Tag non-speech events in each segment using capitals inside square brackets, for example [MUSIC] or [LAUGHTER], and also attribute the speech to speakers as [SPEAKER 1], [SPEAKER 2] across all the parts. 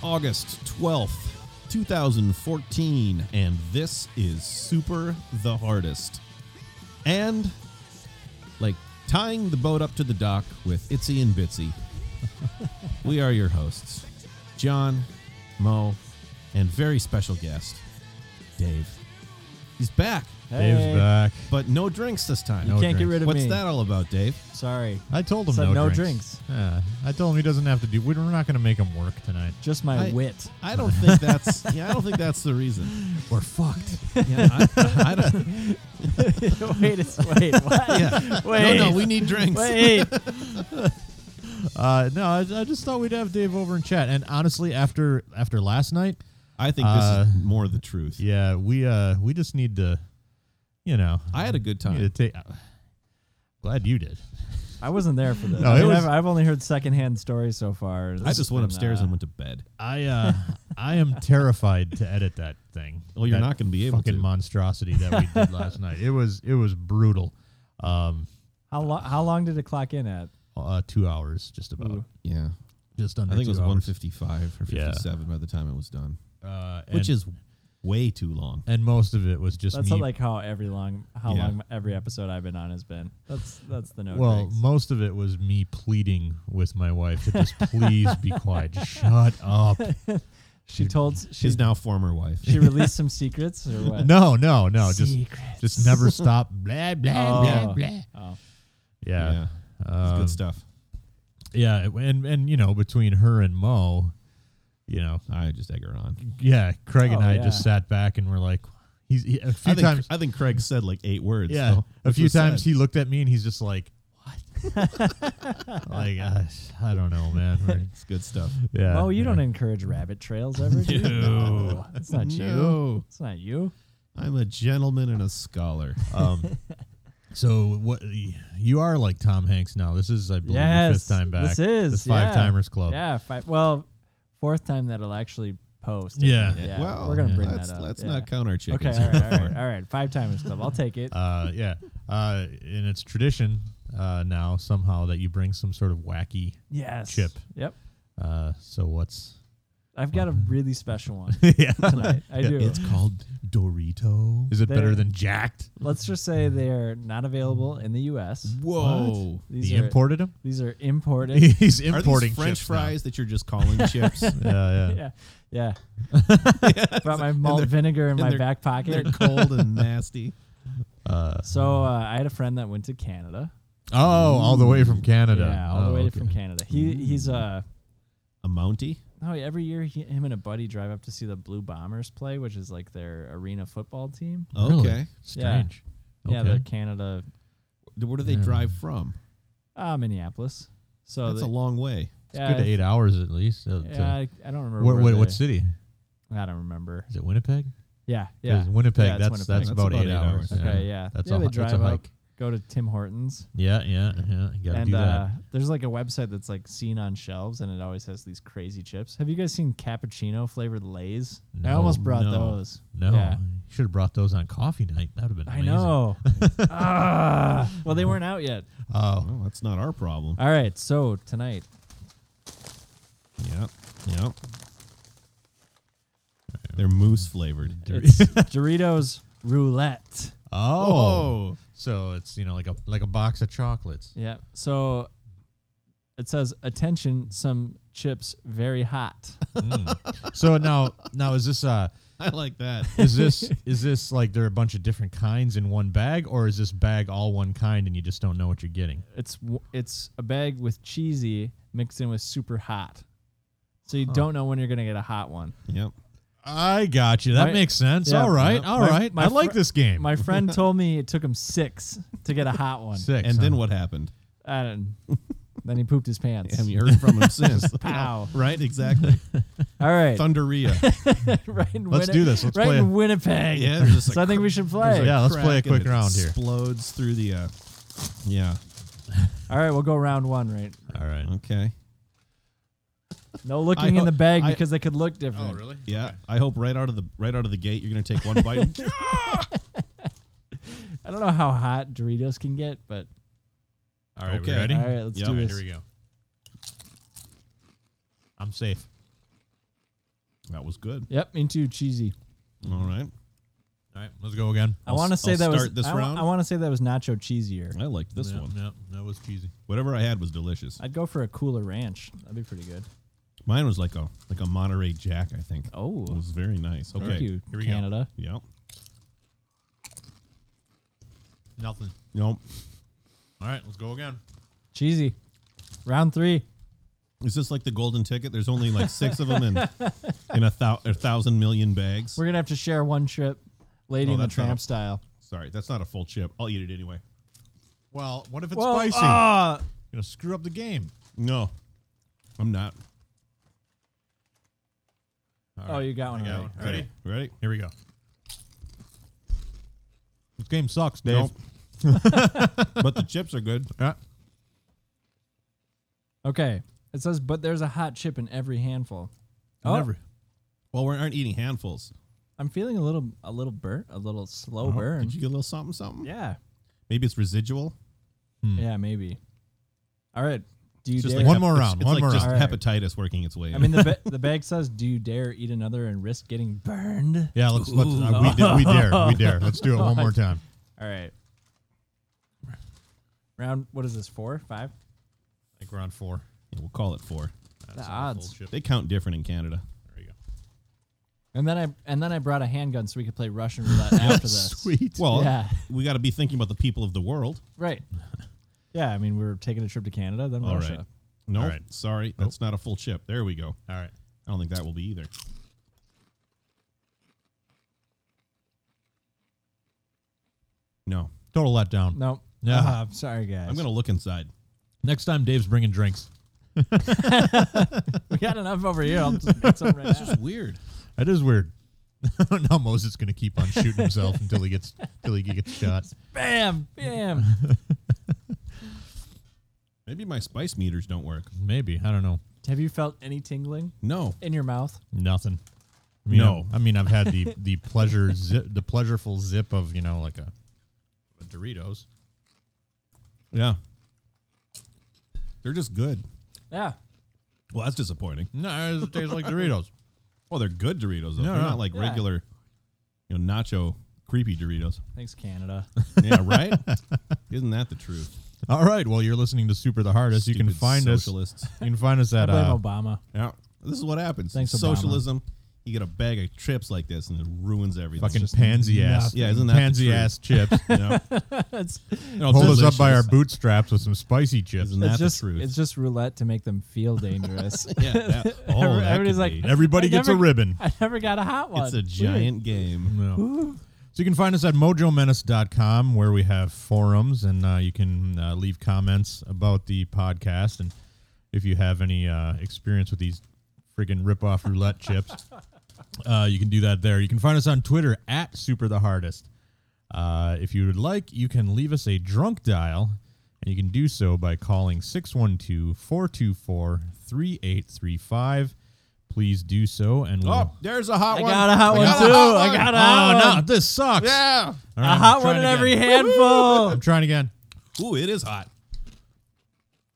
[SPEAKER 1] August 12th, 2014, and this is Super the Hardest. And, like, tying the boat up to the dock with Itsy and Bitsy, [LAUGHS] we are your hosts, John, Mo, and very special guest, Dave. He's back,
[SPEAKER 2] Dave's back.
[SPEAKER 1] but no drinks this time.
[SPEAKER 3] You
[SPEAKER 2] No
[SPEAKER 3] can't get
[SPEAKER 2] drinks.
[SPEAKER 3] rid of
[SPEAKER 1] What's
[SPEAKER 3] me.
[SPEAKER 1] that all about, Dave?
[SPEAKER 3] Sorry.
[SPEAKER 2] I told him
[SPEAKER 3] Said
[SPEAKER 2] no,
[SPEAKER 3] no drinks.
[SPEAKER 2] drinks. Yeah, I told him he doesn't have to do. We're not going to make him work tonight.
[SPEAKER 3] Just my
[SPEAKER 1] I- [LAUGHS]
[SPEAKER 3] wit. [LAUGHS]
[SPEAKER 1] I don't
[SPEAKER 2] [LAUGHS]
[SPEAKER 1] think that's. yeah, I don't think that's the reason.
[SPEAKER 2] We're fucked.
[SPEAKER 1] Yeah, I, I don't,
[SPEAKER 3] wait, it's, wait, what?
[SPEAKER 1] yeah.
[SPEAKER 3] Wait.
[SPEAKER 1] No, no, we need drinks.
[SPEAKER 3] Wait.
[SPEAKER 2] Uh, no, I, I just thought we'd have Dave over and chat. And honestly, after after last night,
[SPEAKER 1] I think this
[SPEAKER 2] Uh,
[SPEAKER 1] is more the truth.
[SPEAKER 2] yeah, we uh we just need to, you know,
[SPEAKER 1] I had a good
[SPEAKER 2] we
[SPEAKER 1] time.
[SPEAKER 2] need to take. glad you did.
[SPEAKER 3] I wasn't there for this.
[SPEAKER 2] No,
[SPEAKER 3] I
[SPEAKER 2] it
[SPEAKER 3] mean,
[SPEAKER 2] was-
[SPEAKER 3] I've, I've only heard secondhand stories so far.
[SPEAKER 1] I just went upstairs
[SPEAKER 2] uh,
[SPEAKER 1] and went to bed.
[SPEAKER 2] I uh I am terrified to edit that thing.
[SPEAKER 1] Well, you're
[SPEAKER 2] That
[SPEAKER 1] not going to be able
[SPEAKER 2] fucking
[SPEAKER 1] to.
[SPEAKER 2] monstrosity that we
[SPEAKER 1] [LAUGHS]
[SPEAKER 2] did last night. It was it was brutal. Um,
[SPEAKER 3] How, lo- how long did it clock in at?
[SPEAKER 2] uh, two hours just about,
[SPEAKER 3] Ooh.
[SPEAKER 1] yeah,
[SPEAKER 2] just under.
[SPEAKER 1] I think it was
[SPEAKER 2] two hours.
[SPEAKER 1] 155 or
[SPEAKER 2] Yeah.
[SPEAKER 1] 57 by the time it was done,
[SPEAKER 2] uh,
[SPEAKER 1] which
[SPEAKER 2] and-
[SPEAKER 1] is way too long.
[SPEAKER 2] and most of it was just
[SPEAKER 3] That's
[SPEAKER 2] me.
[SPEAKER 3] like how every long how
[SPEAKER 1] Yeah.
[SPEAKER 3] long every episode I've been on has been. That's that's the no
[SPEAKER 2] well,
[SPEAKER 3] drinks.
[SPEAKER 2] most of it was me pleading with my wife to just please be quiet,
[SPEAKER 1] [LAUGHS]
[SPEAKER 2] shut up.
[SPEAKER 3] She told she
[SPEAKER 1] She's now former wife.
[SPEAKER 3] she released some secrets or what?
[SPEAKER 2] No, no, no, just
[SPEAKER 3] secrets.
[SPEAKER 2] just never stop. [LAUGHS] Blah blah
[SPEAKER 3] Oh.
[SPEAKER 2] blah blah.
[SPEAKER 3] Oh.
[SPEAKER 2] Yeah, yeah.
[SPEAKER 1] it's
[SPEAKER 2] Um,
[SPEAKER 1] good stuff.
[SPEAKER 2] yeah, and and you know between her and Mo, you know,
[SPEAKER 1] I just egg her on.
[SPEAKER 2] yeah, Craig and
[SPEAKER 3] Oh,
[SPEAKER 2] I
[SPEAKER 3] yeah.
[SPEAKER 2] just sat back and were like, he's he, a few
[SPEAKER 1] I think,
[SPEAKER 2] times.
[SPEAKER 1] I think Craig said like eight words.
[SPEAKER 2] Yeah,
[SPEAKER 1] though,
[SPEAKER 2] a
[SPEAKER 1] which
[SPEAKER 2] few
[SPEAKER 1] was
[SPEAKER 2] times
[SPEAKER 1] sad.
[SPEAKER 2] he looked at me and he's just like,
[SPEAKER 3] [LAUGHS]
[SPEAKER 2] what? like uh, I don't know, man.
[SPEAKER 1] [LAUGHS]
[SPEAKER 2] We're-
[SPEAKER 1] It's good stuff.
[SPEAKER 2] yeah.
[SPEAKER 3] Oh, you
[SPEAKER 2] yeah.
[SPEAKER 3] don't encourage rabbit trails ever, do you?
[SPEAKER 1] No.
[SPEAKER 3] It's not you.
[SPEAKER 1] No,
[SPEAKER 3] It's not you.
[SPEAKER 1] I'm a gentleman and a scholar.
[SPEAKER 3] [LAUGHS]
[SPEAKER 2] Um, so what you are like Tom Hanks now. This is I believe the
[SPEAKER 3] Yes,
[SPEAKER 2] fifth time back.
[SPEAKER 3] this is,
[SPEAKER 2] the five
[SPEAKER 3] yeah.
[SPEAKER 2] timers club.
[SPEAKER 3] Yeah, five, well, fourth time that'll actually post.
[SPEAKER 2] Yeah.
[SPEAKER 3] yeah.
[SPEAKER 1] well,
[SPEAKER 3] we're gonna
[SPEAKER 2] yeah.
[SPEAKER 3] bring
[SPEAKER 1] let's,
[SPEAKER 3] that up.
[SPEAKER 1] Let's
[SPEAKER 3] yeah.
[SPEAKER 1] not count our
[SPEAKER 3] Okay, all
[SPEAKER 1] chickens.
[SPEAKER 3] right, all right, all right. Five timers club. I'll take it.
[SPEAKER 2] Uh, yeah. Uh, and it's tradition uh, now somehow that you bring some sort of wacky.
[SPEAKER 3] yes.
[SPEAKER 2] Chip.
[SPEAKER 3] Yep.
[SPEAKER 2] Uh, so what's [LAUGHS]
[SPEAKER 3] I've got a really special one
[SPEAKER 2] yeah?
[SPEAKER 3] tonight. I do.
[SPEAKER 1] It's called
[SPEAKER 2] Dorito. Is it
[SPEAKER 3] There.
[SPEAKER 2] better than Jacked?
[SPEAKER 3] Let's just say they are not available in the U.S.
[SPEAKER 1] [LAUGHS] whoa.
[SPEAKER 3] These
[SPEAKER 2] he
[SPEAKER 3] are
[SPEAKER 2] imported him.
[SPEAKER 3] these are imported.
[SPEAKER 2] [LAUGHS] He's
[SPEAKER 1] Are
[SPEAKER 2] importing
[SPEAKER 1] these French
[SPEAKER 2] chips now.
[SPEAKER 1] fries that you're just calling chips?
[SPEAKER 2] [LAUGHS] Yeah, yeah.
[SPEAKER 3] [LAUGHS] [LAUGHS] yeah,
[SPEAKER 1] [LAUGHS]
[SPEAKER 3] yeah. Brought my malt
[SPEAKER 1] they're-
[SPEAKER 3] vinegar in
[SPEAKER 1] and
[SPEAKER 3] my
[SPEAKER 1] they're-
[SPEAKER 3] back
[SPEAKER 1] They're
[SPEAKER 3] pocket.
[SPEAKER 1] cold and nasty.
[SPEAKER 2] Uh,
[SPEAKER 3] So uh, I had a friend that went to Canada.
[SPEAKER 2] oh, all the way from Canada.
[SPEAKER 3] Yeah, all
[SPEAKER 2] Oh,
[SPEAKER 3] the way
[SPEAKER 2] okay.
[SPEAKER 3] from Canada. He he's uh
[SPEAKER 1] A Mountie?
[SPEAKER 3] Oh, yeah, every year he, him and a buddy drive up to see the Blue Bombers play, which is like their arena football team.
[SPEAKER 2] Really?
[SPEAKER 1] Okay.
[SPEAKER 2] Strange.
[SPEAKER 3] Yeah,
[SPEAKER 2] Okay.
[SPEAKER 3] they're Canada,
[SPEAKER 1] Where do they
[SPEAKER 2] Yeah.
[SPEAKER 1] drive from?
[SPEAKER 3] uh, Minneapolis. So
[SPEAKER 1] That's
[SPEAKER 3] they-
[SPEAKER 1] a long way.
[SPEAKER 2] It's
[SPEAKER 3] yeah,
[SPEAKER 2] good to eight hours at least. Uh,
[SPEAKER 3] Yeah, I, I don't
[SPEAKER 2] to-
[SPEAKER 3] remember.
[SPEAKER 2] wait,
[SPEAKER 3] where
[SPEAKER 2] wait,
[SPEAKER 3] they-
[SPEAKER 2] what city?
[SPEAKER 3] I don't remember.
[SPEAKER 2] Is it Winnipeg?
[SPEAKER 3] Yeah,
[SPEAKER 2] 'Cause
[SPEAKER 3] yeah.
[SPEAKER 2] Winnipeg.
[SPEAKER 3] Yeah, it's
[SPEAKER 2] that's
[SPEAKER 3] Winnipeg.
[SPEAKER 2] that's
[SPEAKER 1] That's
[SPEAKER 2] about,
[SPEAKER 1] about
[SPEAKER 2] eight,
[SPEAKER 1] eight
[SPEAKER 2] hours.
[SPEAKER 1] hours.
[SPEAKER 3] Okay, yeah.
[SPEAKER 2] That's
[SPEAKER 3] yeah,
[SPEAKER 2] a
[SPEAKER 3] they
[SPEAKER 2] hi- that's
[SPEAKER 3] drive
[SPEAKER 2] a
[SPEAKER 3] up,
[SPEAKER 2] hike.
[SPEAKER 3] go to Tim Hortons,
[SPEAKER 2] Yeah, yeah, yeah. You gotta
[SPEAKER 3] and
[SPEAKER 2] do that.
[SPEAKER 3] uh, there's like a website that's like seen on shelves, and it always has these crazy chips. Have you guys seen cappuccino flavored lays? I
[SPEAKER 2] No,
[SPEAKER 3] almost brought
[SPEAKER 1] no.
[SPEAKER 3] those.
[SPEAKER 2] no,
[SPEAKER 3] yeah.
[SPEAKER 2] you should have brought those on coffee night. That would have been.
[SPEAKER 3] I
[SPEAKER 2] Amazing. [LAUGHS]
[SPEAKER 3] know. Ah. well, they weren't out yet.
[SPEAKER 2] Oh,
[SPEAKER 1] Well, that's not our problem.
[SPEAKER 3] All right, so tonight
[SPEAKER 1] Yeah. Yeah. They're moose flavored.
[SPEAKER 3] It's [LAUGHS]
[SPEAKER 2] [LAUGHS]
[SPEAKER 3] Doritos roulette.
[SPEAKER 2] oh. So it's you know like a like a box of chocolates.
[SPEAKER 3] Yeah. So it says, attention, some chips very hot.
[SPEAKER 2] Mm. so now now is this uh
[SPEAKER 1] I like that.
[SPEAKER 2] is
[SPEAKER 3] [LAUGHS]
[SPEAKER 2] this is this like there are a bunch of different kinds in one bag or is this bag all one kind and you just don't know what you're getting?
[SPEAKER 3] It's w- it's a bag with cheesy mixed in with super hot. So you
[SPEAKER 2] Huh.
[SPEAKER 3] don't know when you're gonna get a hot one.
[SPEAKER 1] Yep.
[SPEAKER 2] I got you. That
[SPEAKER 3] My-
[SPEAKER 2] makes sense.
[SPEAKER 3] yeah,
[SPEAKER 2] all right,
[SPEAKER 3] my-
[SPEAKER 2] all right.
[SPEAKER 3] my
[SPEAKER 2] I like
[SPEAKER 3] fr-
[SPEAKER 2] this game.
[SPEAKER 3] My
[SPEAKER 2] [LAUGHS]
[SPEAKER 3] friend told me it took him six to get a hot one.
[SPEAKER 2] Six.
[SPEAKER 1] And then
[SPEAKER 2] huh?
[SPEAKER 1] what happened?
[SPEAKER 3] I don't- then he pooped his pants.
[SPEAKER 1] Have you heard from
[SPEAKER 3] [LAUGHS]
[SPEAKER 1] him since?
[SPEAKER 3] Pow.
[SPEAKER 1] Right?
[SPEAKER 3] [LAUGHS]
[SPEAKER 1] Exactly.
[SPEAKER 3] All right,
[SPEAKER 1] Thunderia.
[SPEAKER 3] [LAUGHS] right in
[SPEAKER 2] Let's
[SPEAKER 3] Winni-
[SPEAKER 2] do this. Let's
[SPEAKER 3] right
[SPEAKER 2] play
[SPEAKER 3] in
[SPEAKER 2] a-
[SPEAKER 3] [LAUGHS] Winnipeg.
[SPEAKER 1] Yeah. There's just
[SPEAKER 3] So I
[SPEAKER 1] a
[SPEAKER 3] think
[SPEAKER 1] cr-
[SPEAKER 3] we should
[SPEAKER 1] there's
[SPEAKER 3] play.
[SPEAKER 1] a
[SPEAKER 2] Yeah, let's play a
[SPEAKER 1] crack and
[SPEAKER 2] quick
[SPEAKER 1] it
[SPEAKER 2] round here.
[SPEAKER 1] Explodes through the. Uh, yeah.
[SPEAKER 3] All right, we'll go round one. Right.
[SPEAKER 2] All right.
[SPEAKER 1] Okay.
[SPEAKER 3] No looking
[SPEAKER 1] ho-
[SPEAKER 3] in the bag
[SPEAKER 1] I-
[SPEAKER 3] because they could
[SPEAKER 2] Oh,
[SPEAKER 3] look different.
[SPEAKER 1] Yeah. I hope right out of the right out of the gate you're gonna take one bite.
[SPEAKER 2] [LAUGHS]
[SPEAKER 1] and-
[SPEAKER 3] I don't know how hot Doritos can get, but
[SPEAKER 2] All right. we
[SPEAKER 1] Okay.
[SPEAKER 2] ready?
[SPEAKER 3] all right, let's
[SPEAKER 1] Yeah.
[SPEAKER 3] do
[SPEAKER 1] All right,
[SPEAKER 3] this.
[SPEAKER 2] go. I'm safe.
[SPEAKER 1] That was good.
[SPEAKER 3] Yep, into cheesy.
[SPEAKER 1] All right.
[SPEAKER 2] All right, let's go again.
[SPEAKER 3] I want to
[SPEAKER 1] s-
[SPEAKER 3] say
[SPEAKER 1] I'll
[SPEAKER 3] that was
[SPEAKER 1] start this
[SPEAKER 3] I wa-
[SPEAKER 1] round.
[SPEAKER 3] I want to say that was nacho cheesier.
[SPEAKER 1] I liked this
[SPEAKER 2] yeah,
[SPEAKER 1] one.
[SPEAKER 2] Yeah, that was cheesy.
[SPEAKER 1] Whatever I had was delicious.
[SPEAKER 3] I'd go for a cooler ranch. That'd be pretty good.
[SPEAKER 1] Mine was like a like a Monterey Jack, I think.
[SPEAKER 3] Oh,
[SPEAKER 1] It was very nice. Okay.
[SPEAKER 3] thank you,
[SPEAKER 2] here we go.
[SPEAKER 3] Canada.
[SPEAKER 1] Yep.
[SPEAKER 2] Nothing.
[SPEAKER 1] Nope.
[SPEAKER 2] All right, let's go again.
[SPEAKER 3] Cheesy. Round three.
[SPEAKER 1] Is this like the golden ticket? There's only like six of them
[SPEAKER 2] [LAUGHS]
[SPEAKER 1] in in a, thou- a thousand million bags.
[SPEAKER 3] We're gonna have to share one trip, Lady
[SPEAKER 1] Oh,
[SPEAKER 3] in the
[SPEAKER 1] that's not
[SPEAKER 3] Tramp
[SPEAKER 1] a-
[SPEAKER 3] style.
[SPEAKER 1] Sorry, that's not a full chip. I'll eat it anyway.
[SPEAKER 2] Well, what if it's
[SPEAKER 3] Well,
[SPEAKER 2] spicy?
[SPEAKER 3] ah,
[SPEAKER 2] You're gonna screw up the game.
[SPEAKER 1] No, I'm not.
[SPEAKER 2] All
[SPEAKER 3] oh,
[SPEAKER 2] right,
[SPEAKER 3] you got one.
[SPEAKER 2] I got
[SPEAKER 3] already.
[SPEAKER 2] one.
[SPEAKER 1] All right.
[SPEAKER 2] Ready?
[SPEAKER 1] Ready?
[SPEAKER 2] Here we go. This game sucks, Dave.
[SPEAKER 1] Nope.
[SPEAKER 2] [LAUGHS]
[SPEAKER 1] but the chips are good.
[SPEAKER 2] Yeah.
[SPEAKER 3] Okay. It says, but there's a hot chip in every handful. Oh,
[SPEAKER 2] Never.
[SPEAKER 1] Well, we aren't eating handfuls.
[SPEAKER 3] I'm feeling a little, a little burnt, a little
[SPEAKER 2] Oh,
[SPEAKER 3] slow burn.
[SPEAKER 1] Did you get a little something, something?
[SPEAKER 3] yeah.
[SPEAKER 1] Maybe it's residual.
[SPEAKER 3] Yeah, maybe. All right. Do you
[SPEAKER 1] Hmm. It's
[SPEAKER 3] dare?
[SPEAKER 1] like
[SPEAKER 2] One
[SPEAKER 1] hep-
[SPEAKER 2] more
[SPEAKER 1] it's-
[SPEAKER 2] round,
[SPEAKER 1] It's
[SPEAKER 2] one
[SPEAKER 1] like
[SPEAKER 2] more
[SPEAKER 1] just
[SPEAKER 3] round.
[SPEAKER 1] hepatitis working its way.
[SPEAKER 3] I
[SPEAKER 1] in.
[SPEAKER 3] mean, the ba- the bag says, "Do you dare eat another and risk getting burned?"
[SPEAKER 2] Yeah. Let's let's uh, we, da-
[SPEAKER 3] [LAUGHS]
[SPEAKER 2] we dare we dare. Let's do it [LAUGHS] one more time.
[SPEAKER 3] All right. Round. What is this? Four, five.
[SPEAKER 2] I think we're on four.
[SPEAKER 1] Yeah, we'll call it four.
[SPEAKER 3] The odds.
[SPEAKER 1] They count different in Canada.
[SPEAKER 2] There you go.
[SPEAKER 3] And then I and then I brought a handgun so we could play
[SPEAKER 1] [LAUGHS]
[SPEAKER 3] Russian roulette after this.
[SPEAKER 2] Sweet.
[SPEAKER 1] Well,
[SPEAKER 3] Yeah.
[SPEAKER 1] we got to be thinking about the people of the world.
[SPEAKER 3] Right. Yeah, I mean we were taking a trip to Canada, then
[SPEAKER 1] All right.
[SPEAKER 3] Russia.
[SPEAKER 1] No,
[SPEAKER 2] All right.
[SPEAKER 1] sorry, that's not a full chip. There we go.
[SPEAKER 2] All right.
[SPEAKER 1] I don't think that will be either. No,
[SPEAKER 2] Total letdown. Uh-huh.
[SPEAKER 3] No.
[SPEAKER 2] Yeah.
[SPEAKER 3] Ah, I'm sorry guys.
[SPEAKER 1] I'm gonna look inside.
[SPEAKER 2] Next time, Dave's bringing drinks.
[SPEAKER 3] we got enough over here. I'll just
[SPEAKER 1] [LAUGHS]
[SPEAKER 3] make some right now.
[SPEAKER 1] Weird.
[SPEAKER 2] That is weird. [LAUGHS] now Moses is gonna keep on shooting himself [LAUGHS] until he gets until he gets shot.
[SPEAKER 3] Bam,
[SPEAKER 1] [LAUGHS]
[SPEAKER 3] bam.
[SPEAKER 1] Maybe my spice meters don't work.
[SPEAKER 2] Maybe I don't know.
[SPEAKER 3] Have you felt any tingling
[SPEAKER 1] No,
[SPEAKER 3] in your mouth?
[SPEAKER 2] Nothing. I mean,
[SPEAKER 1] No.
[SPEAKER 2] I've- I mean I've had the [LAUGHS] the pleasure zip, the pleasureful zip of you know like a, a Doritos.
[SPEAKER 1] yeah, they're just good.
[SPEAKER 3] Yeah.
[SPEAKER 1] Well, that's disappointing.
[SPEAKER 2] No, it tastes like Doritos.
[SPEAKER 1] Well, they're good Doritos though.
[SPEAKER 2] No,
[SPEAKER 1] they're
[SPEAKER 2] no.
[SPEAKER 1] not like
[SPEAKER 3] Yeah.
[SPEAKER 1] regular, you know, nacho creepy Doritos.
[SPEAKER 3] Thanks, Canada.
[SPEAKER 1] Yeah,
[SPEAKER 2] [LAUGHS]
[SPEAKER 1] right. Isn't that the truth?
[SPEAKER 2] [LAUGHS] All right. Well, you're listening to Super the Hardest. you can
[SPEAKER 1] Stupid
[SPEAKER 2] find
[SPEAKER 1] socialists.
[SPEAKER 2] us. You can find us
[SPEAKER 3] I
[SPEAKER 2] at
[SPEAKER 3] blame
[SPEAKER 2] uh,
[SPEAKER 3] Obama.
[SPEAKER 1] Yeah, this is what happens.
[SPEAKER 3] Thanks, Obama.
[SPEAKER 1] Socialism. You get a bag of chips like this, and it ruins everything.
[SPEAKER 2] fucking pansy ass.
[SPEAKER 1] nothing. Yeah, isn't that the
[SPEAKER 2] pansy
[SPEAKER 1] truth?
[SPEAKER 2] ass chips?
[SPEAKER 1] Yeah.
[SPEAKER 3] [LAUGHS] It's,
[SPEAKER 1] No,
[SPEAKER 2] [LAUGHS] Hold us up by our
[SPEAKER 1] delicious.
[SPEAKER 2] bootstraps with some spicy chips.
[SPEAKER 1] Isn't
[SPEAKER 3] it's
[SPEAKER 1] that
[SPEAKER 3] just
[SPEAKER 1] the truth?
[SPEAKER 3] it's just roulette to make them feel dangerous.
[SPEAKER 1] [LAUGHS] yeah, that, [LAUGHS] all
[SPEAKER 3] Every-
[SPEAKER 1] that
[SPEAKER 3] everybody's
[SPEAKER 1] could
[SPEAKER 3] like,
[SPEAKER 1] be.
[SPEAKER 2] Everybody
[SPEAKER 3] I
[SPEAKER 2] gets a
[SPEAKER 3] never-
[SPEAKER 2] ribbon.
[SPEAKER 3] [LAUGHS] I never got a hot one.
[SPEAKER 1] it's a
[SPEAKER 3] Weird.
[SPEAKER 1] giant
[SPEAKER 2] [LAUGHS]
[SPEAKER 1] game.
[SPEAKER 2] No. So you can find us at mojomenace.com where we have forums and uh, you can uh, leave comments about the podcast and if you have any uh, experience with these friggin' rip-off roulette chips, uh, you can do that there. You can find us on Twitter at Super the Hardest. Uh, if you would like, you can leave us a drunk dial and you can do so by calling 612-424-3835. Please do so and we'll
[SPEAKER 1] Oh, there's a hot
[SPEAKER 3] I
[SPEAKER 1] one.
[SPEAKER 3] got a hot one
[SPEAKER 1] got a
[SPEAKER 3] too.
[SPEAKER 1] hot
[SPEAKER 3] I
[SPEAKER 1] one.
[SPEAKER 3] got a hot
[SPEAKER 2] Oh, no,
[SPEAKER 3] one.
[SPEAKER 2] this sucks.
[SPEAKER 1] Yeah.
[SPEAKER 2] All
[SPEAKER 3] A
[SPEAKER 2] right,
[SPEAKER 3] hot
[SPEAKER 2] I'm
[SPEAKER 3] one
[SPEAKER 2] trying
[SPEAKER 3] in
[SPEAKER 2] again.
[SPEAKER 3] every
[SPEAKER 1] [LAUGHS]
[SPEAKER 3] handful.
[SPEAKER 2] I'm trying again.
[SPEAKER 1] Ooh, it is hot.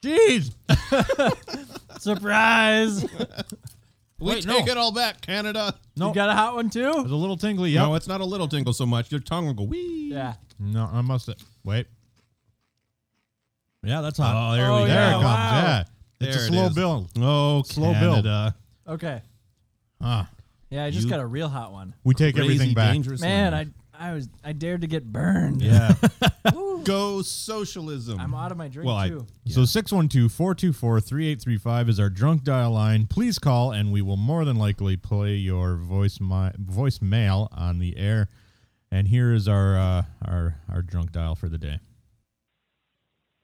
[SPEAKER 2] Jeez.
[SPEAKER 3] Surprise!
[SPEAKER 1] We
[SPEAKER 2] Wait,
[SPEAKER 1] take
[SPEAKER 2] no.
[SPEAKER 1] it all back, Canada.
[SPEAKER 2] Nope.
[SPEAKER 3] You got a hot one too?
[SPEAKER 2] It's a little tingly. Yep.
[SPEAKER 1] No, it's not a little tingle so much. Your tongue will go wee.
[SPEAKER 3] Yeah.
[SPEAKER 2] No, I must have. Wait. Yeah, that's hot.
[SPEAKER 1] Oh, there
[SPEAKER 3] Oh,
[SPEAKER 1] we go.
[SPEAKER 2] there it
[SPEAKER 3] yeah,
[SPEAKER 2] comes.
[SPEAKER 3] wow.
[SPEAKER 2] Yeah. It's
[SPEAKER 1] There
[SPEAKER 2] a
[SPEAKER 1] it
[SPEAKER 2] slow
[SPEAKER 1] is.
[SPEAKER 2] build.
[SPEAKER 1] Oh,
[SPEAKER 2] Slow build.
[SPEAKER 1] Canada.
[SPEAKER 3] Okay.
[SPEAKER 2] Ah,
[SPEAKER 3] Yeah, I just
[SPEAKER 1] You-
[SPEAKER 3] got a real hot one.
[SPEAKER 2] we take
[SPEAKER 1] Crazy,
[SPEAKER 2] everything back.
[SPEAKER 1] dangerous
[SPEAKER 3] Man, I
[SPEAKER 1] land.
[SPEAKER 3] I was I dared to get burned.
[SPEAKER 1] Yeah. go Oh, socialism.
[SPEAKER 3] I'm out of my drink
[SPEAKER 1] Well, I-
[SPEAKER 3] too.
[SPEAKER 2] So 612-424-3835 is our drunk dial line. Please call and we will more than likely play your voice mi- voicemail on the air. And here is our uh, our our drunk dial for the day.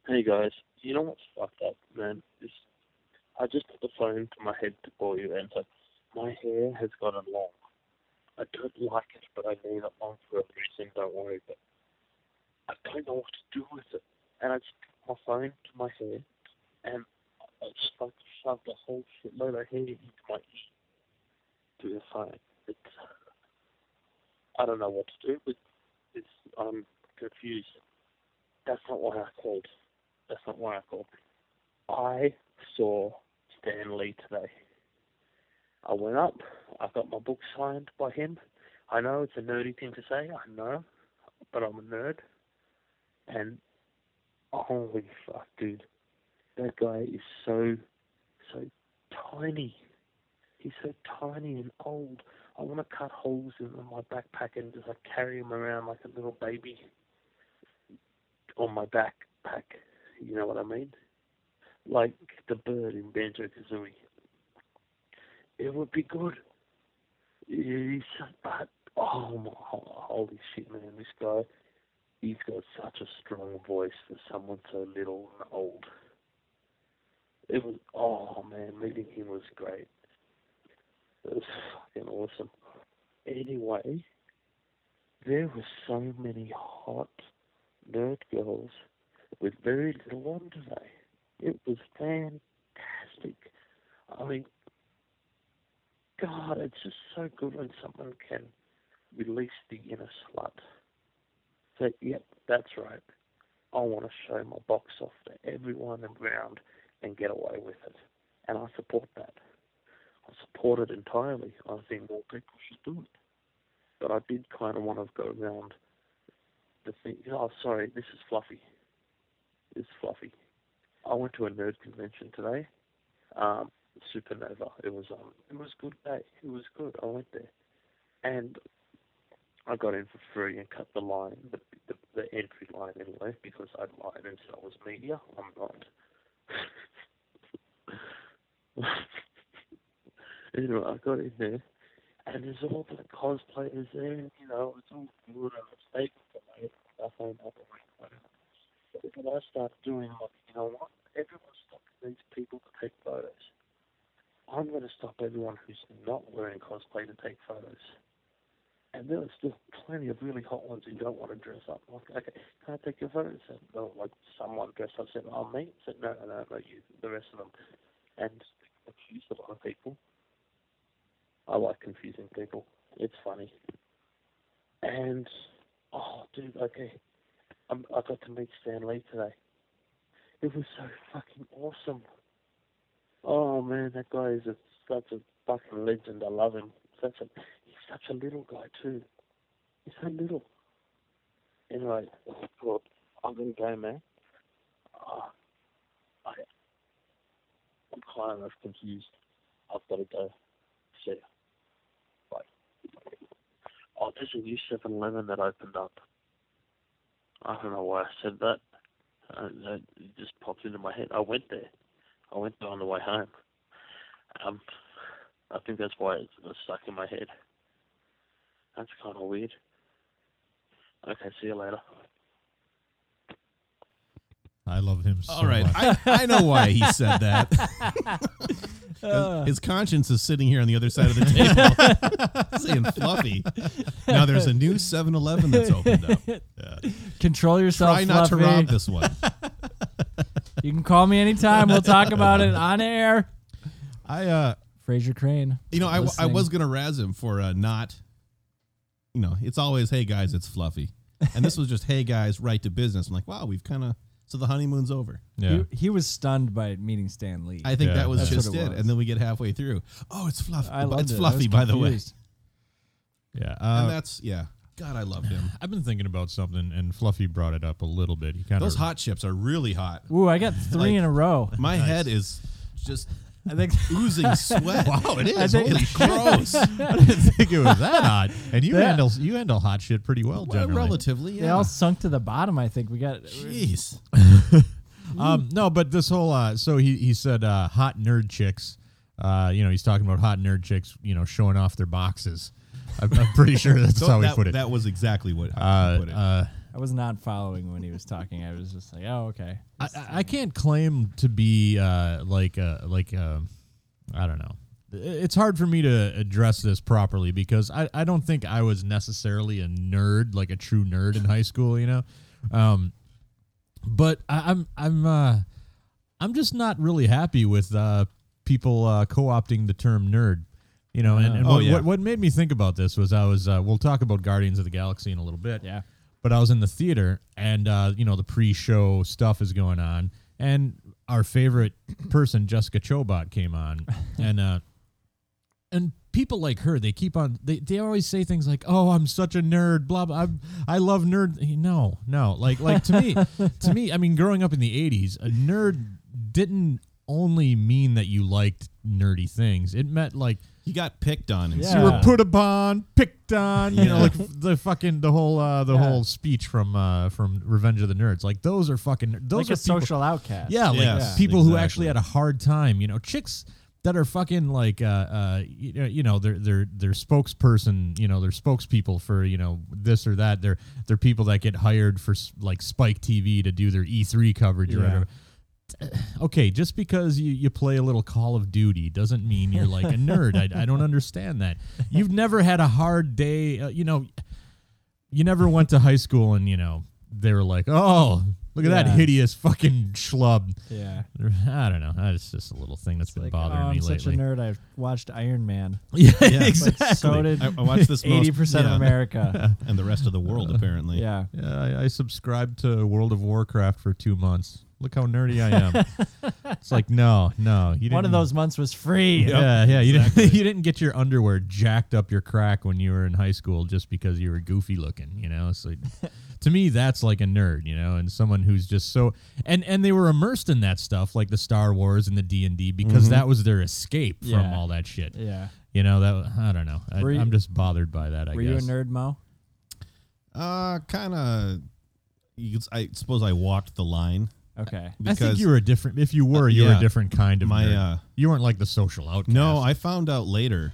[SPEAKER 4] Hey guys, you know what's fucked up, man? Is I just put the phone to my head to call you, and like my hair has gotten long. I don't like it, but I need it long for a reason. Don't worry, but I don't know what to do with it, and I just put my phone to my head, and I just like shoved the whole shitload of hair into my ear to the phone. It's I don't know what to do, but it's I'm confused. That's not why I called. That's not why I called. I saw Stanley today. I went up. I got my book signed by him. I know it's a nerdy thing to say. I know, but I'm a nerd. And holy fuck, dude, that guy is so so tiny. He's so tiny and old. I want to cut holes in my backpack and just like carry him around like a little baby on my backpack. You know what I mean? Like the bird in Banjo Kazooie. It would be good. He's so, but oh my holy shit, man! This guy, he's got such a strong voice for someone so little and old. It was oh man, meeting him was great. It was fucking awesome. Anyway, there were so many hot nerd girls with very little on today. It was fantastic. I mean, God, it's just so good when someone can release the inner slut. So, yep, that's right. I want to show my box off to everyone around and get away with it. And I support that. I support it entirely. I think more people should do it. But I did kind of want to go around the thing. Oh, sorry, this is Fluffy. It's Fluffy. I went to a nerd convention today. Um, Supernova. It was um, it was good day. It was good. I went there, and I got in for free and cut the line, the the, the entry line anyway, because I lied and said I was media. I'm not. [LAUGHS] anyway, I got in there, and there's all the cosplayers there. You know, it's all good and it's fake. but I- I find out the right way. But then I start doing like, you know what? Everyone's stopping these people to take photos. I'm going to stop everyone who's not wearing cosplay to take photos. And there are still plenty of really hot ones who don't want to dress up. Like, okay, can I take your photo? Said, no, like someone dressed up said, oh, me? Said, no, no, no, no, you, the rest of them. And confused a lot of people. I like confusing people. It's funny. And, oh, dude, okay. Um, I got to meet Stan Lee today. It was so fucking awesome. Oh man, that guy is a, such a fucking legend. I love him. Such a he's such a little guy too. He's so little. Anyway, well, I'm gonna go, man. Oh, I, I'm kind of confused. I've got to go. See ya. Bye. Oh, there's a new 7-Eleven that opened up. I don't know why I said that. Uh, that it just popped into my head. I went there. I went there on the way home. Um, I think that's why it was stuck in my head. That's kind of weird. Okay, see you later.
[SPEAKER 2] I love him so
[SPEAKER 1] All right,
[SPEAKER 2] much.
[SPEAKER 1] I, I know why
[SPEAKER 2] [LAUGHS]
[SPEAKER 1] he [LAUGHS] said that.
[SPEAKER 3] Uh,
[SPEAKER 1] His conscience is sitting here on the other side of the table, [LAUGHS] saying fluffy. Now there's a new 7-Eleven that's opened
[SPEAKER 2] [LAUGHS]
[SPEAKER 1] up.
[SPEAKER 3] control yourself.
[SPEAKER 1] Try not to
[SPEAKER 3] Fluffy.
[SPEAKER 1] rob this one.
[SPEAKER 3] You can call me anytime.
[SPEAKER 1] [LAUGHS]
[SPEAKER 3] We'll talk about it on air.
[SPEAKER 2] I uh
[SPEAKER 3] Fraser Crane.
[SPEAKER 1] You know, I, w- I
[SPEAKER 3] listening.
[SPEAKER 1] was gonna razz him for uh, not. You know, it's always hey guys, it's fluffy, and this was just hey guys, right to business. I'm like, wow, we've kind of so the honeymoon's over.
[SPEAKER 2] [LAUGHS] yeah.
[SPEAKER 3] He, he was stunned by meeting Stan Lee.
[SPEAKER 1] I think
[SPEAKER 2] Yeah,
[SPEAKER 1] that was
[SPEAKER 2] that's
[SPEAKER 1] just
[SPEAKER 3] what
[SPEAKER 1] it,
[SPEAKER 3] it was.
[SPEAKER 1] and then we get halfway through. Oh, it's fluffy.
[SPEAKER 3] I loved
[SPEAKER 1] it's
[SPEAKER 3] it. I
[SPEAKER 1] fluffy,
[SPEAKER 3] was
[SPEAKER 1] by the way.
[SPEAKER 3] confused.
[SPEAKER 2] Yeah.
[SPEAKER 1] And
[SPEAKER 2] Uh,
[SPEAKER 1] that's yeah. God, I love him.
[SPEAKER 2] I've been thinking about something and Fluffy brought it up a little bit. He kind of
[SPEAKER 1] Those
[SPEAKER 2] [LAUGHS]
[SPEAKER 1] hot chips are really hot.
[SPEAKER 3] Ooh, I got three
[SPEAKER 1] Like-
[SPEAKER 3] in a row.
[SPEAKER 1] My head is just
[SPEAKER 3] I think
[SPEAKER 1] oozing
[SPEAKER 3] [LAUGHS]
[SPEAKER 1] sweat. wow, it
[SPEAKER 3] is. think-
[SPEAKER 1] It's gross.
[SPEAKER 3] [LAUGHS]
[SPEAKER 2] I didn't think it was that hot. And you
[SPEAKER 3] That-
[SPEAKER 2] handle you handle hot shit pretty well,
[SPEAKER 1] Well,
[SPEAKER 2] generally.
[SPEAKER 1] relatively, yeah.
[SPEAKER 3] they all sunk to the bottom. I think we got.
[SPEAKER 1] Jeez.
[SPEAKER 2] Um, no, but this whole uh, so he he said uh, hot nerd chicks. Uh, you know, he's talking about hot nerd chicks. You know, showing off their boxes. I'm, I'm pretty sure [LAUGHS] that's
[SPEAKER 1] So
[SPEAKER 2] how he
[SPEAKER 1] that,
[SPEAKER 2] put it.
[SPEAKER 1] that was exactly what how he
[SPEAKER 2] uh,
[SPEAKER 1] put it.
[SPEAKER 2] uh,
[SPEAKER 3] I was not following when he was talking. I was just like, oh, okay.
[SPEAKER 2] I, I- I can't claim to be uh, like uh, like uh, I don't know. I- It's hard for me to address this properly because I, I don't think I was necessarily a nerd like a true nerd in high school, you know. Um, but I, I'm I'm uh, I'm just not really happy with uh, people uh, co-opting the term nerd. You know, and, and
[SPEAKER 1] Oh,
[SPEAKER 2] what,
[SPEAKER 1] yeah.
[SPEAKER 2] what, what made me think about this was I was uh, we'll talk about Guardians of the Galaxy in a little bit
[SPEAKER 3] Yeah.
[SPEAKER 2] but I was in the theater and uh, you know the pre-show stuff is going on [CLEARS THROAT] and our favorite person Jessica Chobot came on and uh and people like her, they keep on they, they always say things like, "Oh, I'm such a nerd," blah blah. I'm, I love nerd. No, no. Like like to me, to me, I mean, growing up in the '80s, a nerd didn't only mean that you liked nerdy things. It meant like
[SPEAKER 1] He got picked on. in
[SPEAKER 3] Yeah.
[SPEAKER 1] school.
[SPEAKER 3] [LAUGHS]
[SPEAKER 2] you were put upon, picked on, you know,
[SPEAKER 1] Yeah.
[SPEAKER 2] like the fucking the whole uh, the
[SPEAKER 3] Yeah.
[SPEAKER 2] whole speech from uh, from Revenge of the Nerds. Like those are fucking
[SPEAKER 3] like
[SPEAKER 2] those are
[SPEAKER 3] a
[SPEAKER 2] people,
[SPEAKER 3] social outcast.
[SPEAKER 2] yeah, like
[SPEAKER 1] Yes,
[SPEAKER 2] people who
[SPEAKER 1] exactly.
[SPEAKER 2] actually had a hard time. You know, chicks that are fucking like uh, uh you know- you know they're they're they're spokesperson you know they're spokespeople for you know this or that they're they're people that get hired for s- like spike tv to do their e3 coverage or
[SPEAKER 3] Yeah.
[SPEAKER 2] whatever okay just because you, you play a little call of duty doesn't mean you're like a nerd I, I don't understand that you've never had a hard day uh, you know you never went to high school and you know they were like oh look at that
[SPEAKER 3] Yeah.
[SPEAKER 2] hideous fucking schlub
[SPEAKER 3] yeah.
[SPEAKER 2] I don't know. That's just a little thing that's been
[SPEAKER 3] Like,
[SPEAKER 2] bothering
[SPEAKER 3] oh, I'm
[SPEAKER 2] me
[SPEAKER 3] such
[SPEAKER 2] lately.
[SPEAKER 3] a nerd. I watched Iron Man.
[SPEAKER 2] [LAUGHS] Yeah,
[SPEAKER 1] Yeah.
[SPEAKER 2] exactly.
[SPEAKER 3] Like, so did
[SPEAKER 1] I, I watched
[SPEAKER 3] [LAUGHS]
[SPEAKER 1] this most-
[SPEAKER 3] eighty percent
[SPEAKER 1] yeah, [LAUGHS]
[SPEAKER 3] of America.
[SPEAKER 1] and the rest of the world apparently.
[SPEAKER 3] yeah.
[SPEAKER 2] yeah, I, I subscribed to World of Warcraft for two months. Look how nerdy I am.
[SPEAKER 3] [LAUGHS]
[SPEAKER 2] it's like no, no. You didn't,
[SPEAKER 3] One of those months was free.
[SPEAKER 2] Yeah, yeah. You didn't. [LAUGHS] You didn't get your underwear jacked up your crack when you were in high school just because you were goofy looking. You know. So, to me, that's like a nerd. You know, and someone who's just so and and they were immersed in that stuff like the Star Wars and the D and D because that was their escape from
[SPEAKER 3] Yeah.
[SPEAKER 2] all that shit.
[SPEAKER 3] Yeah.
[SPEAKER 2] You know that I don't know. I,
[SPEAKER 3] Were you-
[SPEAKER 2] I'm just bothered by that. I
[SPEAKER 3] Were
[SPEAKER 2] guess.
[SPEAKER 3] you a nerd, Mo?
[SPEAKER 1] Uh, kind of. You could, I suppose I walked the line
[SPEAKER 3] Okay.
[SPEAKER 1] because
[SPEAKER 2] I think you were a different. If you were, you were
[SPEAKER 1] yeah.
[SPEAKER 2] a different kind of
[SPEAKER 1] My,
[SPEAKER 2] nerd.
[SPEAKER 1] uh,
[SPEAKER 2] you weren't like the social outcast.
[SPEAKER 1] no, I found out later,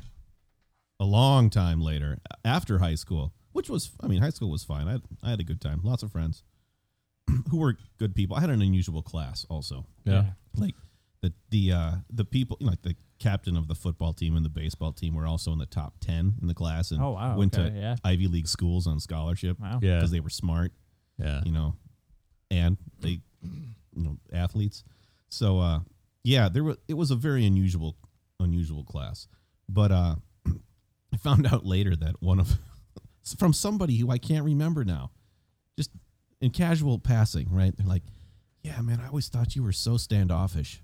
[SPEAKER 1] a long time later, after high school, which was I mean, high school was fine. I I had a good time, lots of friends [CLEARS THROAT] who were good people. I had an unusual class also.
[SPEAKER 2] Yeah.
[SPEAKER 1] like the the uh, the people you know, like the captain of the football team and the baseball team were also in the top 10 in the class and
[SPEAKER 3] Oh, wow,
[SPEAKER 1] went
[SPEAKER 3] okay,
[SPEAKER 1] to
[SPEAKER 3] yeah.
[SPEAKER 1] ivy league schools on scholarship
[SPEAKER 3] Wow.
[SPEAKER 2] Yeah.
[SPEAKER 1] because they were smart
[SPEAKER 2] Yeah.
[SPEAKER 1] you know, and they, you know, athletes. So, uh, yeah, there was, it was a very unusual, unusual class. But, uh, [CLEARS THROAT] I found out later that one of, [LAUGHS] from somebody who I can't remember now, just in casual passing, right? They're like, yeah, man, I always thought you were so standoffish.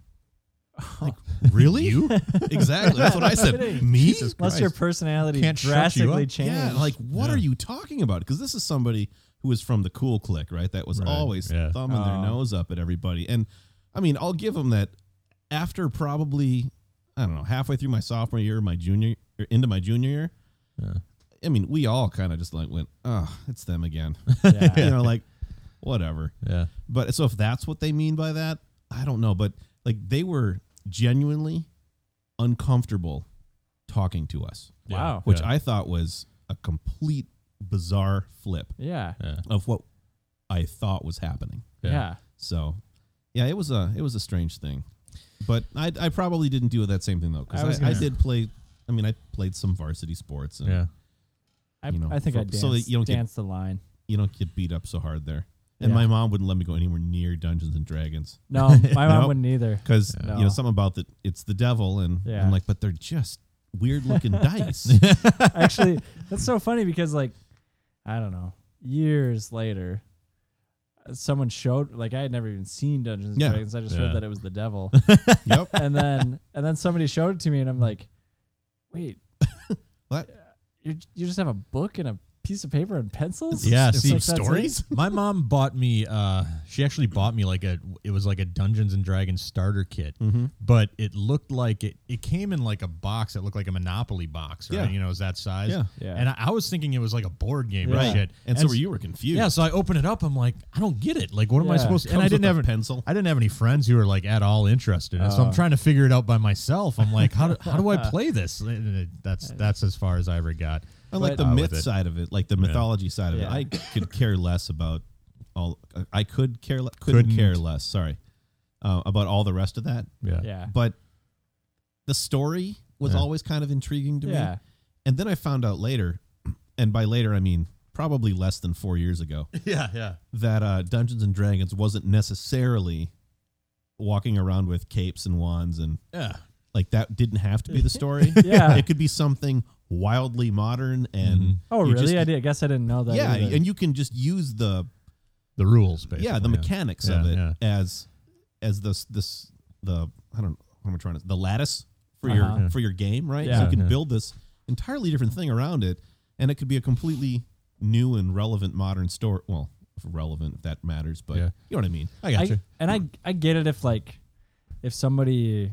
[SPEAKER 1] Like, really? you? [LAUGHS] Exactly. That's what I said.
[SPEAKER 3] kidding.
[SPEAKER 1] Me?
[SPEAKER 3] Unless your personality
[SPEAKER 2] Can't shut you
[SPEAKER 3] drastically
[SPEAKER 2] up.
[SPEAKER 3] changed.
[SPEAKER 1] Yeah, like what
[SPEAKER 2] Yeah.
[SPEAKER 1] are you talking about? Because this is somebody who was from the cool clique, right? That was
[SPEAKER 2] Right,
[SPEAKER 1] always
[SPEAKER 2] yeah.
[SPEAKER 1] thumbing their
[SPEAKER 3] Oh.
[SPEAKER 1] nose up at everybody. And I mean, I'll give them that. After probably, I don't know, halfway through my sophomore year, my junior, or into my junior year,
[SPEAKER 2] Yeah.
[SPEAKER 1] I mean, we all kind of just like went, "Oh, it's them
[SPEAKER 2] [LAUGHS]
[SPEAKER 1] again," [LAUGHS]
[SPEAKER 3] Yeah.
[SPEAKER 1] you know, like whatever.
[SPEAKER 2] Yeah.
[SPEAKER 1] But so if that's what they mean by that, I don't know. But like they were genuinely uncomfortable talking to us
[SPEAKER 3] Wow.
[SPEAKER 1] which I thought was a complete bizarre flip
[SPEAKER 3] Yeah.
[SPEAKER 2] Yeah.
[SPEAKER 1] of what I thought was happening.
[SPEAKER 2] Yeah.
[SPEAKER 3] Yeah.
[SPEAKER 1] So, yeah, it was a it was a strange thing, but I I probably didn't do that same thing though
[SPEAKER 3] I was
[SPEAKER 1] because I, I,
[SPEAKER 3] gonna-
[SPEAKER 1] did play. I mean, I played some varsity sports. And
[SPEAKER 2] Yeah.
[SPEAKER 3] I,
[SPEAKER 1] You know,
[SPEAKER 3] I think
[SPEAKER 1] for-
[SPEAKER 3] I danced,
[SPEAKER 1] so that you don't get-
[SPEAKER 3] danced the line.
[SPEAKER 1] You don't get beat up so hard there. And
[SPEAKER 3] Yeah.
[SPEAKER 1] my mom wouldn't let me go anywhere near Dungeons and Dragons [LAUGHS]
[SPEAKER 3] No, my mom
[SPEAKER 1] Nope.
[SPEAKER 3] wouldn't either.
[SPEAKER 1] because you know
[SPEAKER 3] No.
[SPEAKER 1] something about that it's the devil and
[SPEAKER 3] Yeah.
[SPEAKER 1] I'm like, but they're just weird looking dice.
[SPEAKER 3] Actually, that's so funny because like I don't know, years later uh, someone showed like I had never even seen Dungeons and
[SPEAKER 1] Yeah.
[SPEAKER 3] Dragons. I just
[SPEAKER 2] Yeah.
[SPEAKER 3] heard that it was the devil.
[SPEAKER 1] [LAUGHS] yep.
[SPEAKER 3] and then and then somebody showed it to me and I'm like, "Wait,
[SPEAKER 1] [LAUGHS]
[SPEAKER 3] uh,
[SPEAKER 1] What?
[SPEAKER 3] you you just have a book and a piece of paper and pencils?"
[SPEAKER 2] Yeah,
[SPEAKER 3] It's
[SPEAKER 2] see,
[SPEAKER 3] like, that's it?
[SPEAKER 1] stories?
[SPEAKER 2] My mom bought me. Uh, she actually bought me like a. It was like a Dungeons and Dragons starter kit,
[SPEAKER 1] Mm-hmm.
[SPEAKER 2] but it looked like it. It came in like a box that looked like a Monopoly box, right?
[SPEAKER 1] Yeah.
[SPEAKER 2] You know, it was that size.
[SPEAKER 1] Yeah.
[SPEAKER 3] Yeah.
[SPEAKER 2] And I, I was thinking it was like a board game or
[SPEAKER 3] Right.
[SPEAKER 2] shit.
[SPEAKER 1] And, so
[SPEAKER 2] s-
[SPEAKER 1] were you were confused.
[SPEAKER 2] Yeah. So I open it up. I'm like, I don't get it. Like, what am I
[SPEAKER 3] Yeah.
[SPEAKER 2] supposed? to... And
[SPEAKER 1] Comes
[SPEAKER 2] I didn't
[SPEAKER 1] with
[SPEAKER 2] have
[SPEAKER 1] a
[SPEAKER 2] an-
[SPEAKER 1] pencil.
[SPEAKER 2] I didn't have any friends who were like at all interested in it, so I'm
[SPEAKER 3] Oh.
[SPEAKER 2] trying to figure it out by myself. I'm like, how do, how
[SPEAKER 3] [LAUGHS]
[SPEAKER 2] do I play this? That's that's as far as I ever got.
[SPEAKER 1] I like
[SPEAKER 3] But-
[SPEAKER 1] the
[SPEAKER 2] Uh, with
[SPEAKER 1] myth
[SPEAKER 2] it.
[SPEAKER 1] side of it, like the mythology side of
[SPEAKER 3] Yeah.
[SPEAKER 1] it. I could care less about all. I could care le- couldn't,
[SPEAKER 2] Couldn't.
[SPEAKER 1] care less. Sorry uh, about all the rest of that,
[SPEAKER 2] Yeah,
[SPEAKER 3] Yeah.
[SPEAKER 1] but the story was
[SPEAKER 2] Yeah.
[SPEAKER 1] always kind of intriguing to
[SPEAKER 3] Yeah.
[SPEAKER 1] me. And then I found out later, [CLEARS THROAT] and by later I mean probably less than four years ago,
[SPEAKER 2] yeah, yeah.
[SPEAKER 1] that uh, Dungeons and Dragons wasn't necessarily walking around with capes and wands and
[SPEAKER 2] yeah.
[SPEAKER 1] like that didn't have to be the story.
[SPEAKER 3] [LAUGHS] Yeah.
[SPEAKER 1] it could be something wildly modern and.
[SPEAKER 2] Mhm.
[SPEAKER 3] Oh,
[SPEAKER 1] you
[SPEAKER 3] really?
[SPEAKER 1] just-
[SPEAKER 3] I, did, I guess I didn't know that.
[SPEAKER 1] yeah,
[SPEAKER 3] either.
[SPEAKER 1] and you can just use the
[SPEAKER 2] The rules, basically.
[SPEAKER 1] yeah the mechanics of
[SPEAKER 2] Yeah,
[SPEAKER 1] it
[SPEAKER 2] yeah.
[SPEAKER 1] as as this this the I don't know what am I trying to the lattice for
[SPEAKER 3] Uh-huh.
[SPEAKER 1] your for your game, right? So
[SPEAKER 3] Yeah.
[SPEAKER 1] you can
[SPEAKER 2] Yeah.
[SPEAKER 1] build this entirely different thing around it, and it could be a completely new and relevant modern story. Well, if relevant if that matters, but
[SPEAKER 2] Yeah.
[SPEAKER 1] you know what I mean.
[SPEAKER 2] I got you.
[SPEAKER 3] I, and I I get it if like if somebody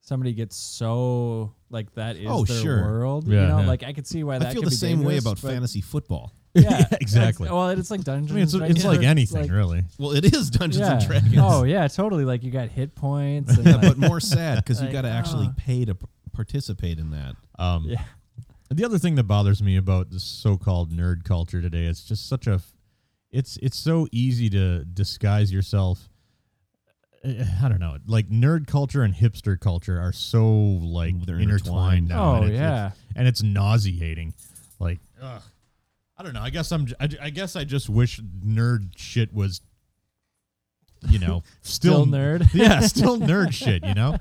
[SPEAKER 3] somebody gets so like that is
[SPEAKER 1] Oh,
[SPEAKER 3] their
[SPEAKER 1] sure.
[SPEAKER 3] world.
[SPEAKER 2] Yeah,
[SPEAKER 3] you know,
[SPEAKER 2] yeah.
[SPEAKER 3] like I could see why that
[SPEAKER 1] I feel
[SPEAKER 3] could
[SPEAKER 1] the
[SPEAKER 3] be
[SPEAKER 1] same way
[SPEAKER 3] dangerous,
[SPEAKER 1] about
[SPEAKER 3] but-
[SPEAKER 1] fantasy football.
[SPEAKER 3] [LAUGHS]
[SPEAKER 2] [LAUGHS] Yeah,
[SPEAKER 3] that's-
[SPEAKER 2] exactly.
[SPEAKER 3] well, it's like Dungeons.
[SPEAKER 2] I mean, it's,
[SPEAKER 3] Dragons,
[SPEAKER 2] it's like
[SPEAKER 3] but
[SPEAKER 2] anything,
[SPEAKER 3] like-
[SPEAKER 2] really.
[SPEAKER 1] Well, it is [LAUGHS] Dungeons and
[SPEAKER 3] yeah.
[SPEAKER 1] Dragons,
[SPEAKER 3] Oh yeah, totally. Like you got hit points. And
[SPEAKER 1] Yeah, but
[SPEAKER 3] like,
[SPEAKER 1] more sad because you
[SPEAKER 3] Like,
[SPEAKER 1] got to actually
[SPEAKER 3] oh.
[SPEAKER 1] pay to p- participate in that.
[SPEAKER 2] Um,
[SPEAKER 3] yeah.
[SPEAKER 2] The other thing that bothers me about this so-called nerd culture today is just such a, f- it's it's so easy to disguise yourself. Eh, I don't know, like nerd culture and hipster culture are so like
[SPEAKER 1] They're
[SPEAKER 2] intertwined
[SPEAKER 1] intertwined.
[SPEAKER 2] now.
[SPEAKER 3] Oh
[SPEAKER 2] and it's-
[SPEAKER 3] yeah.
[SPEAKER 2] it's- and it's nauseating. Like, ugh. I don't know. I guess I'm. j- I, j- I guess I just wish nerd shit was, you know, still,
[SPEAKER 3] Still
[SPEAKER 2] [LAUGHS]
[SPEAKER 3] nerd. [LAUGHS]
[SPEAKER 2] Yeah, still nerd shit. You know.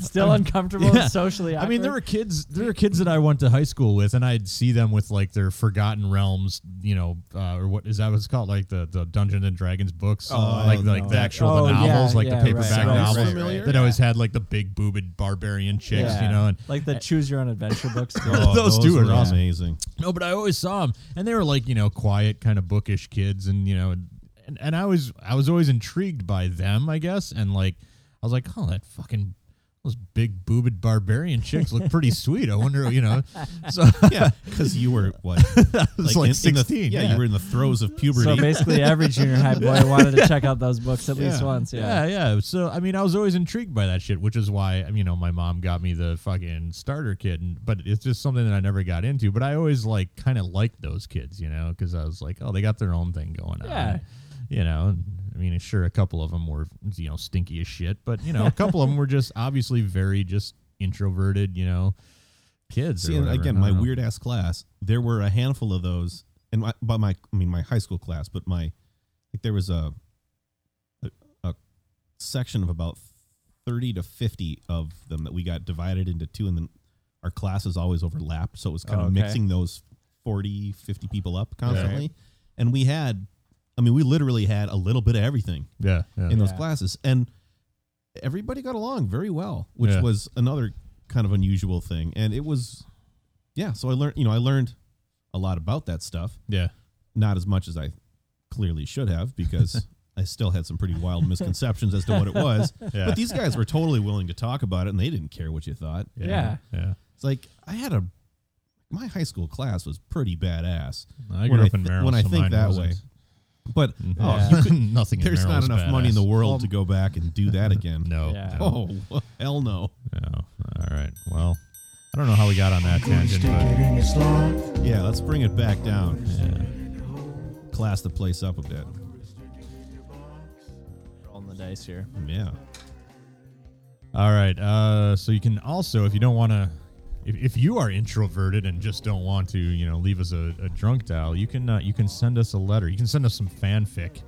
[SPEAKER 3] Still uncomfortable
[SPEAKER 2] yeah.
[SPEAKER 3] and socially. Awkward.
[SPEAKER 2] I mean, there were kids. There were kids that I went to high school with, and I'd see them with like their Forgotten Realms, you know, uh, or what is that? What's it called like the the Dungeons and Dragons books,
[SPEAKER 1] Oh,
[SPEAKER 2] like like
[SPEAKER 1] no.
[SPEAKER 2] the actual
[SPEAKER 3] Oh,
[SPEAKER 2] the
[SPEAKER 3] yeah,
[SPEAKER 2] novels, like
[SPEAKER 3] yeah,
[SPEAKER 2] the paperback
[SPEAKER 1] right, right,
[SPEAKER 2] novels
[SPEAKER 1] right,
[SPEAKER 2] that
[SPEAKER 1] yeah.
[SPEAKER 2] always had like the big boobed barbarian chicks, you know. And
[SPEAKER 3] like the choose your own adventure books.
[SPEAKER 1] Oh,
[SPEAKER 2] Those two are
[SPEAKER 1] were
[SPEAKER 2] awesome.
[SPEAKER 1] amazing.
[SPEAKER 2] no, but I always saw them, and they were like you know quiet, kind of bookish kids, and you know, and and, and I was I was always intrigued by them, I guess, and like I was like, oh, that fucking. Those big boobed barbarian chicks look pretty sweet. I wonder, you know. So
[SPEAKER 1] [LAUGHS] Yeah, because you were what? [LAUGHS]
[SPEAKER 2] was like
[SPEAKER 1] the-
[SPEAKER 2] 16,
[SPEAKER 1] yeah,
[SPEAKER 2] yeah.
[SPEAKER 1] you were in the throes of puberty.
[SPEAKER 3] So basically, every junior high boy wanted to check out those books at least once. Yeah.
[SPEAKER 2] yeah, yeah. So I mean, I was always intrigued by that shit, which is why you know my mom got me the fucking starter kit, and, but it's just something that I never got into. But I always like kind of liked those kids, you know, because I was like, oh, they got their own thing going on.
[SPEAKER 3] Yeah.
[SPEAKER 2] You know, and, I mean, sure, a couple of them were you know stinky as shit, but you know, a couple of them were just obviously very just introverted, you know, kids. or
[SPEAKER 1] See, and
[SPEAKER 2] whatever.
[SPEAKER 1] again,
[SPEAKER 2] I
[SPEAKER 1] my
[SPEAKER 2] don't know.
[SPEAKER 1] weird ass class. There were a handful of those, and my, but my, I mean, my high school class, but my, like, there was a, a, a section of about thirty to fifty of them that we got divided into two, and then our classes always overlapped, so it was kind
[SPEAKER 3] Oh,
[SPEAKER 1] of
[SPEAKER 3] okay.
[SPEAKER 1] mixing those 40, 50 people up constantly, and we had, I mean, we literally had a little bit of everything
[SPEAKER 2] yeah, yeah.
[SPEAKER 1] in those
[SPEAKER 3] Yeah.
[SPEAKER 1] classes and everybody got along very well which
[SPEAKER 2] Yeah.
[SPEAKER 1] was another kind of unusual thing and it was yeah so i learned you know i learned a lot about that stuff [LAUGHS]
[SPEAKER 2] yeah.
[SPEAKER 1] not as much as i clearly should have
[SPEAKER 2] [LAUGHS]
[SPEAKER 1] because i still had some pretty wild misconceptions as to what it was
[SPEAKER 2] Yeah.
[SPEAKER 1] but these guys were totally willing to talk about it and they didn't care what you thought
[SPEAKER 2] yeah, yeah.
[SPEAKER 1] it's like i had a my high school class was pretty badass
[SPEAKER 2] I
[SPEAKER 1] When
[SPEAKER 2] grew
[SPEAKER 1] I
[SPEAKER 2] up in
[SPEAKER 1] thi-
[SPEAKER 2] Maryland.
[SPEAKER 1] when I
[SPEAKER 2] so
[SPEAKER 1] think
[SPEAKER 2] mine
[SPEAKER 1] that
[SPEAKER 2] wasn't.
[SPEAKER 1] way. but
[SPEAKER 2] Oh, [LAUGHS]
[SPEAKER 1] oh,
[SPEAKER 3] Yeah.
[SPEAKER 2] nothing. in
[SPEAKER 1] there's not
[SPEAKER 2] Maryland was
[SPEAKER 1] enough money in the
[SPEAKER 2] badass.
[SPEAKER 1] world
[SPEAKER 3] Well,
[SPEAKER 1] to go back and do
[SPEAKER 2] [LAUGHS]
[SPEAKER 1] that again
[SPEAKER 2] No.
[SPEAKER 3] Yeah.
[SPEAKER 2] no,
[SPEAKER 1] Oh, [LAUGHS] hell no.
[SPEAKER 2] no. All right. Well, I don't know how we got on that tangent, but
[SPEAKER 1] Yeah, let's bring it back down. Class the place up a bit.
[SPEAKER 3] Rolling the dice here.
[SPEAKER 1] Yeah.
[SPEAKER 2] all right. Uh, so you can also, if you don't want to, if, if you are introverted and just don't want to, you know, leave us a, a drunk dial, you can uh, you can send us a letter. You can send us some fanfic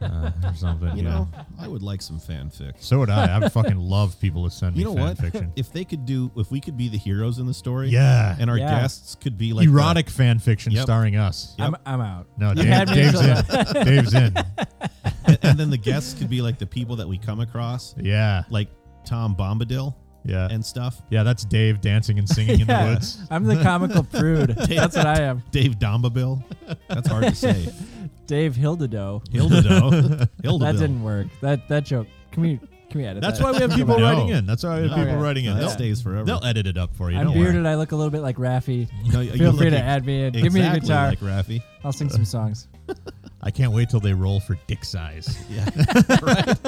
[SPEAKER 2] uh, or
[SPEAKER 1] [LAUGHS]
[SPEAKER 2] something.
[SPEAKER 1] You
[SPEAKER 2] yeah.
[SPEAKER 1] know, I would like some fanfic.
[SPEAKER 2] So would I. I fucking love people to send me
[SPEAKER 1] You know
[SPEAKER 2] fan
[SPEAKER 1] what?
[SPEAKER 2] fiction.
[SPEAKER 1] [LAUGHS] If they could do, if we could be the heroes in the story,
[SPEAKER 2] Yeah.
[SPEAKER 1] and our
[SPEAKER 3] Yeah.
[SPEAKER 1] guests could be like uh,
[SPEAKER 2] Erotic fan fiction
[SPEAKER 1] Yep.
[SPEAKER 2] starring us.
[SPEAKER 1] Yep.
[SPEAKER 3] I'm, I'm out.
[SPEAKER 2] No,
[SPEAKER 3] You
[SPEAKER 2] Dave,
[SPEAKER 3] had me
[SPEAKER 2] Dave's
[SPEAKER 3] until
[SPEAKER 2] in. Dave's in.
[SPEAKER 1] the- [LAUGHS] and then the guests could be like the people that we come across, [LAUGHS]
[SPEAKER 2] Yeah.
[SPEAKER 1] like Tom Bombadil
[SPEAKER 2] Yeah.
[SPEAKER 1] and stuff.
[SPEAKER 2] Yeah, that's Dave dancing and
[SPEAKER 1] [LAUGHS]
[SPEAKER 2] singing in the
[SPEAKER 3] Yeah,
[SPEAKER 2] woods.
[SPEAKER 3] I'm the comical prude. That's what I am.
[SPEAKER 1] Dave Dombabil. That's hard to say.
[SPEAKER 3] Dave Hildedo.
[SPEAKER 1] Hildedo. Hildedo.
[SPEAKER 3] That didn't work. That that joke. Can we can we edit
[SPEAKER 2] That's
[SPEAKER 3] that?
[SPEAKER 2] why we have people
[SPEAKER 1] No.
[SPEAKER 2] writing in. That's why we have
[SPEAKER 1] No.
[SPEAKER 2] people
[SPEAKER 3] Okay.
[SPEAKER 2] writing
[SPEAKER 1] No,
[SPEAKER 2] in.
[SPEAKER 1] that
[SPEAKER 2] They'll-
[SPEAKER 1] stays forever.
[SPEAKER 2] They'll edit it up for you.
[SPEAKER 3] I'm
[SPEAKER 2] don't
[SPEAKER 3] bearded.
[SPEAKER 2] worry.
[SPEAKER 3] I look a little bit like Rafi.
[SPEAKER 1] No, you
[SPEAKER 3] Feel
[SPEAKER 1] look
[SPEAKER 3] free to
[SPEAKER 1] e-
[SPEAKER 3] add me in. Give
[SPEAKER 1] Exactly
[SPEAKER 3] me a guitar.
[SPEAKER 1] like uh, Rafi.
[SPEAKER 3] I'll sing some songs.
[SPEAKER 2] I can't wait till they roll for dick size.
[SPEAKER 1] [LAUGHS] Yeah. right.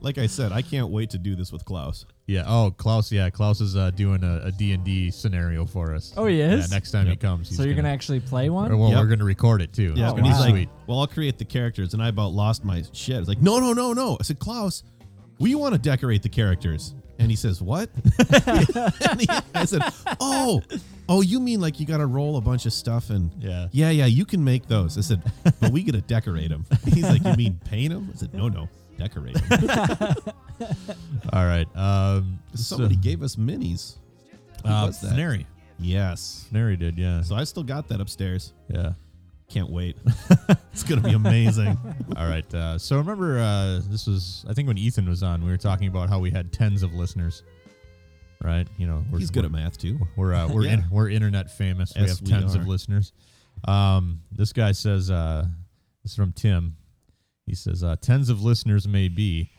[SPEAKER 1] like I said, I can't wait to do this with Klaus.
[SPEAKER 2] yeah. Oh, Klaus. Yeah, Klaus is uh, doing a, a D&D scenario for us.
[SPEAKER 3] Oh, he is?
[SPEAKER 2] Yeah, next time he
[SPEAKER 1] Yep.
[SPEAKER 2] comes.
[SPEAKER 3] So you're gonna actually play
[SPEAKER 2] Or,
[SPEAKER 3] one?
[SPEAKER 2] well,
[SPEAKER 1] Yep.
[SPEAKER 2] we're gonna record it too.
[SPEAKER 1] Yeah, and
[SPEAKER 2] it's gonna
[SPEAKER 1] Oh, he's
[SPEAKER 3] wow.
[SPEAKER 1] like,
[SPEAKER 2] be sweet.
[SPEAKER 1] "Well, I'll create the characters," and I about lost my shit. It's like, "No, no, no, no!" I said, "Klaus, we want to decorate the characters," and he says, "What?" [LAUGHS] and he, I said, "Oh, oh, you mean like you got to roll a bunch of stuff and
[SPEAKER 2] Yeah.
[SPEAKER 1] yeah, yeah, you can make those." I said, "But we got to decorate them." [LAUGHS] He's like, "You mean paint them?" I said, "No, no, decorate
[SPEAKER 2] [LAUGHS]
[SPEAKER 1] them."
[SPEAKER 2] All right. Um,
[SPEAKER 1] Somebody gave us minis. Who
[SPEAKER 2] uh,
[SPEAKER 1] was that?
[SPEAKER 2] Fnary.
[SPEAKER 1] Yes.
[SPEAKER 2] Fnary did. Yeah.
[SPEAKER 1] So I still got that upstairs.
[SPEAKER 2] Yeah.
[SPEAKER 1] Can't wait.
[SPEAKER 2] [LAUGHS] It's gonna be amazing. [LAUGHS] All right. Uh, so remember, uh, this was I think when Ethan was on, we were talking about how we had tens of listeners, right? You know, we're,
[SPEAKER 1] He's good at math too.
[SPEAKER 2] We're uh, we're
[SPEAKER 1] [LAUGHS]
[SPEAKER 2] in,
[SPEAKER 1] Yeah.
[SPEAKER 2] we're internet famous. We
[SPEAKER 1] Yes,
[SPEAKER 2] have
[SPEAKER 1] we
[SPEAKER 2] tens
[SPEAKER 1] are.
[SPEAKER 2] of listeners. Um, this guy says uh, this is from Tim. He says uh, tens of listeners may be,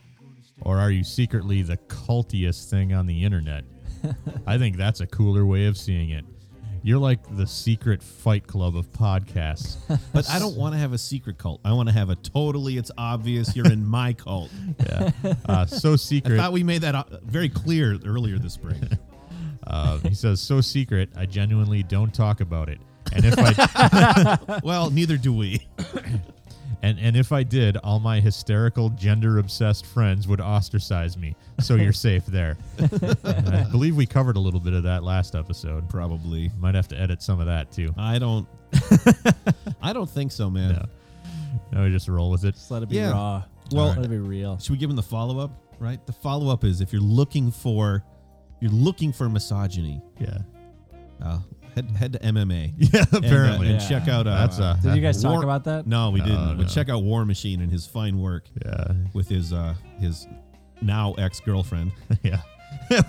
[SPEAKER 2] or are you secretly the cultiest thing on the internet?
[SPEAKER 1] [LAUGHS]
[SPEAKER 2] I think that's a cooler way of seeing it. You're like the secret fight club
[SPEAKER 1] [LAUGHS]
[SPEAKER 2] of podcasts.
[SPEAKER 1] But I don't want to have a secret cult. I want to have a totally, it's obvious you're in my
[SPEAKER 2] [LAUGHS]
[SPEAKER 1] cult.
[SPEAKER 2] Yeah. Uh, so
[SPEAKER 1] I
[SPEAKER 2] secret.
[SPEAKER 1] thought we made that uh, very clear earlier this
[SPEAKER 2] [LAUGHS]
[SPEAKER 1] spring.
[SPEAKER 2] Uh, he says, "So secret, I genuinely don't talk about it. And if I [LAUGHS]
[SPEAKER 1] well, neither do we.
[SPEAKER 2] [COUGHS] and, and if I did, all my hysterical, gender-obsessed friends would ostracize me. So you're safe there. And I believe we covered a little bit of that last episode.
[SPEAKER 1] Probably.
[SPEAKER 2] Might have to edit some of that too.
[SPEAKER 1] I
[SPEAKER 2] [LAUGHS]
[SPEAKER 1] don't. I don't think so, man.
[SPEAKER 2] No. No, we just roll with it.
[SPEAKER 3] Just let it be
[SPEAKER 1] Yeah.
[SPEAKER 3] raw.
[SPEAKER 1] Well-
[SPEAKER 3] let it be real.
[SPEAKER 1] Should we give him the follow up? Right. The follow up is if you're looking for, you're looking for misogyny.
[SPEAKER 2] Yeah.
[SPEAKER 1] Uh, head head to MMA.
[SPEAKER 2] [LAUGHS] Yeah.
[SPEAKER 1] And, uh,
[SPEAKER 2] Apparently.
[SPEAKER 1] and
[SPEAKER 3] Yeah.
[SPEAKER 1] check out. Uh,
[SPEAKER 2] That's uh,
[SPEAKER 3] Did you guys
[SPEAKER 1] War-
[SPEAKER 3] talk about that?
[SPEAKER 1] No, we
[SPEAKER 2] No,
[SPEAKER 1] didn't. But
[SPEAKER 2] no.
[SPEAKER 1] check out War Machine and his fine work
[SPEAKER 2] Yeah.
[SPEAKER 1] with his uh his now ex [LAUGHS]
[SPEAKER 2] [LAUGHS]
[SPEAKER 1] girlfriend.
[SPEAKER 2] Yeah.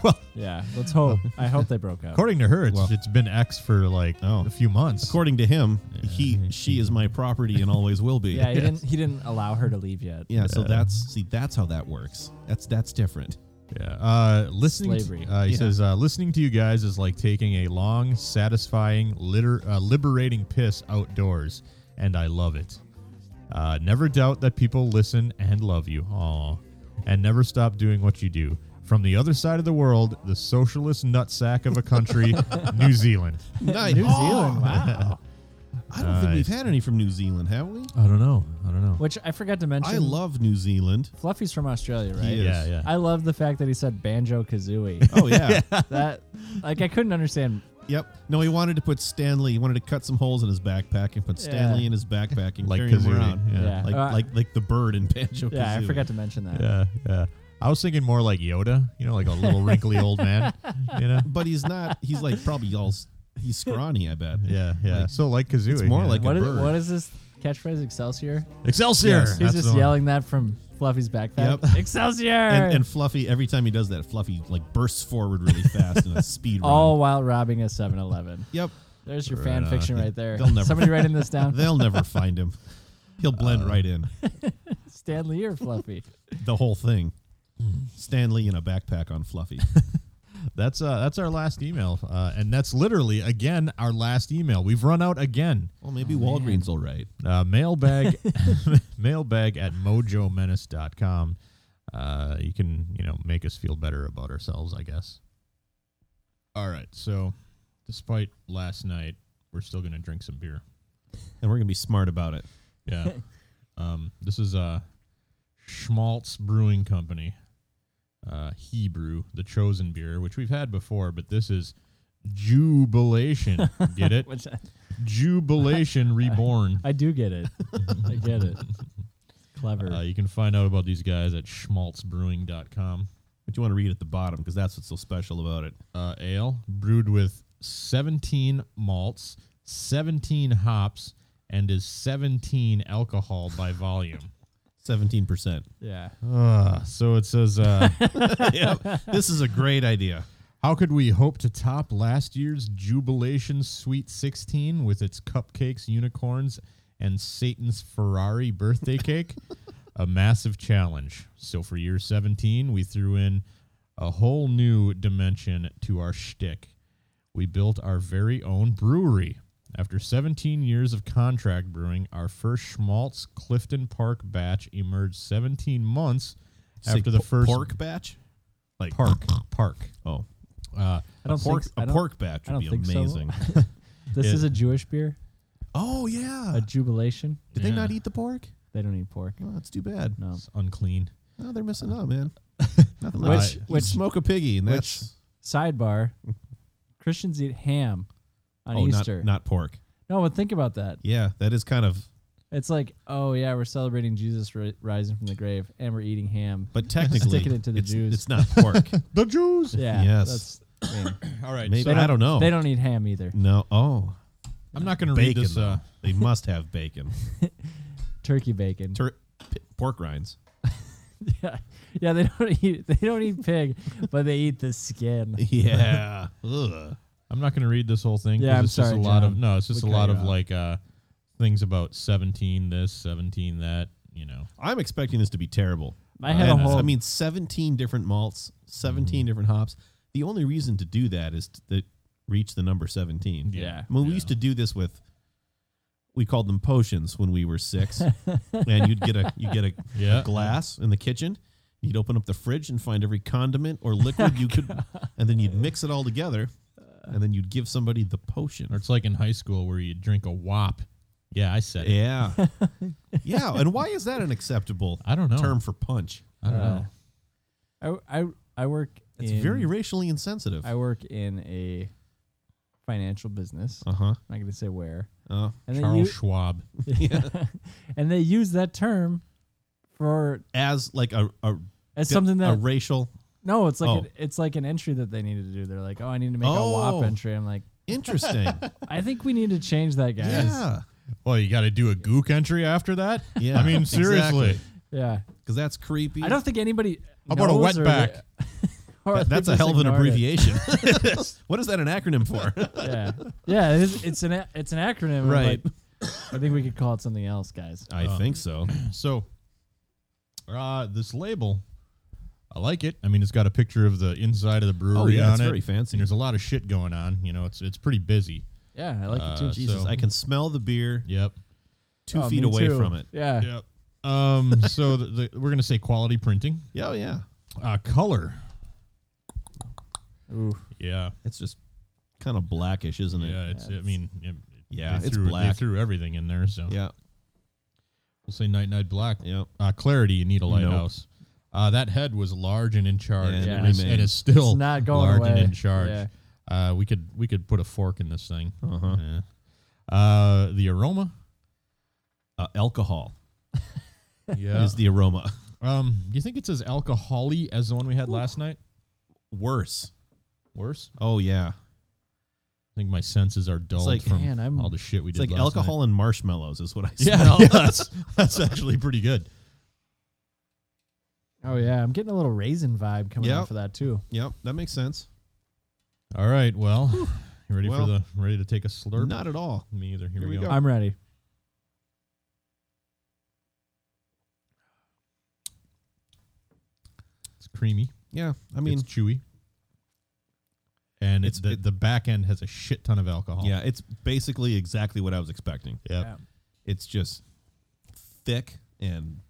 [SPEAKER 2] well,
[SPEAKER 3] Yeah, let's hope. I hope they broke up.
[SPEAKER 2] according to her, it's,
[SPEAKER 1] Well-
[SPEAKER 2] it's been X for like
[SPEAKER 1] Oh.
[SPEAKER 2] a few months.
[SPEAKER 1] According to him,
[SPEAKER 2] Yeah,
[SPEAKER 1] he
[SPEAKER 2] he-
[SPEAKER 1] she is my property and always will be.
[SPEAKER 3] [LAUGHS] Yeah, he didn't. He didn't allow her to leave yet.
[SPEAKER 1] [LAUGHS] Yeah, so
[SPEAKER 2] Yeah.
[SPEAKER 1] that's see that's how that works. That's that's different.
[SPEAKER 2] Yeah. Uh, listening.
[SPEAKER 3] Slavery.
[SPEAKER 2] To, uh, he
[SPEAKER 1] Yeah.
[SPEAKER 2] says, uh, listening to you guys is like taking a long, satisfying, liter- uh, liberating piss outdoors, and I love it. Uh, never doubt that people listen and love you. Aw. And never stop doing what you do. From the other side of the world, the socialist nutsack of
[SPEAKER 1] [LAUGHS]
[SPEAKER 2] a country, [LAUGHS] New Zealand.
[SPEAKER 1] Nice.
[SPEAKER 3] New
[SPEAKER 1] Oh, [LAUGHS]
[SPEAKER 3] Zealand. Wow.
[SPEAKER 1] I don't think we've
[SPEAKER 2] Nice.
[SPEAKER 1] had any from New Zealand, have we?
[SPEAKER 2] I don't know. I don't know.
[SPEAKER 3] Which I forgot to mention.
[SPEAKER 1] I love New
[SPEAKER 2] [LAUGHS]
[SPEAKER 1] Zealand.
[SPEAKER 3] Fluffy's from Australia, right?
[SPEAKER 1] is.
[SPEAKER 2] Yeah, yeah.
[SPEAKER 3] I love the fact that he said banjo [LAUGHS] kazooie.
[SPEAKER 1] Oh yeah.
[SPEAKER 3] that, like, I couldn't understand.
[SPEAKER 1] [LAUGHS] Yep. No, he wanted to put Stanley. He wanted to cut some holes in his backpack and put Stanley
[SPEAKER 3] Yeah.
[SPEAKER 1] in his backpack and
[SPEAKER 2] [LAUGHS] Like
[SPEAKER 1] carry him
[SPEAKER 2] Kazooie,
[SPEAKER 1] around.
[SPEAKER 2] yeah.
[SPEAKER 3] Yeah.
[SPEAKER 1] Like
[SPEAKER 3] Uh,
[SPEAKER 1] like like the bird in Banjo.
[SPEAKER 3] Yeah, I forgot to mention that.
[SPEAKER 2] yeah, yeah. I was thinking more like Yoda, you know, like a little wrinkly old man, you know?
[SPEAKER 1] But he's not. He's like probably all. s- He's scrawny. I
[SPEAKER 2] [LAUGHS]
[SPEAKER 1] bet.
[SPEAKER 2] Yeah, yeah.
[SPEAKER 1] Like-
[SPEAKER 2] so like Kazooie.
[SPEAKER 1] It's more
[SPEAKER 2] yeah.
[SPEAKER 1] like
[SPEAKER 3] What
[SPEAKER 1] a
[SPEAKER 3] is,
[SPEAKER 1] bird.
[SPEAKER 3] what is this catchphrase? Excelsior.
[SPEAKER 2] Excelsior.
[SPEAKER 1] Yes.
[SPEAKER 2] That's
[SPEAKER 3] He's
[SPEAKER 2] the
[SPEAKER 3] just
[SPEAKER 2] one.
[SPEAKER 3] yelling that from Fluffy's backpack.
[SPEAKER 1] Yep.
[SPEAKER 3] [LAUGHS] Excelsior.
[SPEAKER 1] And, and Fluffy, every time he does that, Fluffy like bursts forward really fast
[SPEAKER 3] [LAUGHS]
[SPEAKER 1] in a speed run.
[SPEAKER 3] all while robbing a 7-Eleven.
[SPEAKER 1] Yep.
[SPEAKER 3] There's your
[SPEAKER 2] Right
[SPEAKER 3] fan
[SPEAKER 2] on.
[SPEAKER 3] fiction right there.
[SPEAKER 1] They'll never-
[SPEAKER 3] Somebody
[SPEAKER 1] [LAUGHS]
[SPEAKER 3] writing this down.
[SPEAKER 1] They'll never find him. He'll blend right in. [LAUGHS]
[SPEAKER 3] Stanley or Fluffy.
[SPEAKER 1] The whole thing. Stanley in a backpack on Fluffy.
[SPEAKER 2] That's uh, that's our last email, uh, and that's literally again our last email. We've run out again.
[SPEAKER 1] Well, maybe
[SPEAKER 3] Oh,
[SPEAKER 1] Walgreens will write.
[SPEAKER 2] Uh,
[SPEAKER 3] [LAUGHS]
[SPEAKER 2] mailbag, [LAUGHS] mailbag at mojomenace.com. Uh, you can you know make us feel better about ourselves, I guess. All right. So, despite last night, we're still gonna drink some beer.
[SPEAKER 1] And we're going to be smart about it.
[SPEAKER 2] Yeah. um, this is uh, Schmaltz Brewing Company, uh, Hebrew, the chosen beer, which we've had before, but this is Jubilation. Get it?
[SPEAKER 3] Which I,
[SPEAKER 2] Jubilation Reborn.
[SPEAKER 3] I do get it. I
[SPEAKER 1] [LAUGHS]
[SPEAKER 3] get it. Clever.
[SPEAKER 2] Uh, you can find out about these guys at schmaltzbrewing.com.
[SPEAKER 1] But you want to read at the bottom because that's what's so special about it.
[SPEAKER 2] Uh, ale brewed with 17 malts, 17 hops, and is 17 alcohol by volume.
[SPEAKER 1] 17%.
[SPEAKER 3] yeah.
[SPEAKER 2] Uh, so it says. Uh,
[SPEAKER 1] [LAUGHS] yep. This is a great idea.
[SPEAKER 2] How could we hope to top last year's Jubilation Sweet 16 with its cupcakes, unicorns, and Satan's Ferrari birthday cake? a massive challenge. So for year 17, we threw in a whole new dimension to our shtick. We built our very own brewery. After 17 years of contract brewing, our first Schmaltz Clifton Park batch emerged 17 months
[SPEAKER 1] Say
[SPEAKER 2] after the
[SPEAKER 1] po-
[SPEAKER 2] first
[SPEAKER 1] pork batch? Like
[SPEAKER 2] park. Park.
[SPEAKER 1] Oh.
[SPEAKER 2] Uh,
[SPEAKER 3] I don't
[SPEAKER 1] a pork,
[SPEAKER 3] think
[SPEAKER 1] a
[SPEAKER 3] I don't-
[SPEAKER 1] pork batch
[SPEAKER 3] I
[SPEAKER 1] would be
[SPEAKER 3] don't think so.
[SPEAKER 1] amazing.
[SPEAKER 3] This
[SPEAKER 2] Yeah.
[SPEAKER 3] is a Jewish beer,
[SPEAKER 1] oh, yeah.
[SPEAKER 3] a jubilation.
[SPEAKER 1] Did they
[SPEAKER 2] Yeah.
[SPEAKER 1] not eat the pork?
[SPEAKER 3] They don't eat pork.
[SPEAKER 1] Well, that's too bad.
[SPEAKER 3] No.
[SPEAKER 2] It's unclean.
[SPEAKER 1] No, they're missing out, man. Nothing
[SPEAKER 3] Which-
[SPEAKER 1] like that. You
[SPEAKER 3] which-
[SPEAKER 1] smoke a piggy, and
[SPEAKER 3] which-
[SPEAKER 1] that's
[SPEAKER 3] Sidebar: Christians eat ham on
[SPEAKER 1] oh,
[SPEAKER 3] Easter.
[SPEAKER 1] Not, not pork.
[SPEAKER 3] No, but think about that.
[SPEAKER 1] Yeah, that is kind of.
[SPEAKER 3] It's like, oh yeah, we're celebrating Jesus ri- rising from the grave, and we're eating ham.
[SPEAKER 1] But technically,
[SPEAKER 3] [LAUGHS] Stick it into the
[SPEAKER 1] it's,
[SPEAKER 3] Jews.
[SPEAKER 1] it's not
[SPEAKER 3] [LAUGHS]
[SPEAKER 1] pork.
[SPEAKER 2] The Jews.
[SPEAKER 3] Yeah.
[SPEAKER 1] yes. Oh.
[SPEAKER 3] That's, I mean,
[SPEAKER 2] All right.
[SPEAKER 1] Maybe
[SPEAKER 2] so
[SPEAKER 1] I don't know.
[SPEAKER 3] they don't eat ham either.
[SPEAKER 1] No. Oh,
[SPEAKER 2] I'm not going to read
[SPEAKER 1] bacon.
[SPEAKER 2] this. Uh,
[SPEAKER 1] though. They must have bacon.
[SPEAKER 3] turkey bacon.
[SPEAKER 1] Tur- p- pork rinds.
[SPEAKER 3] [LAUGHS] yeah, yeah. They don't [LAUGHS] eat. They don't eat pig, but they eat the skin.
[SPEAKER 2] [LAUGHS]
[SPEAKER 1] Yeah. Ugh.
[SPEAKER 2] I'm not going to read this whole thing. 'cause
[SPEAKER 3] Yeah, I'm
[SPEAKER 2] it's just
[SPEAKER 3] sorry,
[SPEAKER 2] a lot of
[SPEAKER 3] John.
[SPEAKER 2] no, it's just
[SPEAKER 3] We
[SPEAKER 2] a
[SPEAKER 3] cut
[SPEAKER 2] lot
[SPEAKER 3] you
[SPEAKER 2] of
[SPEAKER 3] off.
[SPEAKER 2] like uh, things about 17 this, 17 that. You know,
[SPEAKER 1] [LAUGHS] I'm expecting this to be terrible.
[SPEAKER 3] I had a
[SPEAKER 1] And, uh,
[SPEAKER 3] whole. Mm-hmm.
[SPEAKER 1] I mean, 17 different malts, 17 different hops. The only reason to do that is to, to reach the number 17.
[SPEAKER 3] Yeah.
[SPEAKER 1] I mean, we used to do this with. We called them potions when we were
[SPEAKER 3] [LAUGHS]
[SPEAKER 1] six, and you'd get a you get a,
[SPEAKER 2] Yeah.
[SPEAKER 1] a glass in the kitchen. You'd open up the fridge and find every condiment or liquid you
[SPEAKER 3] [LAUGHS]
[SPEAKER 1] could,
[SPEAKER 3] Oh,
[SPEAKER 1] and then you'd mix it all together, and then you'd give somebody the potion.
[SPEAKER 2] or it's like in high school where you drink a wop. Yeah, I said it.
[SPEAKER 1] Yeah, yeah. And why is that an acceptable
[SPEAKER 2] I don't know.
[SPEAKER 1] term for punch?
[SPEAKER 2] I don't know.
[SPEAKER 3] uh, I I I work.
[SPEAKER 1] It's
[SPEAKER 3] in-
[SPEAKER 1] very racially insensitive.
[SPEAKER 3] I work in a financial business.
[SPEAKER 1] Uh huh.
[SPEAKER 3] I'm not gonna say where.
[SPEAKER 1] Uh,
[SPEAKER 3] And
[SPEAKER 2] Charles
[SPEAKER 3] they u-
[SPEAKER 2] Schwab.
[SPEAKER 3] [LAUGHS] and they use that term for
[SPEAKER 1] as like a, a
[SPEAKER 3] as something
[SPEAKER 1] a
[SPEAKER 3] that
[SPEAKER 1] racial
[SPEAKER 3] no, it's like
[SPEAKER 1] Oh.
[SPEAKER 3] an, it's like an entry that they needed to do. They're like, oh, I need to make a
[SPEAKER 1] Oh.
[SPEAKER 3] WAP entry. I'm like,
[SPEAKER 1] [LAUGHS] interesting.
[SPEAKER 3] I think we need to change that, guys.
[SPEAKER 1] yeah,
[SPEAKER 2] Well, you got to do a gook entry after that.
[SPEAKER 1] Yeah,
[SPEAKER 2] I mean, seriously.
[SPEAKER 1] exactly.
[SPEAKER 3] Yeah.
[SPEAKER 1] because that's creepy.
[SPEAKER 3] I don't think anybody.
[SPEAKER 2] How about a
[SPEAKER 3] knows or-
[SPEAKER 2] wetback?
[SPEAKER 3] [LAUGHS] or
[SPEAKER 1] That-
[SPEAKER 3] they
[SPEAKER 1] that's a
[SPEAKER 3] just
[SPEAKER 1] hell of an
[SPEAKER 3] ignored it.
[SPEAKER 1] abbreviation.
[SPEAKER 3] [LAUGHS]
[SPEAKER 1] [LAUGHS] what is that an acronym [LAUGHS] for?
[SPEAKER 3] Yeah, yeah. It is, it's an a- it's an acronym,
[SPEAKER 1] Right. Uh,
[SPEAKER 3] but I think we could call it something else, guys.
[SPEAKER 1] I think so.
[SPEAKER 2] So, uh, this label, I like it. I mean, it's got a picture of the inside of the brewery
[SPEAKER 1] Oh, yeah,
[SPEAKER 2] on
[SPEAKER 1] it's
[SPEAKER 2] it.
[SPEAKER 1] very fancy.
[SPEAKER 2] And there's a lot of shit going on. You know, it's it's pretty busy.
[SPEAKER 3] Yeah, I like it too.
[SPEAKER 2] Uh,
[SPEAKER 1] Jesus,
[SPEAKER 2] so-
[SPEAKER 1] I can smell the beer [LAUGHS]
[SPEAKER 2] Yep.
[SPEAKER 1] two
[SPEAKER 3] Oh,
[SPEAKER 1] feet
[SPEAKER 3] me
[SPEAKER 1] away
[SPEAKER 3] too.
[SPEAKER 1] from it.
[SPEAKER 3] Yeah.
[SPEAKER 2] Yep. Um. so the, the, we're gonna say quality printing.
[SPEAKER 1] Yeah, oh, yeah.
[SPEAKER 2] Uh, color.
[SPEAKER 3] Ooh.
[SPEAKER 2] Yeah.
[SPEAKER 1] It's just kind of blackish, isn't it?
[SPEAKER 2] Yeah. It's. I mean. It,
[SPEAKER 1] Yeah,
[SPEAKER 2] they
[SPEAKER 1] it's
[SPEAKER 2] threw,
[SPEAKER 1] black.
[SPEAKER 2] They threw everything in there. So
[SPEAKER 1] yeah,
[SPEAKER 2] we'll say night night black.
[SPEAKER 1] yeah.
[SPEAKER 2] Uh, clarity. You need a
[SPEAKER 1] Nope.
[SPEAKER 2] lighthouse. Uh, that head was large and in charge,
[SPEAKER 1] And
[SPEAKER 2] and,
[SPEAKER 3] it
[SPEAKER 2] it is,
[SPEAKER 1] remains.
[SPEAKER 2] and is still
[SPEAKER 3] It's not going
[SPEAKER 2] large and
[SPEAKER 3] away.
[SPEAKER 2] in charge.
[SPEAKER 3] Yeah.
[SPEAKER 2] Uh, we could we could put a fork in this thing.
[SPEAKER 1] Uh-huh.
[SPEAKER 2] Yeah. Uh, the aroma.
[SPEAKER 1] Uh, alcohol
[SPEAKER 2] Yeah.
[SPEAKER 1] is the aroma.
[SPEAKER 2] um, do you think it's as alcoholy as the one we had last night?
[SPEAKER 1] Worse.
[SPEAKER 2] Worse.
[SPEAKER 1] Oh yeah,
[SPEAKER 2] I think my senses are dulled
[SPEAKER 1] like-
[SPEAKER 2] from
[SPEAKER 3] Man, I'm-
[SPEAKER 2] all the shit we
[SPEAKER 1] it's
[SPEAKER 2] did.
[SPEAKER 1] like
[SPEAKER 2] last
[SPEAKER 1] alcohol and marshmallows is what I
[SPEAKER 2] night. [LAUGHS] Yeah,
[SPEAKER 1] smell.
[SPEAKER 2] yeah,
[SPEAKER 1] [LAUGHS]
[SPEAKER 2] that's that's actually pretty good.
[SPEAKER 3] Oh yeah, I'm getting a little raisin vibe coming
[SPEAKER 1] Yep.
[SPEAKER 3] out for that too.
[SPEAKER 1] Yep, that makes sense.
[SPEAKER 2] All right. Well, you ready
[SPEAKER 1] Well-
[SPEAKER 2] for the ready to take a slurp?
[SPEAKER 1] Not at all.
[SPEAKER 2] Me either. Here,
[SPEAKER 1] Here
[SPEAKER 2] we
[SPEAKER 1] we
[SPEAKER 2] go.
[SPEAKER 1] go.
[SPEAKER 3] I'm ready.
[SPEAKER 2] It's creamy.
[SPEAKER 1] Yeah, I mean,
[SPEAKER 2] it's chewy. And
[SPEAKER 1] It's-
[SPEAKER 2] it's, the,
[SPEAKER 1] it-
[SPEAKER 2] the back end has a shit ton of alcohol.
[SPEAKER 1] yeah, it's basically exactly what I was expecting.
[SPEAKER 2] Yep.
[SPEAKER 3] Yeah.
[SPEAKER 1] It's just thick and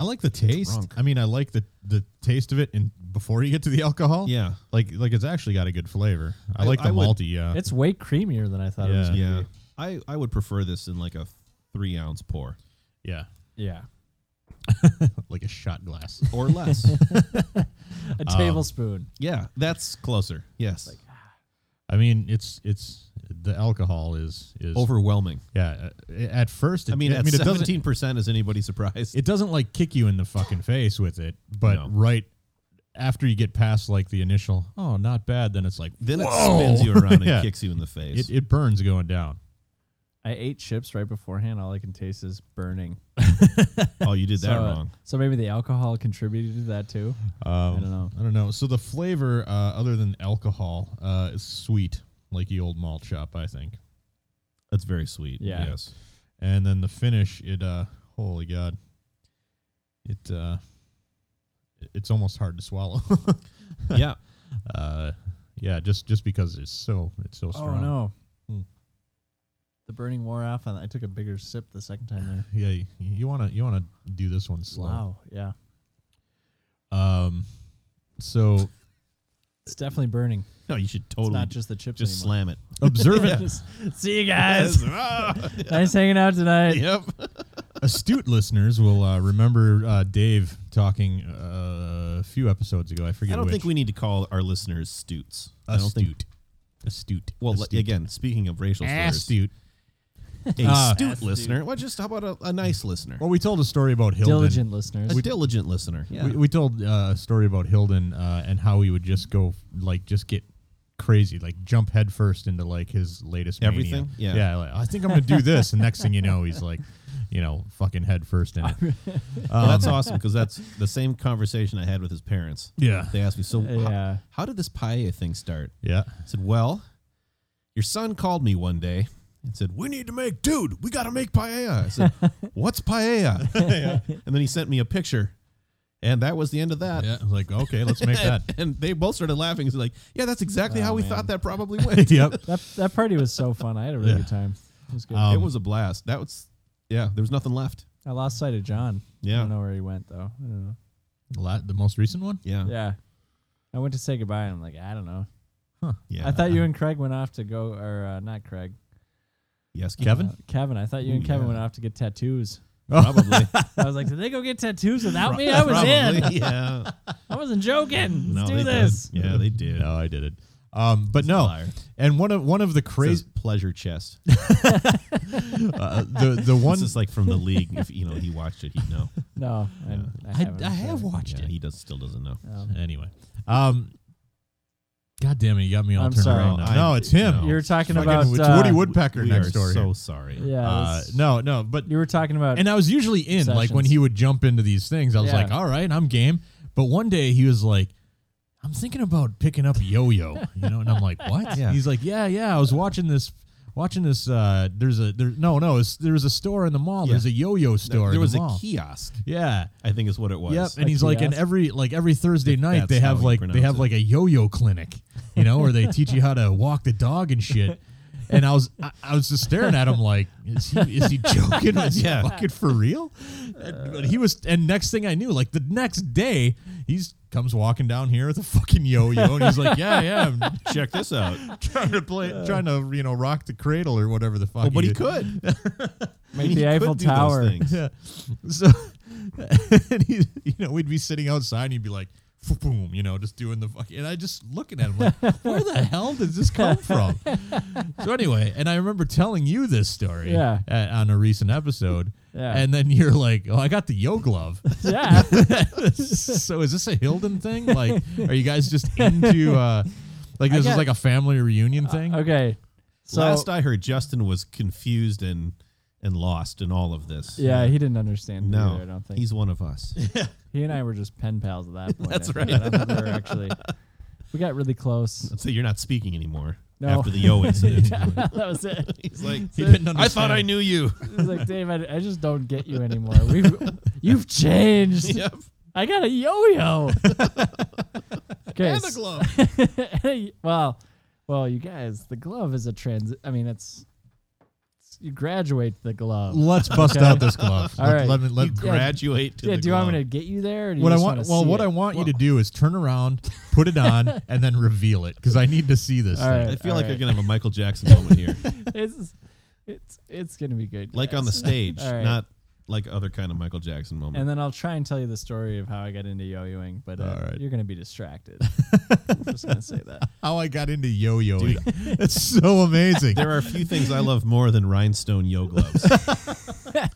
[SPEAKER 2] I like the taste.
[SPEAKER 1] Drunk.
[SPEAKER 2] I mean, I like the, the taste of it. And before you get to the alcohol,
[SPEAKER 1] yeah,
[SPEAKER 2] like like it's actually got a good flavor. I,
[SPEAKER 1] I-
[SPEAKER 2] like the
[SPEAKER 1] I would-
[SPEAKER 2] malty. uh, Yeah,
[SPEAKER 3] It's way creamier than I thought it was.
[SPEAKER 2] Yeah.
[SPEAKER 3] gonna
[SPEAKER 1] yeah.
[SPEAKER 3] be.
[SPEAKER 1] I I would prefer this in like a three ounce pour [LAUGHS]
[SPEAKER 2] yeah,
[SPEAKER 3] Yeah.
[SPEAKER 2] like a shot glass.
[SPEAKER 1] [LAUGHS] or less. Um,
[SPEAKER 3] A tablespoon.
[SPEAKER 1] yeah, that's closer. Yes,
[SPEAKER 2] I mean, it's it's the alcohol is is
[SPEAKER 1] overwhelming.
[SPEAKER 2] Yeah, uh, at first, it,
[SPEAKER 1] I mean,
[SPEAKER 2] I
[SPEAKER 1] at
[SPEAKER 2] mean, it doesn't
[SPEAKER 1] seventeen percent, is anybody surprised?
[SPEAKER 2] it doesn't like kick you in the fucking face with it, but
[SPEAKER 1] No.
[SPEAKER 2] right after you get past like the initial, oh, not bad, then it's like
[SPEAKER 1] then it
[SPEAKER 2] "Whoa!"
[SPEAKER 1] spins you
[SPEAKER 2] [LAUGHS]
[SPEAKER 1] around and
[SPEAKER 2] Yeah.
[SPEAKER 1] kicks you in the face.
[SPEAKER 2] It, it burns going down.
[SPEAKER 3] I ate chips right beforehand. All I can taste is burning.
[SPEAKER 1] oh, you did that
[SPEAKER 3] so, uh,
[SPEAKER 1] wrong. Oh.
[SPEAKER 3] So maybe the alcohol contributed to that too.
[SPEAKER 2] Um,
[SPEAKER 3] I don't know.
[SPEAKER 2] I don't know. So the flavor, uh, other than alcohol, uh, is sweet, like the old malt shop, I think.
[SPEAKER 1] That's very sweet.
[SPEAKER 3] Yeah.
[SPEAKER 1] Yes.
[SPEAKER 2] And then the finish, it uh, holy god, it uh, it's almost hard to swallow. [LAUGHS]
[SPEAKER 1] yeah.
[SPEAKER 2] uh, yeah, just just because it's so it's so strong.
[SPEAKER 3] Oh no.
[SPEAKER 2] Hmm.
[SPEAKER 3] The burning wore off on I took a bigger sip the second time there.
[SPEAKER 2] Yeah, you, you wanna you wanna do this one slow.
[SPEAKER 3] Wow. Yeah.
[SPEAKER 2] Um, so
[SPEAKER 3] It's definitely burning.
[SPEAKER 1] No, you should
[SPEAKER 3] It's
[SPEAKER 1] totally
[SPEAKER 3] not just the chips
[SPEAKER 1] just
[SPEAKER 3] [LAUGHS] anymore.
[SPEAKER 1] slam it. [LAUGHS]
[SPEAKER 2] observant,
[SPEAKER 3] Just- See you guys.
[SPEAKER 2] [LAUGHS]
[SPEAKER 1] Ah,
[SPEAKER 3] nice hanging out
[SPEAKER 1] [LAUGHS]
[SPEAKER 3] tonight.
[SPEAKER 1] yep.
[SPEAKER 2] astute listeners will uh, remember uh, Dave talking uh, a few episodes ago. I forget.
[SPEAKER 1] I don't
[SPEAKER 2] which.
[SPEAKER 1] think we need to call our listeners stoots. I don't think.
[SPEAKER 2] astute, astute.
[SPEAKER 1] Well, le-
[SPEAKER 2] astute.
[SPEAKER 1] again, speaking of racial slurs,
[SPEAKER 2] astute.
[SPEAKER 1] a
[SPEAKER 2] Ah.
[SPEAKER 1] astute listener. Well, just how about a, a nice listener?
[SPEAKER 2] Well, we told a story about Hilden.
[SPEAKER 3] Diligent listeners.
[SPEAKER 1] A diligent listener. Yeah.
[SPEAKER 2] We, we told uh, a story about Hilden uh, and how he would just go like just get crazy, like jump headfirst into like his latest mania.
[SPEAKER 1] Everything? Yeah.
[SPEAKER 2] yeah. Like, I think I'm gonna do this, and next thing you know, he's like, you know, fucking
[SPEAKER 1] [LAUGHS]
[SPEAKER 2] headfirst in it.
[SPEAKER 1] Well, that's awesome because that's the same conversation I had with his parents.
[SPEAKER 2] Yeah,
[SPEAKER 1] They asked me, so h-
[SPEAKER 3] Yeah.
[SPEAKER 1] how did this paella thing start?
[SPEAKER 2] yeah.
[SPEAKER 1] I said, Well, your son called me one day and said, We need to make, dude, we got to make paella. I
[SPEAKER 3] [LAUGHS]
[SPEAKER 1] said, What's paella? And then he sent me a picture, and that was the end of that.
[SPEAKER 2] Yeah, I was like okay, let's
[SPEAKER 1] [LAUGHS]
[SPEAKER 2] make that.
[SPEAKER 1] And they both started laughing. It's like, Yeah, that's exactly how we
[SPEAKER 3] Oh, man.
[SPEAKER 1] thought that probably
[SPEAKER 3] [LAUGHS]
[SPEAKER 1] went.
[SPEAKER 2] yep.
[SPEAKER 3] That that party was so fun. I had a really good time. It was good.
[SPEAKER 2] Um,
[SPEAKER 1] it was a blast. That was, yeah, there was nothing left.
[SPEAKER 3] I lost sight of John. I
[SPEAKER 1] Yeah.
[SPEAKER 3] don't know where he went though. I don't know.
[SPEAKER 2] The la- the most recent one.
[SPEAKER 1] Yeah.
[SPEAKER 3] Yeah. I went to say goodbye and I'm like, I don't know.
[SPEAKER 1] Yeah.
[SPEAKER 3] I thought you and Craig went off to go or uh, not Craig.
[SPEAKER 1] Yes,
[SPEAKER 3] [LAUGHS]
[SPEAKER 2] Kevin?
[SPEAKER 3] Uh, Kevin. I thought you
[SPEAKER 1] Ooh,
[SPEAKER 3] and Kevin
[SPEAKER 1] yeah.
[SPEAKER 3] went off to
[SPEAKER 1] [LAUGHS]
[SPEAKER 3] get tattoos.
[SPEAKER 1] Probably.
[SPEAKER 3] I was like, did they go get tattoos without me? I was in.
[SPEAKER 1] probably. Yeah.
[SPEAKER 3] I wasn't joking.
[SPEAKER 1] No,
[SPEAKER 3] Let's
[SPEAKER 1] they
[SPEAKER 3] do this.
[SPEAKER 1] Did. Yeah, they did.
[SPEAKER 2] No, I did it. Um, but no,
[SPEAKER 1] Liar.
[SPEAKER 2] and one of one of the
[SPEAKER 1] Says
[SPEAKER 2] crazy
[SPEAKER 1] pleasure [LAUGHS] chest.
[SPEAKER 2] uh, the the one
[SPEAKER 1] This is like from the league. If you know he watched it, he'd know.
[SPEAKER 3] No, I, I,
[SPEAKER 2] I,
[SPEAKER 3] haven't.
[SPEAKER 2] I have watched
[SPEAKER 1] Yeah,
[SPEAKER 2] it.
[SPEAKER 1] he does still doesn't know.
[SPEAKER 3] Um,
[SPEAKER 2] Anyway, um, God damn it, you got me all
[SPEAKER 3] I'm
[SPEAKER 2] turned
[SPEAKER 3] sorry.
[SPEAKER 2] around.
[SPEAKER 1] No,
[SPEAKER 2] Now.
[SPEAKER 1] I-
[SPEAKER 2] No, it's him.
[SPEAKER 1] no.
[SPEAKER 3] you were talking
[SPEAKER 2] Fucking-
[SPEAKER 3] about
[SPEAKER 2] it's
[SPEAKER 3] uh,
[SPEAKER 2] Woody Woodpecker
[SPEAKER 1] we
[SPEAKER 2] next
[SPEAKER 1] are
[SPEAKER 2] door.
[SPEAKER 1] so
[SPEAKER 2] here.
[SPEAKER 1] sorry.
[SPEAKER 3] Yeah,
[SPEAKER 2] uh,
[SPEAKER 3] that's-
[SPEAKER 2] no, no, but
[SPEAKER 3] you were talking about.
[SPEAKER 2] and I was usually in like when
[SPEAKER 3] Sessions.
[SPEAKER 2] he would jump into these things. I was
[SPEAKER 3] Yeah.
[SPEAKER 2] like, all right, I'm game. But one day he was like. I'm thinking about picking up yo-yo, you know, and I'm like,
[SPEAKER 1] [LAUGHS]
[SPEAKER 2] what?
[SPEAKER 1] Yeah.
[SPEAKER 2] He's like, yeah, yeah. I was watching this, watching this. Uh, there's a there, no, no. It's, there was a store in the mall.
[SPEAKER 1] Yeah.
[SPEAKER 2] There's a yo-yo store. in
[SPEAKER 1] There
[SPEAKER 2] the
[SPEAKER 1] was a
[SPEAKER 2] mall.
[SPEAKER 1] kiosk.
[SPEAKER 2] Yeah,
[SPEAKER 1] I think is what it was.
[SPEAKER 2] Yep, and
[SPEAKER 3] Like
[SPEAKER 2] he's like, and
[SPEAKER 3] kiosk.
[SPEAKER 2] every like every Thursday night
[SPEAKER 1] that's
[SPEAKER 2] they have
[SPEAKER 1] how you
[SPEAKER 2] like they
[SPEAKER 1] pronounce
[SPEAKER 2] have
[SPEAKER 1] it.
[SPEAKER 2] like a yo-yo clinic, you know, where they teach you how to walk the dog
[SPEAKER 1] [LAUGHS]
[SPEAKER 2] and shit. And I was I, I was just staring at him like, is he is he joking? Is
[SPEAKER 1] Yeah.
[SPEAKER 2] he fucking for real? And, but he was, and next thing I knew, like the next day, he's comes walking down here with a fucking yo-yo, and he's like, yeah, yeah, I'm
[SPEAKER 1] [LAUGHS]
[SPEAKER 2] [LAUGHS]
[SPEAKER 1] Check this out.
[SPEAKER 2] trying to play, trying to you know rock the cradle or whatever the fuck.
[SPEAKER 1] Oh, but he
[SPEAKER 2] did.
[SPEAKER 1] could.
[SPEAKER 3] Make
[SPEAKER 1] He
[SPEAKER 3] the
[SPEAKER 1] could
[SPEAKER 3] Eiffel
[SPEAKER 1] do those
[SPEAKER 3] Tower.
[SPEAKER 1] things. [LAUGHS]
[SPEAKER 2] Yeah. [LAUGHS] So, [LAUGHS] and he, you know, we'd be sitting outside and he'd be like, "F- boom, you know, just doing the fucking, and I just looking at him
[SPEAKER 3] [LAUGHS]
[SPEAKER 2] like, where the hell did this come from? so anyway, and I remember telling you this story
[SPEAKER 3] Yeah.
[SPEAKER 2] a- on a recent episode.
[SPEAKER 3] Yeah.
[SPEAKER 2] And then you're like, oh, I got the yo
[SPEAKER 3] [LAUGHS]
[SPEAKER 2] glove.
[SPEAKER 1] [LAUGHS]
[SPEAKER 3] Yeah.
[SPEAKER 2] so is this a Hilden thing? Like, are you
[SPEAKER 3] [LAUGHS]
[SPEAKER 2] guys just into, uh, like
[SPEAKER 3] I
[SPEAKER 2] this is
[SPEAKER 3] got- Uh,
[SPEAKER 2] like a family reunion thing?
[SPEAKER 3] okay. So
[SPEAKER 1] Last I heard, Justin was confused and and lost in all of this.
[SPEAKER 3] yeah, he didn't understand.
[SPEAKER 1] No,
[SPEAKER 3] either, I don't think
[SPEAKER 1] he's one of
[SPEAKER 3] [LAUGHS]
[SPEAKER 1] us.
[SPEAKER 3] he and I were just pen pals
[SPEAKER 1] [LAUGHS]
[SPEAKER 3] at that point.
[SPEAKER 1] That's
[SPEAKER 3] I think.
[SPEAKER 1] right.
[SPEAKER 3] I don't think we were actually. We got
[SPEAKER 1] [LAUGHS]
[SPEAKER 3] really close. [LAUGHS]
[SPEAKER 1] Let's say you're not speaking anymore
[SPEAKER 3] No.
[SPEAKER 1] after the yo
[SPEAKER 3] [LAUGHS]
[SPEAKER 1] incident.
[SPEAKER 3] that was it.
[SPEAKER 1] He's like,
[SPEAKER 2] He didn't understand.
[SPEAKER 1] I thought I knew
[SPEAKER 3] [LAUGHS]
[SPEAKER 1] you.
[SPEAKER 3] It was like, Dave, I, I just don't get you anymore. We've,
[SPEAKER 1] [LAUGHS]
[SPEAKER 3] you've changed.
[SPEAKER 1] yep.
[SPEAKER 3] I got
[SPEAKER 1] [LAUGHS]
[SPEAKER 3] a yo-yo. okay.
[SPEAKER 1] And a
[SPEAKER 3] s-
[SPEAKER 1] glove.
[SPEAKER 3] [LAUGHS] Hey, well, well, you guys, the glove is a trans. I mean, it's, it's- you graduate the glove. [LAUGHS]
[SPEAKER 2] Let's bust
[SPEAKER 3] Okay.
[SPEAKER 2] out this glove.
[SPEAKER 3] All
[SPEAKER 2] let,
[SPEAKER 3] right.
[SPEAKER 2] let me, let,
[SPEAKER 1] You graduate to
[SPEAKER 3] yeah.
[SPEAKER 1] the
[SPEAKER 3] Do you want me
[SPEAKER 1] glove.
[SPEAKER 3] to get you there? Or do you
[SPEAKER 2] what I
[SPEAKER 3] just
[SPEAKER 2] want,
[SPEAKER 3] wanna
[SPEAKER 2] well,
[SPEAKER 3] see
[SPEAKER 2] what
[SPEAKER 3] it?
[SPEAKER 2] I want you to do is turn around, put
[SPEAKER 3] [LAUGHS]
[SPEAKER 2] it on, and then reveal it because I need to see this
[SPEAKER 3] All
[SPEAKER 2] thing.
[SPEAKER 1] I
[SPEAKER 3] right.
[SPEAKER 1] feel like
[SPEAKER 3] All
[SPEAKER 1] I can have a Michael Jackson moment
[SPEAKER 3] [LAUGHS]
[SPEAKER 1] here,
[SPEAKER 3] It's, it's, it's gonna be good.
[SPEAKER 1] like on the
[SPEAKER 3] guys.
[SPEAKER 1] stage,
[SPEAKER 3] [LAUGHS] All right.
[SPEAKER 1] not like other kind of Michael Jackson moment.
[SPEAKER 3] And then I'll try and tell you the story of how I got into yo-yoing, but uh,
[SPEAKER 2] All right.
[SPEAKER 3] you're gonna
[SPEAKER 1] [LAUGHS]
[SPEAKER 3] be distracted. I'm just gonna say that.
[SPEAKER 2] How I got into yo-yoing. That's so
[SPEAKER 3] [LAUGHS]
[SPEAKER 2] amazing.
[SPEAKER 1] there are a few things I love more than rhinestone yo gloves.
[SPEAKER 3] I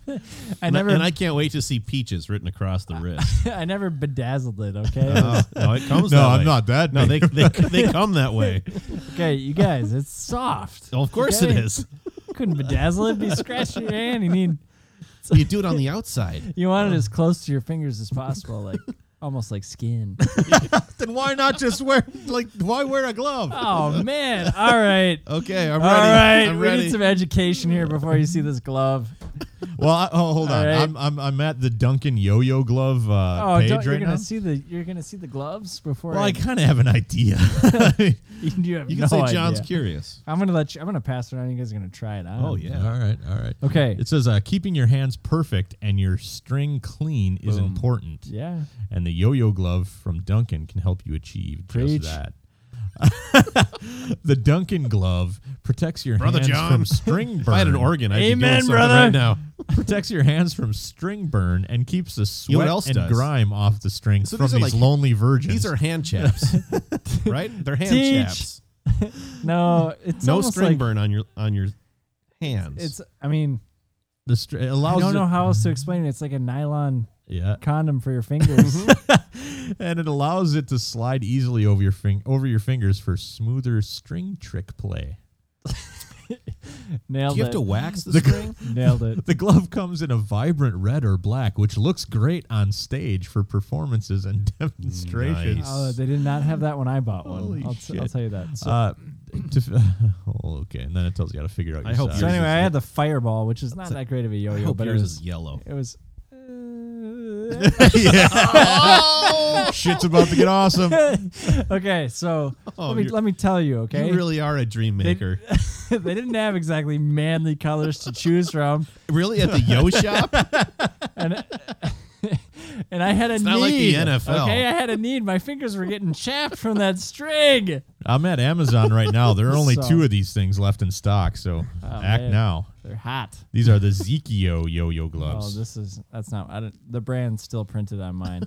[SPEAKER 1] and,
[SPEAKER 3] never,
[SPEAKER 1] I, and I can't wait to see peaches written across the wrist.
[SPEAKER 3] [LAUGHS] I never bedazzled it. Okay.
[SPEAKER 1] Oh, no, it comes.
[SPEAKER 2] no,
[SPEAKER 1] that
[SPEAKER 2] I'm
[SPEAKER 1] way.
[SPEAKER 2] not that.
[SPEAKER 1] No, they,
[SPEAKER 2] big.
[SPEAKER 1] they they come that way.
[SPEAKER 3] Okay, you guys, it's soft.
[SPEAKER 1] Well, of course it
[SPEAKER 3] Okay?
[SPEAKER 1] is.
[SPEAKER 3] Couldn't
[SPEAKER 1] [LAUGHS]
[SPEAKER 3] bedazzle it. Be scratching your hand. You need.
[SPEAKER 1] You do it on the outside.
[SPEAKER 3] You want it as close to your fingers as possible,
[SPEAKER 1] [LAUGHS]
[SPEAKER 3] like almost like skin.
[SPEAKER 2] [LAUGHS] then why not just wear like why wear a glove?
[SPEAKER 3] Oh man! All right.
[SPEAKER 1] Okay, I'm
[SPEAKER 3] All
[SPEAKER 1] ready.
[SPEAKER 3] right,
[SPEAKER 1] I'm
[SPEAKER 3] we
[SPEAKER 1] ready.
[SPEAKER 3] need some education here before you see this glove.
[SPEAKER 2] Well, I, oh, hold
[SPEAKER 3] All
[SPEAKER 2] on.
[SPEAKER 3] right.
[SPEAKER 2] I'm, I'm I'm at the Duncan yo-yo glove uh,
[SPEAKER 3] Oh,
[SPEAKER 2] page
[SPEAKER 3] don't,
[SPEAKER 2] right
[SPEAKER 3] you're
[SPEAKER 2] now.
[SPEAKER 3] gonna see the you're gonna see the gloves before.
[SPEAKER 2] well,
[SPEAKER 3] I,
[SPEAKER 2] I kind of have an idea.
[SPEAKER 3] [LAUGHS] you have
[SPEAKER 1] you can
[SPEAKER 3] no
[SPEAKER 1] say John's
[SPEAKER 3] idea.
[SPEAKER 1] curious.
[SPEAKER 3] I'm gonna let you. I'm gonna pass it around. You guys are gonna try it on.
[SPEAKER 2] [LAUGHS]
[SPEAKER 1] Oh yeah.
[SPEAKER 2] right, all right.
[SPEAKER 3] Okay.
[SPEAKER 2] It says uh, keeping your hands perfect and your string clean is
[SPEAKER 1] Boom.
[SPEAKER 2] important.
[SPEAKER 3] yeah.
[SPEAKER 2] and the yo-yo glove from Duncan can help you achieve
[SPEAKER 3] Preach.
[SPEAKER 2] just that. [LAUGHS] the Duncan glove protects your
[SPEAKER 1] Brother
[SPEAKER 2] hands
[SPEAKER 1] John.
[SPEAKER 2] from string burn.
[SPEAKER 1] If [LAUGHS] I had an organ, I'd be
[SPEAKER 3] Amen,
[SPEAKER 1] doing something
[SPEAKER 3] brother.
[SPEAKER 1] right now.
[SPEAKER 2] protects your hands from string burn and keeps the sweat
[SPEAKER 1] You know what else
[SPEAKER 2] and
[SPEAKER 1] does?
[SPEAKER 2] grime off the string
[SPEAKER 1] So
[SPEAKER 2] from
[SPEAKER 1] these
[SPEAKER 2] these,
[SPEAKER 1] are like-
[SPEAKER 2] lonely virgins.
[SPEAKER 1] These are hand
[SPEAKER 3] [LAUGHS]
[SPEAKER 1] chaps, right? They're hand
[SPEAKER 3] Teach.
[SPEAKER 1] chaps.
[SPEAKER 3] No, it's
[SPEAKER 1] No
[SPEAKER 3] almost
[SPEAKER 1] string
[SPEAKER 3] like-
[SPEAKER 1] burn on your on your hands.
[SPEAKER 3] It's. I mean,
[SPEAKER 2] the str- it
[SPEAKER 3] I
[SPEAKER 2] allows
[SPEAKER 3] don't
[SPEAKER 1] [LAUGHS]
[SPEAKER 2] it-
[SPEAKER 3] know how else to explain it. It's like a nylon
[SPEAKER 2] Yeah,
[SPEAKER 1] Mm-hmm.
[SPEAKER 3] condom for your fingers.
[SPEAKER 2] and it allows it to slide easily over your fing- over your fingers for smoother string trick play.
[SPEAKER 1] Do
[SPEAKER 3] [LAUGHS] Nailed
[SPEAKER 1] you have
[SPEAKER 3] it.
[SPEAKER 1] to wax the
[SPEAKER 2] The-
[SPEAKER 1] string?
[SPEAKER 3] Nailed
[SPEAKER 1] [LAUGHS]
[SPEAKER 3] it.
[SPEAKER 2] The glove comes in a vibrant red or black, which looks great on stage for performances and [LAUGHS] demonstrations.
[SPEAKER 1] Nice.
[SPEAKER 2] Uh,
[SPEAKER 3] Oh, they did not have that when I bought one.
[SPEAKER 2] Holy
[SPEAKER 3] I'll, t- I'll
[SPEAKER 2] shit.
[SPEAKER 3] tell you that. So,
[SPEAKER 2] Uh, to f- [LAUGHS] oh, okay, and then it tells you how to figure out. Your
[SPEAKER 1] I hope
[SPEAKER 2] size.
[SPEAKER 3] so
[SPEAKER 1] Uh, yours
[SPEAKER 3] anyway,
[SPEAKER 1] is-
[SPEAKER 3] I had the fireball, which is not that great of a
[SPEAKER 1] I
[SPEAKER 3] yo-yo,
[SPEAKER 1] hope
[SPEAKER 3] but it
[SPEAKER 1] yours
[SPEAKER 3] was
[SPEAKER 1] is yellow.
[SPEAKER 3] it
[SPEAKER 1] [LAUGHS]
[SPEAKER 3] was. [LAUGHS] uh,
[SPEAKER 2] Shit's about to get [LAUGHS] awesome.
[SPEAKER 3] okay, so
[SPEAKER 1] Oh,
[SPEAKER 3] let me
[SPEAKER 1] you're-
[SPEAKER 3] let me tell you. Okay,
[SPEAKER 1] You really are a dream maker.
[SPEAKER 3] [LAUGHS] they didn't have exactly manly colors to choose from,
[SPEAKER 1] really at the [LAUGHS] yo shop?
[SPEAKER 3] and and I had a
[SPEAKER 1] It's
[SPEAKER 3] need.
[SPEAKER 1] not like the NFL.
[SPEAKER 3] Okay, I had a need. My fingers were getting chapped from that string.
[SPEAKER 2] I'm at Amazon right now. There are only
[SPEAKER 3] So-
[SPEAKER 2] two of these things left in stock, so act
[SPEAKER 3] man.
[SPEAKER 2] now.
[SPEAKER 3] They're hot.
[SPEAKER 2] These are the Zekio yo-yo
[SPEAKER 3] Oh,
[SPEAKER 2] gloves.
[SPEAKER 3] this is that's not. I don't, the brand's still printed on
[SPEAKER 2] [LAUGHS]
[SPEAKER 3] mine.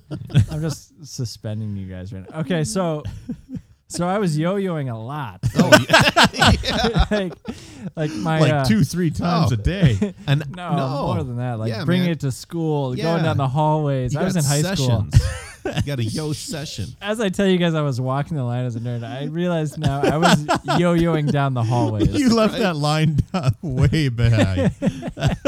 [SPEAKER 3] I'm just suspending you guys right now. Okay,
[SPEAKER 2] [LAUGHS]
[SPEAKER 3] so so I was yo-yoing a lot. Oh, [LAUGHS]
[SPEAKER 2] [LAUGHS]
[SPEAKER 3] like like my
[SPEAKER 2] like
[SPEAKER 3] uh,
[SPEAKER 2] two, three times
[SPEAKER 1] Oh.
[SPEAKER 2] a day. [LAUGHS]
[SPEAKER 1] And
[SPEAKER 3] No, more than that. Like
[SPEAKER 1] Yeah,
[SPEAKER 3] bringing
[SPEAKER 1] man.
[SPEAKER 3] it to school,
[SPEAKER 1] Yeah.
[SPEAKER 3] going down the hallways.
[SPEAKER 1] You
[SPEAKER 3] I was in
[SPEAKER 1] got
[SPEAKER 3] high school.
[SPEAKER 1] sessions. [LAUGHS] you got a yo session.
[SPEAKER 3] As I tell you guys, I was walking the line as a nerd. I realized now I was yo-yoing down the hallways.
[SPEAKER 2] You left that line
[SPEAKER 1] [LAUGHS]
[SPEAKER 2] down way behind.
[SPEAKER 3] [LAUGHS]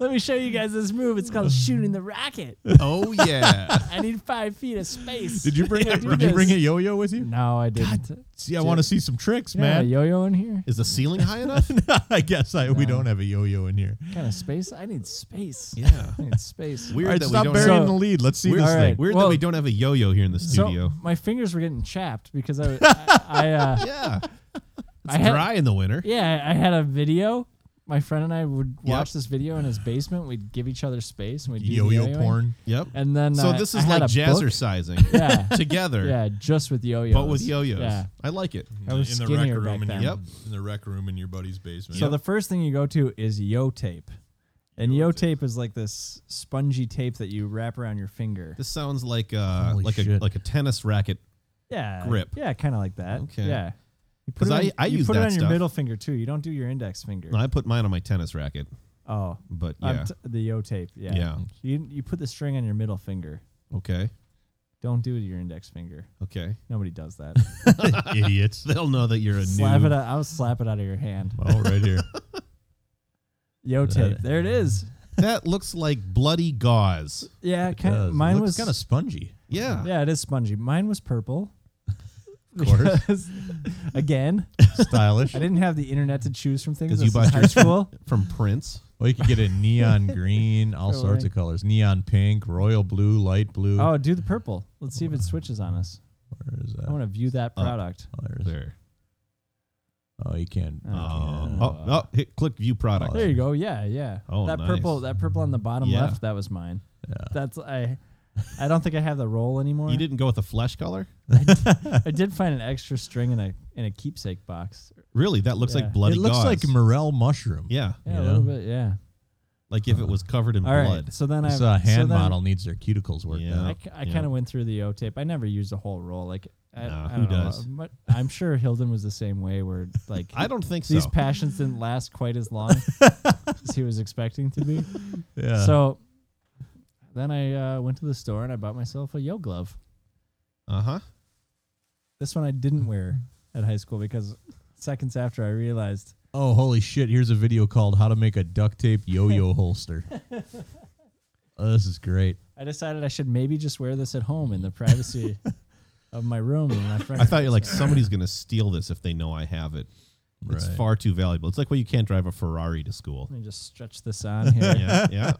[SPEAKER 3] Let me show you guys this move. It's
[SPEAKER 2] [LAUGHS]
[SPEAKER 3] called shooting the rocket.
[SPEAKER 1] Oh yeah.
[SPEAKER 3] I need five feet of space.
[SPEAKER 2] did you
[SPEAKER 3] [LAUGHS]
[SPEAKER 2] bring
[SPEAKER 3] Yeah,
[SPEAKER 2] a,
[SPEAKER 3] do
[SPEAKER 2] Did you
[SPEAKER 3] this.
[SPEAKER 2] bring a yo-yo with you?
[SPEAKER 3] No, I didn't.
[SPEAKER 2] See, I want to see some tricks,
[SPEAKER 3] Yeah,
[SPEAKER 2] man.
[SPEAKER 3] yo-yo in here.
[SPEAKER 1] Is the ceiling high enough?
[SPEAKER 2] [LAUGHS] I guess I, we
[SPEAKER 3] No.
[SPEAKER 2] don't have a yo-yo in here.
[SPEAKER 3] What kind of space? I need space.
[SPEAKER 1] Yeah.
[SPEAKER 3] [LAUGHS] I need space.
[SPEAKER 1] Weird
[SPEAKER 2] All right,
[SPEAKER 1] that
[SPEAKER 2] stop
[SPEAKER 1] we don't.
[SPEAKER 2] burying
[SPEAKER 1] Have,
[SPEAKER 3] So-
[SPEAKER 2] the lead. Let's see
[SPEAKER 1] weird
[SPEAKER 2] this
[SPEAKER 3] all
[SPEAKER 2] thing.
[SPEAKER 3] right.
[SPEAKER 1] weird that
[SPEAKER 3] Well-
[SPEAKER 1] we don't have a yo-yo here in the studio.
[SPEAKER 3] So my fingers were getting chapped
[SPEAKER 1] [LAUGHS]
[SPEAKER 3] because I, I, I uh,
[SPEAKER 1] yeah.
[SPEAKER 3] [LAUGHS] I had,
[SPEAKER 1] Dry in the winter.
[SPEAKER 3] Yeah, I I had a video. My friend and I would
[SPEAKER 1] Yep.
[SPEAKER 3] watch this video in his basement. We'd give each other space and we'd do the
[SPEAKER 2] Yo-yo
[SPEAKER 3] yo-yoing.
[SPEAKER 2] [LAUGHS] porn.
[SPEAKER 1] Yep.
[SPEAKER 3] And then
[SPEAKER 1] so
[SPEAKER 3] I-
[SPEAKER 1] this
[SPEAKER 3] I
[SPEAKER 1] is
[SPEAKER 3] had
[SPEAKER 1] like
[SPEAKER 3] a book.
[SPEAKER 1] jazzercising
[SPEAKER 3] [LAUGHS] Yeah,
[SPEAKER 1] [LAUGHS] together,
[SPEAKER 3] yeah, just with yo-yos.
[SPEAKER 1] but with yo-yos.
[SPEAKER 3] Yeah. Oh,
[SPEAKER 1] I like it.
[SPEAKER 3] I was
[SPEAKER 2] in the rec
[SPEAKER 3] skinnier
[SPEAKER 2] room
[SPEAKER 3] back
[SPEAKER 2] in
[SPEAKER 3] then.
[SPEAKER 2] your,
[SPEAKER 1] Yep.
[SPEAKER 2] in the rec room in your buddy's basement.
[SPEAKER 3] So the first thing you go to is yo tape, and yo tape is like this spongy tape that you wrap around your finger.
[SPEAKER 1] This sounds like uh
[SPEAKER 2] Holy
[SPEAKER 1] like a
[SPEAKER 2] shit.
[SPEAKER 1] like a tennis racket.
[SPEAKER 3] Yeah,
[SPEAKER 1] grip.
[SPEAKER 3] Yeah, kind of like that.
[SPEAKER 1] Okay.
[SPEAKER 3] Yeah. You put
[SPEAKER 1] 'Cause
[SPEAKER 3] it on,
[SPEAKER 1] I- I
[SPEAKER 3] you
[SPEAKER 1] use
[SPEAKER 3] put it
[SPEAKER 1] that
[SPEAKER 3] on your
[SPEAKER 1] stuff.
[SPEAKER 3] middle finger too. You don't do your index finger.
[SPEAKER 1] No, I put mine on my tennis racket,
[SPEAKER 3] Oh,
[SPEAKER 1] but
[SPEAKER 3] I'm
[SPEAKER 1] yeah,
[SPEAKER 3] t- the yo tape. Yeah.
[SPEAKER 1] yeah.
[SPEAKER 3] You you put the string on your middle finger.
[SPEAKER 1] Okay,
[SPEAKER 3] Don't do it with your index finger. [LAUGHS]
[SPEAKER 1] okay.
[SPEAKER 3] Nobody does that.
[SPEAKER 2] idiots.
[SPEAKER 1] They'll know that you're a
[SPEAKER 3] slap
[SPEAKER 1] noob.
[SPEAKER 3] it out. I'll slap it out of your hand.
[SPEAKER 2] Oh, right [LAUGHS] here.
[SPEAKER 3] [LAUGHS] Yo tape. There it is.
[SPEAKER 1] That looks like bloody
[SPEAKER 3] [LAUGHS]
[SPEAKER 1] gauze.
[SPEAKER 3] Yeah, kind of. Mine was
[SPEAKER 2] kind of spongy.
[SPEAKER 1] Yeah.
[SPEAKER 3] Yeah, it is spongy. Mine was purple.
[SPEAKER 2] Of [LAUGHS] course,
[SPEAKER 3] Because- [LAUGHS] Again,
[SPEAKER 2] stylish.
[SPEAKER 3] I didn't have the internet to choose from things.
[SPEAKER 1] 'Cause you
[SPEAKER 3] This
[SPEAKER 1] bought
[SPEAKER 3] is high
[SPEAKER 1] your- [LAUGHS]
[SPEAKER 3] school.
[SPEAKER 1] From Prince.
[SPEAKER 2] Well, you could get a [LAUGHS] neon green, all
[SPEAKER 3] Totally.
[SPEAKER 2] sorts of colors: neon pink, royal blue, light blue.
[SPEAKER 3] Oh, do the purple. Let's see if it switches on us.
[SPEAKER 2] Where is
[SPEAKER 3] I
[SPEAKER 2] that?
[SPEAKER 3] want to view that
[SPEAKER 1] Up.
[SPEAKER 3] product.
[SPEAKER 2] Oh, there's-
[SPEAKER 1] There.
[SPEAKER 2] oh, you can't.
[SPEAKER 1] Um,
[SPEAKER 3] Oh. Yeah.
[SPEAKER 1] oh, oh, hit click view product.
[SPEAKER 3] There you go. Yeah, yeah.
[SPEAKER 1] Oh,
[SPEAKER 3] that
[SPEAKER 1] nice.
[SPEAKER 3] purple, that purple on the bottom
[SPEAKER 1] Yeah.
[SPEAKER 3] left, that was mine.
[SPEAKER 2] Yeah.
[SPEAKER 3] That's I. I don't think I have the roll anymore.
[SPEAKER 1] You didn't go with the flesh color?
[SPEAKER 3] I did find an extra string in a in a keepsake box.
[SPEAKER 1] Really? That looks
[SPEAKER 3] Yeah.
[SPEAKER 1] like bloody
[SPEAKER 2] it looks
[SPEAKER 1] gauze.
[SPEAKER 2] like morel mushroom.
[SPEAKER 1] yeah,
[SPEAKER 3] Yeah, a
[SPEAKER 2] You
[SPEAKER 3] little
[SPEAKER 2] know?
[SPEAKER 3] bit. Yeah.
[SPEAKER 1] like if it was covered in
[SPEAKER 3] All right.
[SPEAKER 1] blood.
[SPEAKER 3] So then
[SPEAKER 2] This
[SPEAKER 3] I
[SPEAKER 2] uh, hand
[SPEAKER 3] so then
[SPEAKER 2] model needs their cuticles worked
[SPEAKER 1] Yeah.
[SPEAKER 3] I,
[SPEAKER 2] out.
[SPEAKER 1] Yeah.
[SPEAKER 3] kind of went through the O tape. I never used a whole roll. Like, I,
[SPEAKER 1] Nah,
[SPEAKER 3] I
[SPEAKER 1] who
[SPEAKER 3] don't know.
[SPEAKER 1] does?
[SPEAKER 3] But I'm sure Hilden was the same way. Where like
[SPEAKER 1] [LAUGHS] I don't think
[SPEAKER 3] these
[SPEAKER 1] so.
[SPEAKER 3] passions didn't last quite
[SPEAKER 1] [LAUGHS]
[SPEAKER 3] as long as he was expecting to be.
[SPEAKER 2] Yeah.
[SPEAKER 3] So then I uh, went to the store and I bought myself a yo glove.
[SPEAKER 1] uh huh.
[SPEAKER 3] This one I
[SPEAKER 1] [LAUGHS]
[SPEAKER 3] didn't wear at high school because seconds after I realized
[SPEAKER 2] oh, holy shit! Here's a video called "How to Make a Duct Tape [LAUGHS] Yo-Yo Holster." oh, this is great.
[SPEAKER 3] I decided I should maybe just wear this at home in
[SPEAKER 1] [LAUGHS]
[SPEAKER 3] the privacy of my room and my friend.
[SPEAKER 1] I thought you're like somebody's gonna steal this if they know I have it. It's
[SPEAKER 2] Right.
[SPEAKER 1] far too valuable. It's like why you can't drive a Ferrari to school.
[SPEAKER 3] Let me just stretch this on here.
[SPEAKER 1] Yeah, yeah.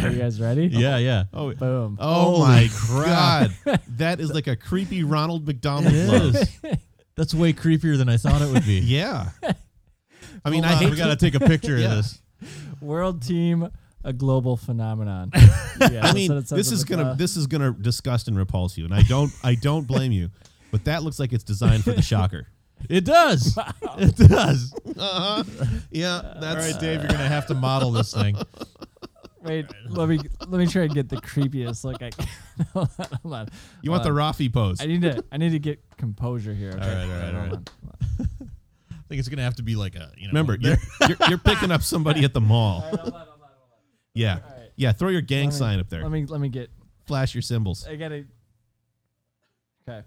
[SPEAKER 3] Are you guys ready?
[SPEAKER 2] [LAUGHS] Yeah, yeah.
[SPEAKER 1] Oh, it-
[SPEAKER 3] Boom.
[SPEAKER 1] oh
[SPEAKER 2] Holy
[SPEAKER 1] my god, that is like a creepy Ronald McDonald look.
[SPEAKER 2] [LAUGHS] That's way creepier than I thought it would be.
[SPEAKER 1] Yeah. I mean,
[SPEAKER 2] Hold
[SPEAKER 1] I
[SPEAKER 2] on,
[SPEAKER 1] hate
[SPEAKER 2] we gotta take a picture
[SPEAKER 1] Yeah.
[SPEAKER 2] of this.
[SPEAKER 3] World team, a
[SPEAKER 1] [LAUGHS]
[SPEAKER 3] global phenomenon. Yeah,
[SPEAKER 1] I
[SPEAKER 3] that's
[SPEAKER 1] mean,
[SPEAKER 3] what it Uh, says
[SPEAKER 1] this
[SPEAKER 3] on
[SPEAKER 1] is
[SPEAKER 3] the
[SPEAKER 1] gonna
[SPEAKER 3] cloth.
[SPEAKER 1] this is gonna disgust and repulse you, and I don't I don't blame you, but that looks like it's designed for the shocker.
[SPEAKER 2] It does. It does.
[SPEAKER 1] Uh huh. Yeah,
[SPEAKER 2] All
[SPEAKER 1] that's
[SPEAKER 2] right, Dave, you're gonna have to model this thing.
[SPEAKER 3] Wait, let me let me try and get the creepiest look I can. [LAUGHS] hold on, hold on.
[SPEAKER 1] You want the
[SPEAKER 3] Hold on.
[SPEAKER 1] Rafi pose?
[SPEAKER 3] I need to I need to get composure here. Okay?
[SPEAKER 2] right, all right, all
[SPEAKER 3] Hold
[SPEAKER 2] right. I think it's gonna have to be like a you know.
[SPEAKER 1] Remember,
[SPEAKER 2] there-
[SPEAKER 1] you're, you're, you're picking up somebody at the mall.
[SPEAKER 3] on. Hold on, hold on, hold on.
[SPEAKER 1] Yeah,
[SPEAKER 3] right.
[SPEAKER 1] yeah. Throw your gang
[SPEAKER 3] Let me-
[SPEAKER 1] sign up there.
[SPEAKER 3] Let me let me get.
[SPEAKER 1] [LAUGHS] Flash your symbols.
[SPEAKER 3] I gotta Okay.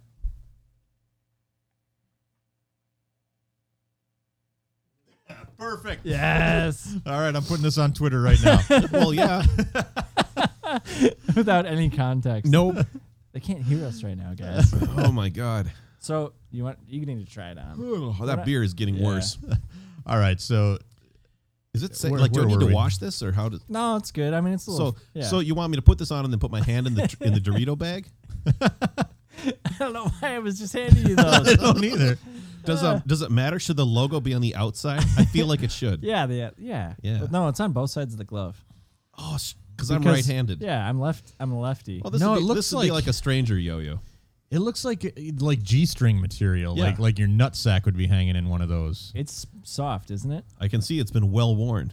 [SPEAKER 2] Perfect.
[SPEAKER 3] Yes.
[SPEAKER 2] All right, I'm putting this on Twitter right now.
[SPEAKER 1] well, yeah.
[SPEAKER 3] [LAUGHS] Without any context.
[SPEAKER 1] Nope.
[SPEAKER 3] They can't hear us right now,
[SPEAKER 1] [LAUGHS]
[SPEAKER 3] guys.
[SPEAKER 1] oh my god.
[SPEAKER 3] so you want you need to try it on.
[SPEAKER 1] Oh, that beer is getting [LAUGHS]
[SPEAKER 3] Yeah.
[SPEAKER 1] worse.
[SPEAKER 2] All right, so
[SPEAKER 1] Is it sa-
[SPEAKER 2] Where-
[SPEAKER 1] like do I
[SPEAKER 2] where
[SPEAKER 1] need
[SPEAKER 2] were
[SPEAKER 1] to
[SPEAKER 2] we?
[SPEAKER 1] wash this or how does
[SPEAKER 3] No, it's good. I mean, it's a little.
[SPEAKER 1] so
[SPEAKER 3] yeah. [LAUGHS]
[SPEAKER 1] so you want me to put this on and then put my hand in the in the Dorito bag?
[SPEAKER 3] I don't know why I was just handing you those.
[SPEAKER 2] [LAUGHS]
[SPEAKER 1] [LAUGHS]
[SPEAKER 2] I don't either.
[SPEAKER 1] Does um does it matter? Should the logo be on the outside? I feel like it
[SPEAKER 2] [LAUGHS]
[SPEAKER 1] should.
[SPEAKER 3] yeah, the, yeah,
[SPEAKER 1] Yeah.
[SPEAKER 3] But no, it's on both sides of the glove.
[SPEAKER 1] Oh, s- cause I'm
[SPEAKER 3] Because-
[SPEAKER 1] right-handed.
[SPEAKER 3] Yeah, I'm left. I'm a lefty.
[SPEAKER 1] Well, this
[SPEAKER 2] No,
[SPEAKER 1] would be,
[SPEAKER 2] it looks
[SPEAKER 1] this would be
[SPEAKER 2] like-
[SPEAKER 1] like a stranger yo-yo.
[SPEAKER 2] [LAUGHS] It looks like like g-string material,
[SPEAKER 1] Yeah.
[SPEAKER 2] like like your nutsack would be hanging in one of those.
[SPEAKER 3] it's soft, isn't it?
[SPEAKER 1] I can see it's been well worn.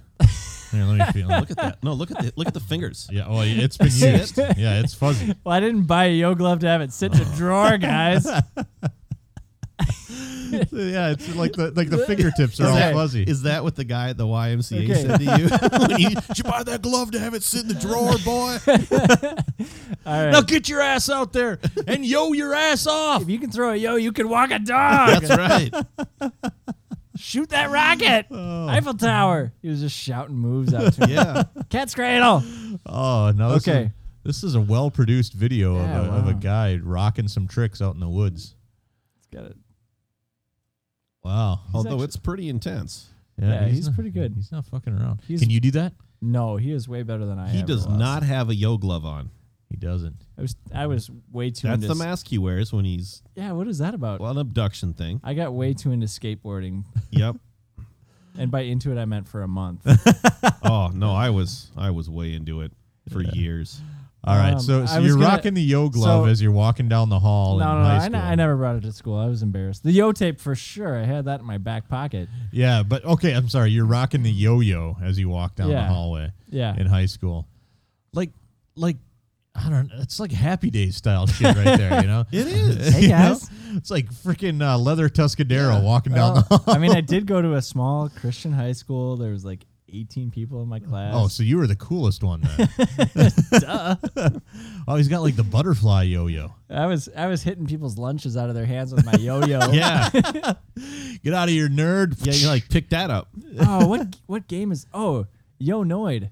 [SPEAKER 2] Here, let me feel. [LAUGHS]
[SPEAKER 1] Look at that. No, look at the look at the fingers.
[SPEAKER 2] Yeah, well, it's [LAUGHS] been
[SPEAKER 1] See
[SPEAKER 2] used. Yeah, it's fuzzy.
[SPEAKER 3] Well, I didn't buy a yo glove to have it sit in
[SPEAKER 1] [LAUGHS]
[SPEAKER 3] a drawer, guys.
[SPEAKER 2] [LAUGHS] yeah, it's like the like the fingertips are
[SPEAKER 3] Is
[SPEAKER 2] all
[SPEAKER 3] that-
[SPEAKER 2] fuzzy.
[SPEAKER 1] Is that what the guy at the YMCA
[SPEAKER 3] Okay.
[SPEAKER 1] said to you?
[SPEAKER 2] [LAUGHS]
[SPEAKER 1] When he- Did you buy that glove to have it sit in the drawer, boy?
[SPEAKER 3] All right.
[SPEAKER 2] now get your ass out there and yo your ass off.
[SPEAKER 3] if you can throw a yo, you can walk
[SPEAKER 1] [LAUGHS]
[SPEAKER 3] a dog.
[SPEAKER 1] That's right.
[SPEAKER 3] Shoot that rocket. Eiffel Tower. He was just shouting moves out
[SPEAKER 1] [LAUGHS]
[SPEAKER 3] to me.
[SPEAKER 1] Oh.
[SPEAKER 2] [LAUGHS]
[SPEAKER 1] Yeah.
[SPEAKER 3] Cat's cradle.
[SPEAKER 2] [LAUGHS] Oh no. This
[SPEAKER 3] Okay.
[SPEAKER 2] Is, this is a well produced video
[SPEAKER 3] Yeah,
[SPEAKER 2] of, a, of a
[SPEAKER 3] wow.
[SPEAKER 2] guy rocking some tricks out in the woods.
[SPEAKER 3] It's got it.
[SPEAKER 2] Wow.
[SPEAKER 1] Although
[SPEAKER 3] actually-
[SPEAKER 1] it's pretty intense.
[SPEAKER 3] Yeah, he's
[SPEAKER 2] not-
[SPEAKER 3] pretty good.
[SPEAKER 2] He's not fucking around.
[SPEAKER 3] He's-
[SPEAKER 2] Can you do that?
[SPEAKER 3] No, he is way better than I.
[SPEAKER 1] He
[SPEAKER 3] ever
[SPEAKER 1] does
[SPEAKER 3] was.
[SPEAKER 1] not have a yo glove on.
[SPEAKER 2] He doesn't.
[SPEAKER 3] I was I was way too.
[SPEAKER 1] That's
[SPEAKER 3] into
[SPEAKER 1] the
[SPEAKER 3] s-
[SPEAKER 1] mask he wears when he's
[SPEAKER 3] Yeah, what is that about?
[SPEAKER 1] well an abduction thing.
[SPEAKER 3] I got way too into skateboarding,
[SPEAKER 1] Yep.
[SPEAKER 3] and by into it I meant for a
[SPEAKER 2] [LAUGHS]
[SPEAKER 3] month.
[SPEAKER 1] Oh no, I was I was way into it for years.
[SPEAKER 2] All right,
[SPEAKER 3] Um,
[SPEAKER 2] so,
[SPEAKER 3] I
[SPEAKER 2] so
[SPEAKER 3] was
[SPEAKER 2] you're
[SPEAKER 3] gonna-
[SPEAKER 2] rocking the yo glove
[SPEAKER 3] so-
[SPEAKER 2] as you're walking down the hall
[SPEAKER 3] no,
[SPEAKER 2] in
[SPEAKER 3] no, no
[SPEAKER 2] high
[SPEAKER 3] I,
[SPEAKER 2] school.
[SPEAKER 3] n- I never brought it to school. I was embarrassed. The yo tape for sure. I had that in my back pocket.
[SPEAKER 2] Yeah, but okay, I'm sorry. You're rocking the yo-yo as you walk down the
[SPEAKER 3] Yeah.
[SPEAKER 2] hallway
[SPEAKER 3] Yeah,
[SPEAKER 2] in high school, like, like, I don't. It's like Happy Days style shit right there. You know,
[SPEAKER 1] [LAUGHS] It is.
[SPEAKER 3] Hey,
[SPEAKER 2] [LAUGHS] You know?
[SPEAKER 3] guys. Oh.
[SPEAKER 2] it's like freaking uh, leather Tuscadero walking down the
[SPEAKER 3] Well,
[SPEAKER 2] hall.
[SPEAKER 3] I
[SPEAKER 2] [LAUGHS]
[SPEAKER 3] mean, I did go to a small Christian high school. There was like 18 people in my class.
[SPEAKER 2] Oh, so you were the coolest one
[SPEAKER 3] [LAUGHS]
[SPEAKER 2] then. oh, he's got like the butterfly yo-yo.
[SPEAKER 3] I was I was hitting people's lunches out of their hands with my yo-yo.
[SPEAKER 2] [LAUGHS] Yeah, get out of here, nerd.
[SPEAKER 1] Yeah, you like pick that up.
[SPEAKER 3] Oh, what what game is? Oh, Yo Noid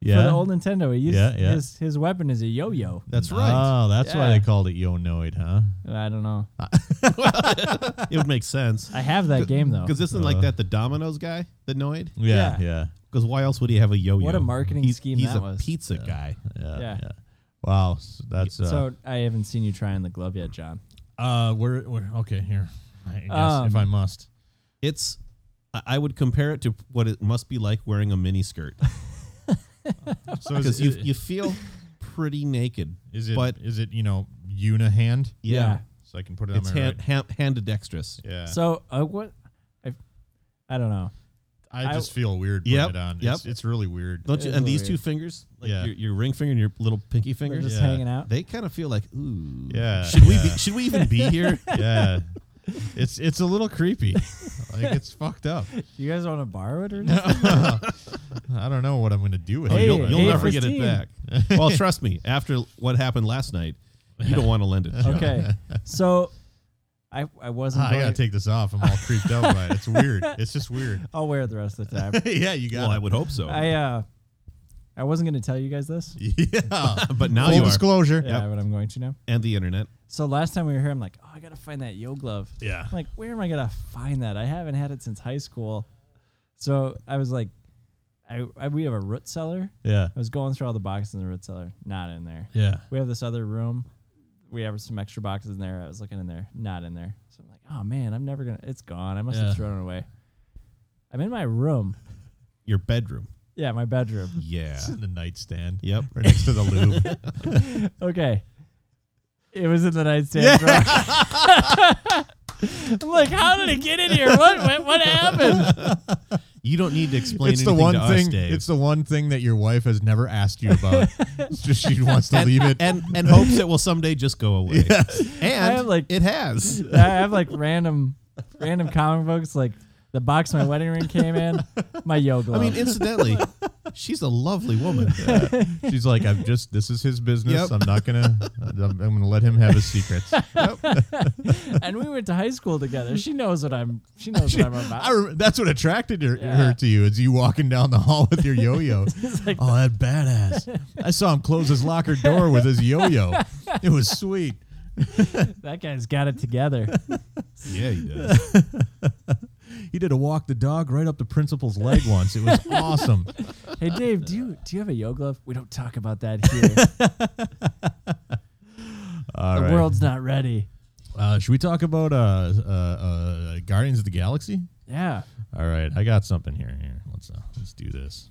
[SPEAKER 2] yeah.
[SPEAKER 3] for the old Nintendo. He used,
[SPEAKER 2] Yeah, yeah.
[SPEAKER 3] His his weapon is a yo-yo.
[SPEAKER 1] That's right.
[SPEAKER 2] Oh, that's why
[SPEAKER 3] Yeah.
[SPEAKER 2] they called it yo-noid, huh?
[SPEAKER 3] I don't know.
[SPEAKER 1] it would make
[SPEAKER 3] [LAUGHS]
[SPEAKER 1] sense.
[SPEAKER 3] I have that game though.
[SPEAKER 1] Because isn't like that the Domino's guy, the Noid?
[SPEAKER 2] Yeah,
[SPEAKER 3] Yeah.
[SPEAKER 2] yeah.
[SPEAKER 1] Because why else would he have a yo-yo?
[SPEAKER 3] What a marketing
[SPEAKER 1] he's,
[SPEAKER 3] scheme
[SPEAKER 1] He's
[SPEAKER 3] that
[SPEAKER 1] a
[SPEAKER 3] was.
[SPEAKER 1] pizza guy.
[SPEAKER 2] yeah,
[SPEAKER 3] Yeah.
[SPEAKER 2] yeah. Wow, s- that's uh,
[SPEAKER 3] So I haven't seen you trying the glove yet, John.
[SPEAKER 2] uh, we're, we're okay here. I guess
[SPEAKER 3] Um,
[SPEAKER 2] if I must.
[SPEAKER 1] It's I- I would compare it to what it must be like wearing a mini
[SPEAKER 3] [LAUGHS]
[SPEAKER 1] skirt
[SPEAKER 2] So
[SPEAKER 1] because
[SPEAKER 2] is,
[SPEAKER 1] you
[SPEAKER 2] it-
[SPEAKER 1] you feel pretty naked.
[SPEAKER 2] is it
[SPEAKER 1] but-
[SPEAKER 2] is it you know unihand?
[SPEAKER 1] Yeah,
[SPEAKER 2] So I can put it
[SPEAKER 1] it's
[SPEAKER 2] on my
[SPEAKER 1] hand,
[SPEAKER 2] right.
[SPEAKER 1] hand handedextrous.
[SPEAKER 2] Yeah,
[SPEAKER 3] So uh, what? I, I don't know.
[SPEAKER 2] I
[SPEAKER 3] I-
[SPEAKER 2] just feel weird putting
[SPEAKER 1] Yep,
[SPEAKER 2] it on.
[SPEAKER 1] yep.
[SPEAKER 2] It's, it's
[SPEAKER 1] [LAUGHS]
[SPEAKER 2] really weird.
[SPEAKER 1] Don't you?
[SPEAKER 3] It's
[SPEAKER 1] And these
[SPEAKER 3] weird.
[SPEAKER 1] two fingers, like
[SPEAKER 2] Yeah.
[SPEAKER 1] your, your ring finger and your little pinky
[SPEAKER 3] They're
[SPEAKER 1] finger,
[SPEAKER 3] just
[SPEAKER 2] Yeah.
[SPEAKER 3] hanging out.
[SPEAKER 1] they kind of feel like ooh.
[SPEAKER 2] Yeah,
[SPEAKER 1] Should we be,
[SPEAKER 2] yeah.
[SPEAKER 1] should we even be here?
[SPEAKER 2] yeah, it's it's a little creepy. like it's fucked up.
[SPEAKER 3] You guys want to borrow it or
[SPEAKER 2] [LAUGHS]
[SPEAKER 3] not?
[SPEAKER 2] I don't know what I'm gonna do with
[SPEAKER 1] Oh,
[SPEAKER 2] it.
[SPEAKER 1] you'll
[SPEAKER 3] [LAUGHS] Hey,
[SPEAKER 1] you'll
[SPEAKER 3] hey,
[SPEAKER 1] never get it
[SPEAKER 3] Christine.
[SPEAKER 1] back. [LAUGHS]
[SPEAKER 2] [LAUGHS]
[SPEAKER 1] well, trust me. After what happened last night, you don't want to lend it. John.
[SPEAKER 2] [LAUGHS]
[SPEAKER 3] Okay. So I I wasn't.
[SPEAKER 2] Ah, I
[SPEAKER 3] going
[SPEAKER 2] gotta take this off. I'm all creeped out by it. It's weird. It's just weird.
[SPEAKER 3] I'll wear it the rest of the time.
[SPEAKER 2] [LAUGHS] yeah, you got
[SPEAKER 1] Well, I
[SPEAKER 2] it.
[SPEAKER 1] would hope so.
[SPEAKER 3] I uh, I wasn't going to tell you guys this.
[SPEAKER 2] [LAUGHS] Yeah.
[SPEAKER 1] but now
[SPEAKER 2] Full
[SPEAKER 1] you are,
[SPEAKER 2] disclosure.
[SPEAKER 3] Yeah, but I'm going to now.
[SPEAKER 1] and the internet.
[SPEAKER 3] So last time we were here, I'm like, oh, I gotta find that yo glove.
[SPEAKER 2] Yeah.
[SPEAKER 3] I'm like, where am I gonna find that? I haven't had it since high school. So I was like, I, I we have a root cellar.
[SPEAKER 2] Yeah.
[SPEAKER 3] I was going through all the boxes in the root cellar, not in there.
[SPEAKER 2] Yeah.
[SPEAKER 3] We have this other room. We have some extra boxes in there. I was looking in there, not in there. So I'm like, oh man, I'm never gonna. It's gone. I must
[SPEAKER 2] Yeah.
[SPEAKER 3] have thrown it away. I'm in my room.
[SPEAKER 1] Your bedroom.
[SPEAKER 3] Yeah, my
[SPEAKER 2] [LAUGHS]
[SPEAKER 3] bedroom.
[SPEAKER 1] Yeah.
[SPEAKER 2] [LAUGHS] It's in the nightstand.
[SPEAKER 1] Yep.
[SPEAKER 2] Right next to the lube.
[SPEAKER 3] Okay. It was in the nightstand drawer. [LAUGHS] I'm like, how did it get in here? What what,
[SPEAKER 2] [LAUGHS]
[SPEAKER 3] what happened?
[SPEAKER 1] You don't need to explain
[SPEAKER 2] it's the
[SPEAKER 1] anything
[SPEAKER 2] one
[SPEAKER 1] to
[SPEAKER 2] thing.
[SPEAKER 1] us, Dave.
[SPEAKER 2] it's the one thing that your wife has never asked
[SPEAKER 1] [LAUGHS]
[SPEAKER 2] you about. It's just she wants to leave it.
[SPEAKER 1] and and hopes it will someday just go
[SPEAKER 2] [LAUGHS]
[SPEAKER 1] away.
[SPEAKER 3] I
[SPEAKER 1] And
[SPEAKER 3] have, like-
[SPEAKER 1] it has.
[SPEAKER 3] I have like random random comic books like the box my wedding ring came in, my yo glove.
[SPEAKER 1] I mean, incidentally, She's a lovely
[SPEAKER 2] [LAUGHS]
[SPEAKER 1] woman.
[SPEAKER 2] She's like, I'm just. This is his business.
[SPEAKER 1] Yep.
[SPEAKER 2] I'm not gonna. I'm, I'm gonna let him have
[SPEAKER 1] [LAUGHS]
[SPEAKER 2] his secrets.
[SPEAKER 3] [LAUGHS] and we went to high school together. She knows what I'm. She knows what I'm about.
[SPEAKER 2] I rem- that's what attracted her,
[SPEAKER 3] Yeah.
[SPEAKER 2] her to you is you walking down the hall with
[SPEAKER 1] [LAUGHS]
[SPEAKER 2] your yo-yo.
[SPEAKER 3] [LAUGHS] It's like,
[SPEAKER 2] oh, that badass! I saw him close his locker door with his yo-yo. It was sweet.
[SPEAKER 3] that guy's got it together.
[SPEAKER 1] yeah, he does.
[SPEAKER 2] He did a walk the dog right up the principal's leg once. It was awesome.
[SPEAKER 3] hey, Dave, do you do you have a yo glove? We don't talk about
[SPEAKER 2] [LAUGHS]
[SPEAKER 3] that here.
[SPEAKER 2] All
[SPEAKER 3] the
[SPEAKER 2] right.
[SPEAKER 3] world's not ready.
[SPEAKER 2] Uh, should we talk about uh, uh, uh, Guardians of the Galaxy?
[SPEAKER 3] Yeah.
[SPEAKER 2] All right, I got something here. Here, let's uh, let's do this.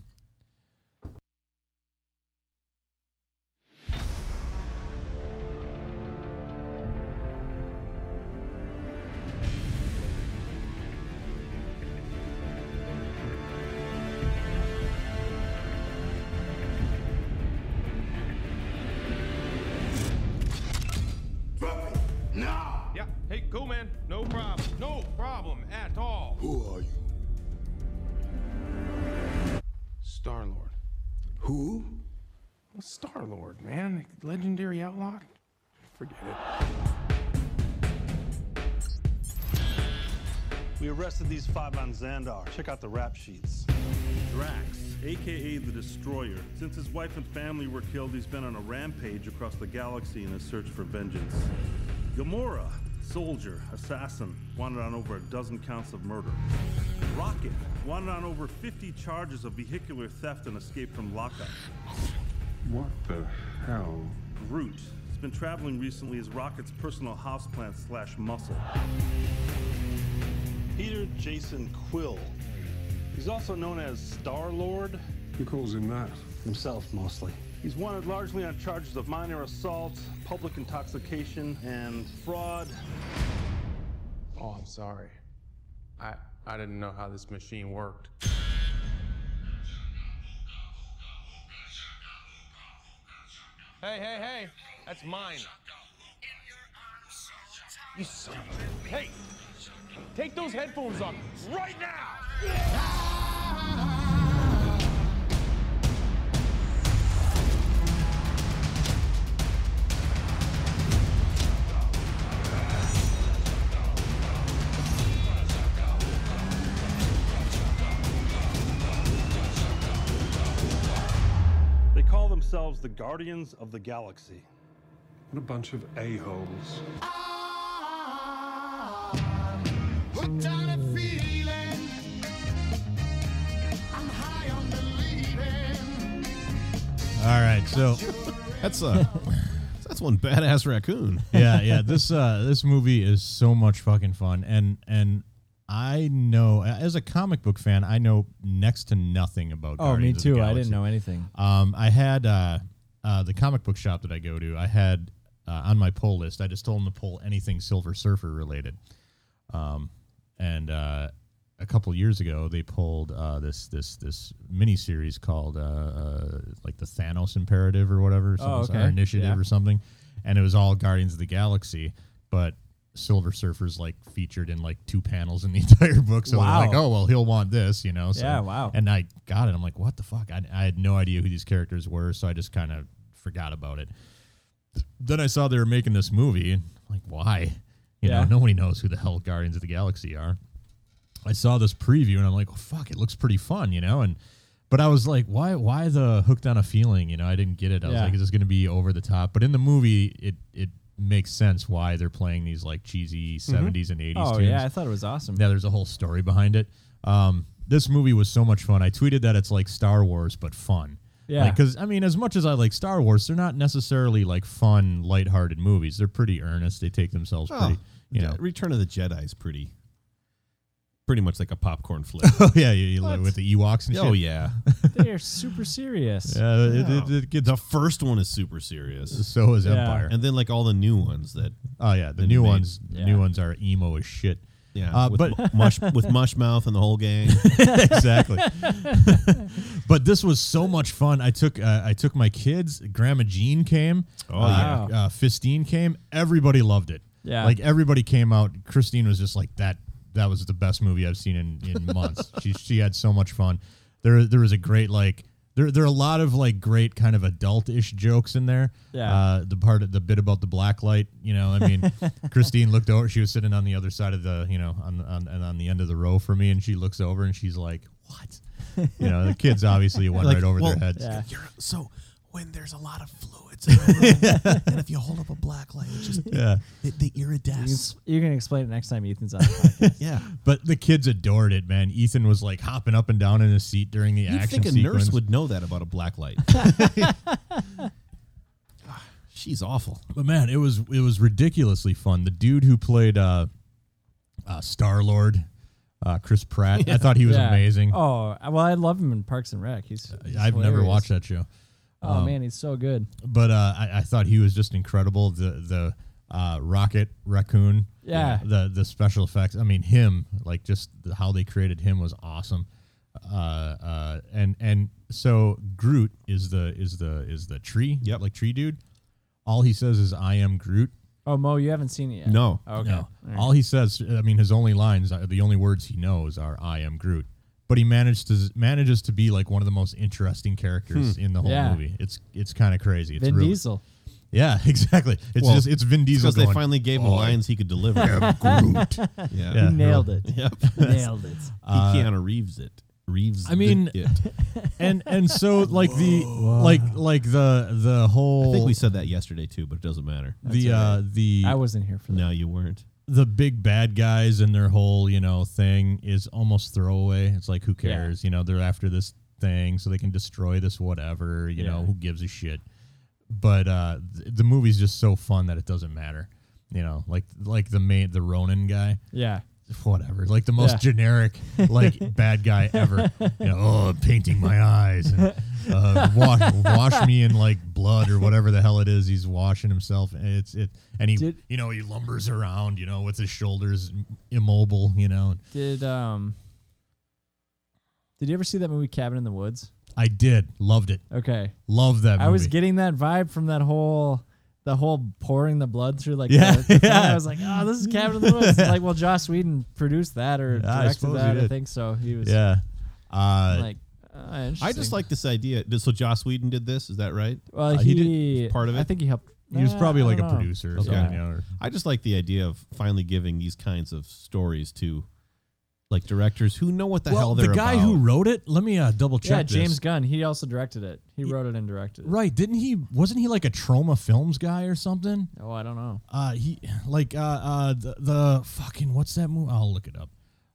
[SPEAKER 5] Drop it now!
[SPEAKER 6] Yeah. Hey, cool, man. No problem. No problem at all.
[SPEAKER 5] Who are you?
[SPEAKER 6] Star Lord.
[SPEAKER 5] Who?
[SPEAKER 6] Well, Star Lord, man. Legendary outlaw. Forget it.
[SPEAKER 7] We arrested these five on Xandar. Check out the rap sheets.
[SPEAKER 8] Drax, aka the Destroyer. Since his wife and family were killed, he's been on a rampage across the galaxy in his search for vengeance. Gamora, soldier, assassin, wanted on over a dozen counts of murder. Rocket, wanted on over 50 charges of vehicular theft and escape from lockup.
[SPEAKER 5] What the hell?
[SPEAKER 8] Groot, has been traveling recently as Rocket's personal houseplant slash muscle.
[SPEAKER 7] Peter Jason Quill. He's also known as Star Lord,
[SPEAKER 5] Who calls him that?
[SPEAKER 7] himself mostly. He's wanted largely on charges of minor assault, public intoxication, and fraud.
[SPEAKER 6] Oh, I'm sorry. I I didn't know how this machine worked. Hey, hey, hey! That's mine. You son of a- Hey! Take those headphones off right now!
[SPEAKER 7] They call themselves the Guardians of the Galaxy.
[SPEAKER 5] What a bunch of
[SPEAKER 9] Oh,
[SPEAKER 5] a-holes.
[SPEAKER 2] All right, so
[SPEAKER 1] That's a [LAUGHS] that's one badass raccoon.
[SPEAKER 2] [LAUGHS] yeah, yeah. This uh, this movie is so much fucking fun, and and I know as a comic book fan, I know next to nothing about.
[SPEAKER 3] Oh, me
[SPEAKER 2] Guardians of the
[SPEAKER 3] too. I didn't
[SPEAKER 2] Galaxy.
[SPEAKER 3] know anything.
[SPEAKER 2] Um, I had uh, uh, the comic book shop that I go to. I had uh, on my poll list. I just told them to pull anything Silver Surfer related. Um, and uh, a couple years ago, they pulled uh, this this this mini series called uh, uh, like the Thanos Imperative or whatever,
[SPEAKER 3] Oh,
[SPEAKER 2] some-
[SPEAKER 3] okay.
[SPEAKER 2] or Initiative
[SPEAKER 3] Yeah.
[SPEAKER 2] or something. And it was all Guardians of the Galaxy, but Silver Surfer's like featured in like two panels in the [LAUGHS] entire book. So
[SPEAKER 3] Wow.
[SPEAKER 2] they're like, oh well, he'll want this, you know. So,
[SPEAKER 3] Yeah, wow.
[SPEAKER 2] And I got it. I'm like, what the fuck? I, I had no idea who these characters were, so I just kind of forgot about it. Then I saw they were making this movie, and I'm like, why? You
[SPEAKER 3] Yeah.
[SPEAKER 2] know, nobody knows who the hell Guardians of the Galaxy are. I saw this preview, and I'm like, well, fuck, it looks pretty fun, you know. And but I was like, why? Why the hooked on a feeling? You know, I didn't get it. I was
[SPEAKER 3] Yeah.
[SPEAKER 2] like, is this going to be over the top? But in the movie, it it makes sense why they're playing these like cheesy 70s and 80s
[SPEAKER 3] Oh
[SPEAKER 2] tunes.
[SPEAKER 3] yeah, I thought it was
[SPEAKER 2] [LAUGHS]
[SPEAKER 3] awesome.
[SPEAKER 2] Yeah, there's a whole story behind it. Um, this movie was so much fun. I tweeted that it's like Star Wars but fun.
[SPEAKER 3] Yeah.
[SPEAKER 2] Because I mean, as much as I like Star Wars, they're not necessarily like fun, lighthearted movies. They're pretty earnest. They take themselves
[SPEAKER 1] Oh,
[SPEAKER 2] pretty. You know. [LAUGHS]
[SPEAKER 1] Return of the Jedi is pretty pretty much like a popcorn flip.
[SPEAKER 2] [LAUGHS] Oh yeah, you, you like with the Ewoks and shit.
[SPEAKER 1] oh yeah.
[SPEAKER 3] They are super serious.
[SPEAKER 2] Uh, it- it- it gets-
[SPEAKER 1] The first one is super serious.
[SPEAKER 2] [LAUGHS] so is
[SPEAKER 3] Yeah.
[SPEAKER 2] Empire.
[SPEAKER 1] And then like all the new ones that
[SPEAKER 2] oh yeah, the
[SPEAKER 1] then
[SPEAKER 2] new
[SPEAKER 1] they-
[SPEAKER 2] ones. the
[SPEAKER 3] yeah.
[SPEAKER 2] New ones are emo as shit.
[SPEAKER 1] yeah,
[SPEAKER 2] Uh,
[SPEAKER 1] with
[SPEAKER 2] but-
[SPEAKER 1] mu- [LAUGHS] mush with mushmouth and the whole
[SPEAKER 2] [LAUGHS]
[SPEAKER 1] gang.
[SPEAKER 2] exactly. [LAUGHS] but this was so much fun. I took uh, I took my kids. Grandma Jean came. Oh
[SPEAKER 3] yeah.
[SPEAKER 2] Uh, Fistine came. Everybody loved it.
[SPEAKER 3] Yeah.
[SPEAKER 2] Like everybody came out. Christine was just like that. That was the best movie I've seen in, in months. she she had so much fun. There there was a great like There, there are a lot of like great kind of adult-ish jokes in there.
[SPEAKER 3] Yeah.
[SPEAKER 2] Uh, the part, the bit about the black light. You know, I
[SPEAKER 3] [LAUGHS]
[SPEAKER 2] mean, Christine looked over. She was sitting on the other side of the, you know, on on and on the end of the row for me, and she looks over and she's like, "What?" You know, the kids obviously went
[SPEAKER 1] Like,
[SPEAKER 2] right over
[SPEAKER 1] well,
[SPEAKER 2] their heads.
[SPEAKER 3] Yeah.
[SPEAKER 10] You're, so when there's a lot of fluids,
[SPEAKER 2] [LAUGHS]
[SPEAKER 10] in a room, and if you hold up a black light, it just
[SPEAKER 2] Yeah.
[SPEAKER 10] it, the
[SPEAKER 3] You can,
[SPEAKER 2] [LAUGHS]
[SPEAKER 3] s-
[SPEAKER 10] iridescence.
[SPEAKER 3] you can explain it next time Ethan's on. the podcast.
[SPEAKER 10] Yeah,
[SPEAKER 2] But the kids adored it, man. Ethan was like hopping up and down in his seat during the
[SPEAKER 1] You'd
[SPEAKER 2] action
[SPEAKER 1] think a
[SPEAKER 2] sequence.
[SPEAKER 1] nurse would [LAUGHS] know that about a black light. Ah, She's awful.
[SPEAKER 2] [LAUGHS] But man, it was it was ridiculously fun. The dude who played uh, uh, Star Lord, uh, Chris Pratt, I thought he
[SPEAKER 3] [LAUGHS]
[SPEAKER 2] was
[SPEAKER 3] Yeah.
[SPEAKER 2] amazing. Uh,
[SPEAKER 3] Oh well, I love him in Parks and Rec. He's, he's
[SPEAKER 2] I've never
[SPEAKER 3] hilarious.
[SPEAKER 2] watched that show,
[SPEAKER 3] Oh man, he's so good.
[SPEAKER 2] but uh, I, I thought he was just incredible. The the uh, Rocket Raccoon,
[SPEAKER 3] Yeah.
[SPEAKER 2] The the special effects. I mean, him like just the, how they created him was awesome. Uh, uh, and and so Groot is the is the is the tree.
[SPEAKER 1] Yep.
[SPEAKER 2] like tree dude. All he says is "I am Groot."
[SPEAKER 3] Oh Mo, you haven't seen it yet.
[SPEAKER 1] No.
[SPEAKER 3] Okay.
[SPEAKER 2] No. All he says, I mean, his only lines, uh, the only words he knows are "I am Groot," but he managed to manages to be like one of the most interesting
[SPEAKER 1] Hmm.
[SPEAKER 2] characters in the whole
[SPEAKER 3] Yeah.
[SPEAKER 2] movie. It's it's kind of crazy. It's
[SPEAKER 3] Vin
[SPEAKER 2] really,
[SPEAKER 3] Diesel.
[SPEAKER 2] Yeah, exactly. It's
[SPEAKER 1] Well,
[SPEAKER 2] just it's Vin Diesel
[SPEAKER 1] Because they
[SPEAKER 2] going, "Oh,
[SPEAKER 1] finally gave him
[SPEAKER 2] "I
[SPEAKER 1] lines he could deliver.
[SPEAKER 2] am
[SPEAKER 1] [LAUGHS]
[SPEAKER 2] Groot. Uh,
[SPEAKER 1] Yeah.
[SPEAKER 2] [LAUGHS] Yeah.
[SPEAKER 3] Nailed it.
[SPEAKER 2] [LAUGHS]
[SPEAKER 1] Yep.
[SPEAKER 3] Nailed it.
[SPEAKER 1] he Keanu Reeves it. Reeves.
[SPEAKER 2] I mean-
[SPEAKER 1] the it.
[SPEAKER 2] and and
[SPEAKER 3] [LAUGHS]
[SPEAKER 2] so like the like like the the whole
[SPEAKER 1] I think we said that yesterday too, but it doesn't matter.
[SPEAKER 2] the uh the
[SPEAKER 3] I wasn't here for that.
[SPEAKER 1] No, you weren't.
[SPEAKER 2] the big bad guys and their whole you know thing is almost throwaway. It's like who cares? You know they're after this thing so they can destroy this whatever. You know
[SPEAKER 3] Yeah.
[SPEAKER 2] who gives a shit. But uh, th- the movie's just so fun that it doesn't matter. You know, like like the main the Ronin guy,
[SPEAKER 3] Yeah.
[SPEAKER 2] whatever. Like the most
[SPEAKER 3] Yeah.
[SPEAKER 2] generic [LAUGHS] like bad guy ever. You know, oh, I'm painting my eyes and uh, wash wash me in like blood or whatever the hell it is he's washing himself. And It's it and he
[SPEAKER 3] Did-
[SPEAKER 2] you know he lumbers around you know with his shoulders immobile. You know,
[SPEAKER 3] Did um. Did you ever see that movie Cabin in the Woods?
[SPEAKER 2] I did loved it.
[SPEAKER 3] Okay.
[SPEAKER 2] Loved that. Movie.
[SPEAKER 3] I was getting that vibe from that whole the whole pouring the blood through like
[SPEAKER 2] Yeah,
[SPEAKER 3] the, the-
[SPEAKER 2] [LAUGHS] yeah.
[SPEAKER 3] I was like, oh, this is Cabin in the
[SPEAKER 2] [LAUGHS]
[SPEAKER 3] Woods. like, well, Joss Whedon produced that or
[SPEAKER 2] Yeah, I
[SPEAKER 3] directed
[SPEAKER 2] suppose he
[SPEAKER 3] that. I
[SPEAKER 2] did.
[SPEAKER 3] think so. He was
[SPEAKER 2] yeah. Uh,
[SPEAKER 3] like, uh,
[SPEAKER 1] I just like this idea. So Joss Whedon did this. Is that right?
[SPEAKER 3] Well,
[SPEAKER 2] uh,
[SPEAKER 3] he,
[SPEAKER 2] he did-
[SPEAKER 1] was part of
[SPEAKER 3] I
[SPEAKER 1] it?
[SPEAKER 3] think he helped.
[SPEAKER 2] he was
[SPEAKER 3] Nah,
[SPEAKER 2] probably
[SPEAKER 3] I
[SPEAKER 2] like a
[SPEAKER 3] don't know.
[SPEAKER 2] producer. Or
[SPEAKER 3] Okay.
[SPEAKER 2] something, you know, or-
[SPEAKER 1] I just like the idea of finally giving these kinds of stories to like directors who know what the hell they're
[SPEAKER 2] the guy
[SPEAKER 1] about.
[SPEAKER 2] who wrote it. Let me uh, double check.
[SPEAKER 3] Yeah,
[SPEAKER 2] this.
[SPEAKER 3] James Gunn. He also directed it. He wrote it and directed it.
[SPEAKER 2] Right? Didn't he? Wasn't he like a Trauma Films guy or something?
[SPEAKER 3] Oh, I don't know.
[SPEAKER 2] Uh, he like uh, uh the, the fucking what's that movie? I'll look it up.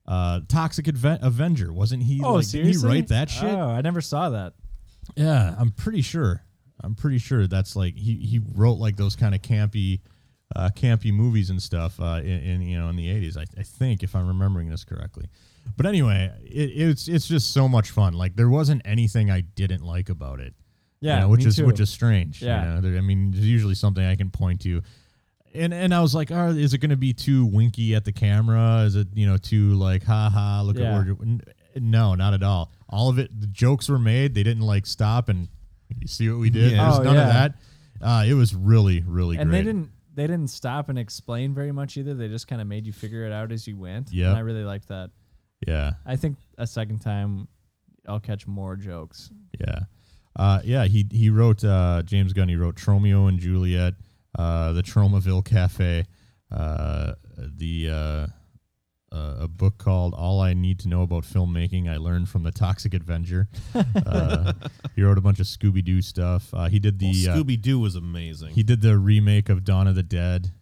[SPEAKER 2] Uh, Toxic Adve- Avenger wasn't he?
[SPEAKER 3] oh,
[SPEAKER 2] like,
[SPEAKER 3] seriously?
[SPEAKER 2] Did he write that shit?
[SPEAKER 3] Oh, I never saw that.
[SPEAKER 2] Yeah, I'm pretty sure. I'm pretty sure that's like he he wrote like those kind of campy, uh, campy movies and stuff uh, in, in you know in the 80s. I, I think if I'm remembering this correctly. But anyway, it, it's it's just so much fun. Like there wasn't anything I didn't like about it. you
[SPEAKER 3] Yeah,
[SPEAKER 2] know, which
[SPEAKER 3] me
[SPEAKER 2] is
[SPEAKER 3] too.
[SPEAKER 2] which is strange.
[SPEAKER 3] Yeah.
[SPEAKER 2] you know? There- I mean, there's usually something I can point to. And, and I was like, oh, is it going to be too winky at the camera? Is it you know too like, ha ha, look
[SPEAKER 3] Yeah.
[SPEAKER 2] at where N- No, not at all. All of it, the jokes were made. They didn't like stop and [LAUGHS] you see what we did.
[SPEAKER 1] Yeah.
[SPEAKER 2] There's
[SPEAKER 3] Oh,
[SPEAKER 2] none
[SPEAKER 3] yeah.
[SPEAKER 2] of that. Uh, it was really, really
[SPEAKER 3] And
[SPEAKER 2] great.
[SPEAKER 3] they didn't they didn't stop and explain very much either. They just kind of made you figure it out as you went.
[SPEAKER 2] Yep.
[SPEAKER 3] and I really liked that.
[SPEAKER 2] yeah,
[SPEAKER 3] I think a second time I'll catch more jokes.
[SPEAKER 2] yeah, uh, yeah. He he wrote uh, James Gunn. He wrote Tromeo and Juliet, uh, the Tromaville Cafe, uh, the uh, uh, a book called All I Need to Know About Filmmaking. I learned from the Toxic Avenger. uh, he wrote a bunch of Scooby Doo stuff. Uh, he did the uh,
[SPEAKER 1] Scooby Doo was amazing.
[SPEAKER 2] He did the remake of Dawn of the Dead,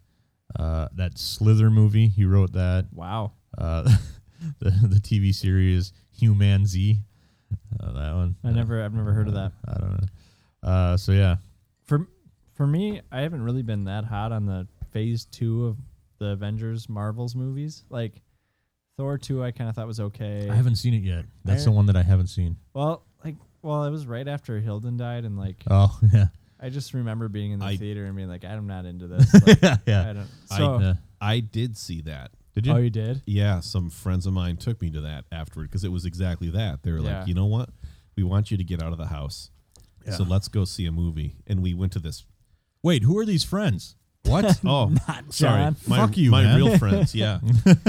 [SPEAKER 2] uh, that Slither movie. He wrote that.
[SPEAKER 3] Wow.
[SPEAKER 2] Uh, [LAUGHS] the the TV series Human Z. Uh, that one.
[SPEAKER 3] I never I've never heard of that.
[SPEAKER 2] I don't know. Uh, so yeah,
[SPEAKER 3] For for me, I haven't really been that hot on the phase 2 of the Avengers Marvels movies. Like Thor 2 I kind of thought was okay.
[SPEAKER 2] I haven't seen it yet. That's
[SPEAKER 3] I-
[SPEAKER 2] the one that I haven't seen.
[SPEAKER 3] well, like well, it was right after Hilden died and like
[SPEAKER 2] Oh [LAUGHS] yeah,
[SPEAKER 3] I just remember being in the
[SPEAKER 1] I-
[SPEAKER 3] theater and being like I'm not into this. Like,
[SPEAKER 2] yeah,
[SPEAKER 3] I
[SPEAKER 2] yeah. uh,
[SPEAKER 3] don't.
[SPEAKER 1] I-
[SPEAKER 3] So,
[SPEAKER 2] Yeah.
[SPEAKER 1] I did see that.
[SPEAKER 2] Did
[SPEAKER 3] oh,
[SPEAKER 2] you?
[SPEAKER 3] you did?
[SPEAKER 1] Yeah, some friends of mine took me to that afterward because it was exactly that. They were
[SPEAKER 3] Yeah.
[SPEAKER 1] like, you know what? We want you to get out of the house. So let's go see a movie. And we went to this.
[SPEAKER 2] Wait, who are these friends? [LAUGHS] What?
[SPEAKER 1] Oh, sorry.
[SPEAKER 3] John.
[SPEAKER 1] My,
[SPEAKER 2] Fuck you,
[SPEAKER 1] My
[SPEAKER 2] man.
[SPEAKER 1] real friends, yeah.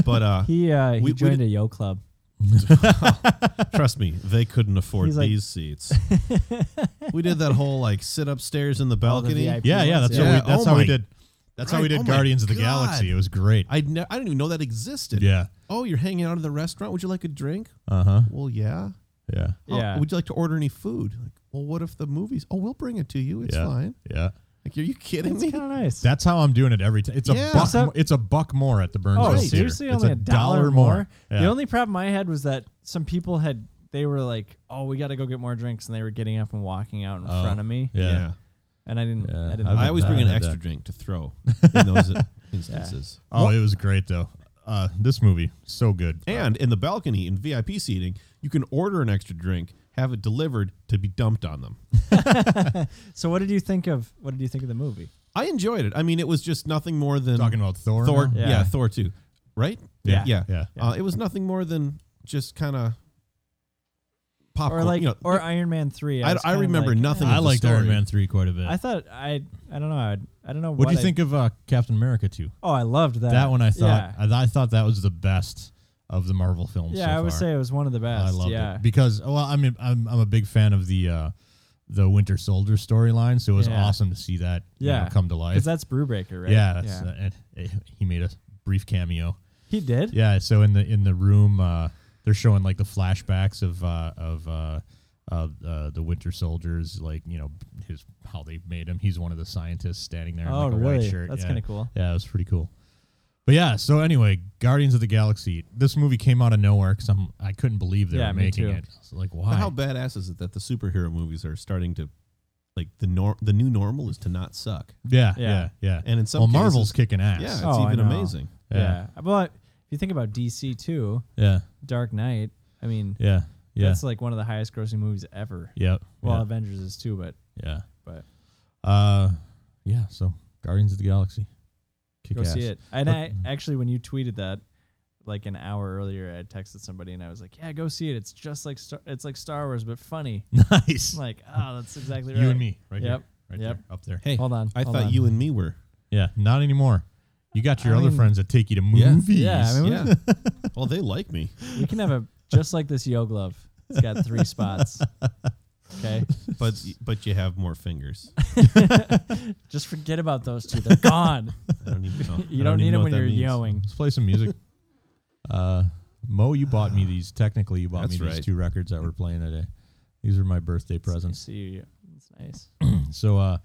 [SPEAKER 1] But uh,
[SPEAKER 3] He uh, he
[SPEAKER 1] We- we
[SPEAKER 3] joined
[SPEAKER 1] did-
[SPEAKER 3] a yo club.
[SPEAKER 1] Trust me, they couldn't afford
[SPEAKER 3] He's like-
[SPEAKER 1] these seats. we did that whole like sit upstairs in the balcony.
[SPEAKER 3] VIP
[SPEAKER 2] Yeah, yeah.
[SPEAKER 3] ones,
[SPEAKER 2] That's
[SPEAKER 1] yeah.
[SPEAKER 2] how we.
[SPEAKER 1] Yeah,
[SPEAKER 2] That's
[SPEAKER 1] oh
[SPEAKER 2] how
[SPEAKER 1] my
[SPEAKER 2] we did. That's how we
[SPEAKER 10] Right,
[SPEAKER 2] did
[SPEAKER 10] oh my
[SPEAKER 2] Guardians of the
[SPEAKER 10] God.
[SPEAKER 2] Galaxy. It was great.
[SPEAKER 1] I'd ne- I didn't even know that existed.
[SPEAKER 2] yeah.
[SPEAKER 1] Oh, you're hanging out at the restaurant. Would you like a drink?
[SPEAKER 2] Uh huh.
[SPEAKER 1] Well, yeah.
[SPEAKER 2] Yeah.
[SPEAKER 1] "Oh,
[SPEAKER 3] Yeah.
[SPEAKER 1] would you like to order any food? Like, well, what if the movies? Oh, we'll bring it to you. It's
[SPEAKER 2] yeah.
[SPEAKER 1] fine.
[SPEAKER 2] Yeah.
[SPEAKER 1] Like, are you kidding
[SPEAKER 3] It's
[SPEAKER 1] me?
[SPEAKER 3] kind of nice.
[SPEAKER 2] That's how I'm doing it every time. It's a
[SPEAKER 1] Yeah.
[SPEAKER 2] buck.
[SPEAKER 3] Except-
[SPEAKER 2] mo- it's a buck more at the Burnsville
[SPEAKER 3] Oh,
[SPEAKER 2] Theater.
[SPEAKER 3] seriously,
[SPEAKER 2] It's
[SPEAKER 3] only a dollar more.
[SPEAKER 2] Yeah.
[SPEAKER 3] The only problem I had was that some people had they were like, "Oh, we got to go get more drinks," and they were getting up and walking out in
[SPEAKER 2] Oh,
[SPEAKER 3] front of me,
[SPEAKER 2] yeah.
[SPEAKER 3] and I didn't.
[SPEAKER 2] Yeah,
[SPEAKER 3] I didn't.
[SPEAKER 2] I
[SPEAKER 3] like
[SPEAKER 1] I always
[SPEAKER 2] that.
[SPEAKER 1] bring an
[SPEAKER 2] I had
[SPEAKER 1] extra
[SPEAKER 2] that.
[SPEAKER 1] drink to throw in those instances.
[SPEAKER 2] Oh, it was great though. Uh, this movie so good.
[SPEAKER 1] And in the balcony in VIP seating, you can order an extra drink, have it delivered to be dumped on them.
[SPEAKER 3] that. So, what did you think of? What did you think of the movie?
[SPEAKER 1] I enjoyed it. I mean, it was just nothing more than
[SPEAKER 2] Talking about Thor.
[SPEAKER 1] Thor.
[SPEAKER 2] now?
[SPEAKER 1] Yeah.
[SPEAKER 3] Yeah.
[SPEAKER 1] Thor two, right?
[SPEAKER 2] Yeah.
[SPEAKER 1] yeah.
[SPEAKER 2] Yeah.
[SPEAKER 1] Uh, it was nothing more than just kind of popcorn.
[SPEAKER 3] Or like,
[SPEAKER 1] you know,
[SPEAKER 3] or Iron Man three?
[SPEAKER 1] I,
[SPEAKER 3] was
[SPEAKER 1] I
[SPEAKER 3] kinda
[SPEAKER 1] remember
[SPEAKER 3] like,
[SPEAKER 1] nothing.
[SPEAKER 3] eh.
[SPEAKER 1] of
[SPEAKER 2] I
[SPEAKER 1] the
[SPEAKER 2] liked Iron
[SPEAKER 1] story.
[SPEAKER 2] Man three quite a bit.
[SPEAKER 3] I thought I. I don't know. I, I don't know.
[SPEAKER 2] what do you
[SPEAKER 3] I-
[SPEAKER 2] think of uh, Captain America two?
[SPEAKER 3] Oh, I loved that.
[SPEAKER 2] That one I
[SPEAKER 3] Yeah.
[SPEAKER 2] thought I, I thought that was the best of the Marvel films.
[SPEAKER 3] yeah,
[SPEAKER 2] so
[SPEAKER 3] I would
[SPEAKER 2] far.
[SPEAKER 3] say it was one of the best.
[SPEAKER 2] I loved
[SPEAKER 3] yeah.
[SPEAKER 2] it because well, I mean, I'm I'm a big fan of the uh, the Winter Soldier storyline, so it was
[SPEAKER 3] Yeah.
[SPEAKER 2] awesome to see that you
[SPEAKER 3] Yeah.
[SPEAKER 2] know, come to life.
[SPEAKER 3] Because that's Brewbreaker, right?
[SPEAKER 2] yeah, that's, uh, and, eh, he made a brief cameo.
[SPEAKER 3] he did.
[SPEAKER 2] Yeah, so in the in the room, uh, they're showing like the flashbacks of uh, of. Uh, of uh, the Winter Soldiers, like you know, his how they made him. He's one of the scientists standing there in
[SPEAKER 3] Oh,
[SPEAKER 2] like a
[SPEAKER 3] really?
[SPEAKER 2] white shirt.
[SPEAKER 3] That's
[SPEAKER 2] yeah.
[SPEAKER 3] kind of cool.
[SPEAKER 2] Yeah, it was pretty cool. But yeah, so anyway, Guardians of the Galaxy. This movie came out of nowhere because I'm I couldn't believe they
[SPEAKER 3] Yeah,
[SPEAKER 2] were
[SPEAKER 3] me
[SPEAKER 2] making
[SPEAKER 3] too.
[SPEAKER 2] it. I was like, why?
[SPEAKER 1] But how badass is it that the superhero movies are starting to like the nor- the new normal is to not suck.
[SPEAKER 2] yeah,
[SPEAKER 3] Yeah.
[SPEAKER 2] yeah, yeah,
[SPEAKER 1] And in some
[SPEAKER 2] well,
[SPEAKER 1] cases-
[SPEAKER 2] Marvel's kicking ass.
[SPEAKER 1] Yeah, it's
[SPEAKER 3] Oh, I
[SPEAKER 1] even
[SPEAKER 3] know.
[SPEAKER 1] amazing.
[SPEAKER 2] Yeah.
[SPEAKER 3] Yeah. Well, if you think about DC too,
[SPEAKER 2] yeah,
[SPEAKER 3] Dark Knight. I mean,
[SPEAKER 2] yeah, yeah,
[SPEAKER 3] That's like one of the highest grossing movies ever.
[SPEAKER 2] yep,
[SPEAKER 3] Well,
[SPEAKER 2] yeah,
[SPEAKER 3] Avengers is too, but
[SPEAKER 2] yeah,
[SPEAKER 3] but
[SPEAKER 2] Uh, yeah. So Guardians of the Galaxy, kick
[SPEAKER 3] go
[SPEAKER 2] ass.
[SPEAKER 3] see it. And
[SPEAKER 2] But-
[SPEAKER 3] I actually, when you tweeted that, like an hour earlier, I texted somebody and I was like, "Yeah, go see it. It's just like Star- it's like Star Wars, but funny."
[SPEAKER 2] [LAUGHS] Nice.
[SPEAKER 3] I'm like, oh, that's exactly right.
[SPEAKER 2] you and me, right
[SPEAKER 3] Yep,
[SPEAKER 2] here, right
[SPEAKER 3] yep.
[SPEAKER 2] there, up there.
[SPEAKER 1] Hey,
[SPEAKER 3] Hold on.
[SPEAKER 1] I
[SPEAKER 3] hold
[SPEAKER 1] thought
[SPEAKER 3] on.
[SPEAKER 1] you and me were.
[SPEAKER 2] Yeah, not anymore. You got your
[SPEAKER 3] I
[SPEAKER 2] other
[SPEAKER 3] mean-
[SPEAKER 2] friends that take you to movies.
[SPEAKER 3] Oh, Yeah, I mean,
[SPEAKER 1] Yeah. well, they like me.
[SPEAKER 3] we can have a just like this yo glove. It's got three spots. Okay,
[SPEAKER 1] But but you have more fingers.
[SPEAKER 3] just forget about those two. They're
[SPEAKER 1] [LAUGHS]
[SPEAKER 3] gone.
[SPEAKER 1] I don't
[SPEAKER 3] [LAUGHS]
[SPEAKER 1] even know. I
[SPEAKER 3] You don't, need
[SPEAKER 1] even know what
[SPEAKER 3] them when
[SPEAKER 1] that
[SPEAKER 3] you're
[SPEAKER 1] means.
[SPEAKER 3] yoing.
[SPEAKER 2] Let's play
[SPEAKER 1] [LAUGHS]
[SPEAKER 2] some music. uh, Mo, you bought me these. Technically, you bought
[SPEAKER 1] That's
[SPEAKER 2] me these
[SPEAKER 1] right.
[SPEAKER 2] two records that we're playing today. These are my birthday presents.
[SPEAKER 3] See you. It's nice.
[SPEAKER 2] So, uh,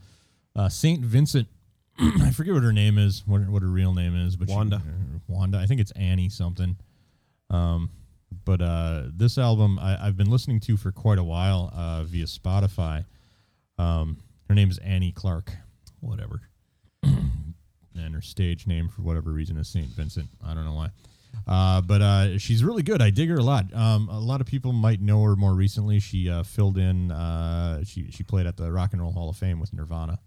[SPEAKER 2] uh, Saint Vincent. [CLEARS THROAT] I forget what her name is. What what her real name is, but she-
[SPEAKER 1] Wanda.
[SPEAKER 2] uh, Wanda. I think it's Annie something. Um, but uh, this album I, I've been listening to for quite a while uh, via Spotify. Um, her name is Annie Clark. Whatever. and her stage name, for whatever reason, is St. Vincent. I don't know why. Uh, but uh, she's really good. I dig her a lot. Um, a lot of people might know her more recently. She uh, filled in. Uh, she she played at the Rock and Roll Hall of Fame with Nirvana.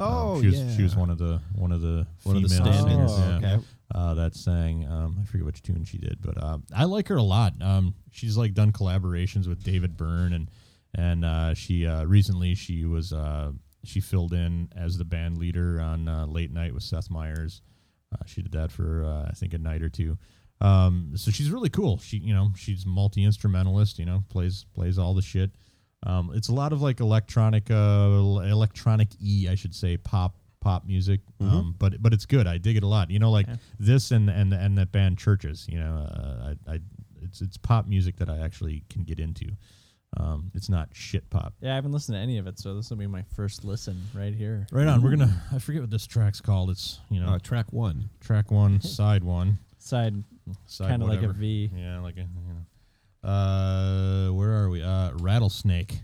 [SPEAKER 1] Oh,
[SPEAKER 2] Um, she was,
[SPEAKER 1] yeah.
[SPEAKER 2] She was one of the one of the
[SPEAKER 1] One of the
[SPEAKER 2] females.
[SPEAKER 1] stand-ins.
[SPEAKER 3] Oh,
[SPEAKER 2] yeah,
[SPEAKER 1] okay.
[SPEAKER 2] uh, that sang. Um, I forget which tune she did, but uh, I like her a lot. Um, she's like done collaborations with David Byrne, and and uh, she uh, recently she was uh, she filled in as the band leader on uh, Late Night with Seth Meyers. Uh, she did that for uh, I think a night or two. Um, so she's really cool. She you know she's multi instrumentalist. You know plays plays all the shit. Um, it's a lot of like electronic, uh, electronic e, I should say, pop pop music.
[SPEAKER 1] Mm-hmm.
[SPEAKER 2] Um, but but it's good. I dig it a lot. You know, like this and and and that band Churches. You know, uh, I, I it's it's pop music that I actually can get into. Um, it's not shit pop.
[SPEAKER 3] Yeah, I haven't listened to any of it, so this will be my first listen right here.
[SPEAKER 2] Right on. We're gonna. I forget what this track's called. It's you know
[SPEAKER 1] Uh, track one.
[SPEAKER 2] track one, [LAUGHS] side one,
[SPEAKER 3] Side
[SPEAKER 2] side
[SPEAKER 3] kind of like a
[SPEAKER 2] whatever.
[SPEAKER 3] V.
[SPEAKER 2] Yeah, like a. You know. Uh, where are we? Uh, rattlesnake.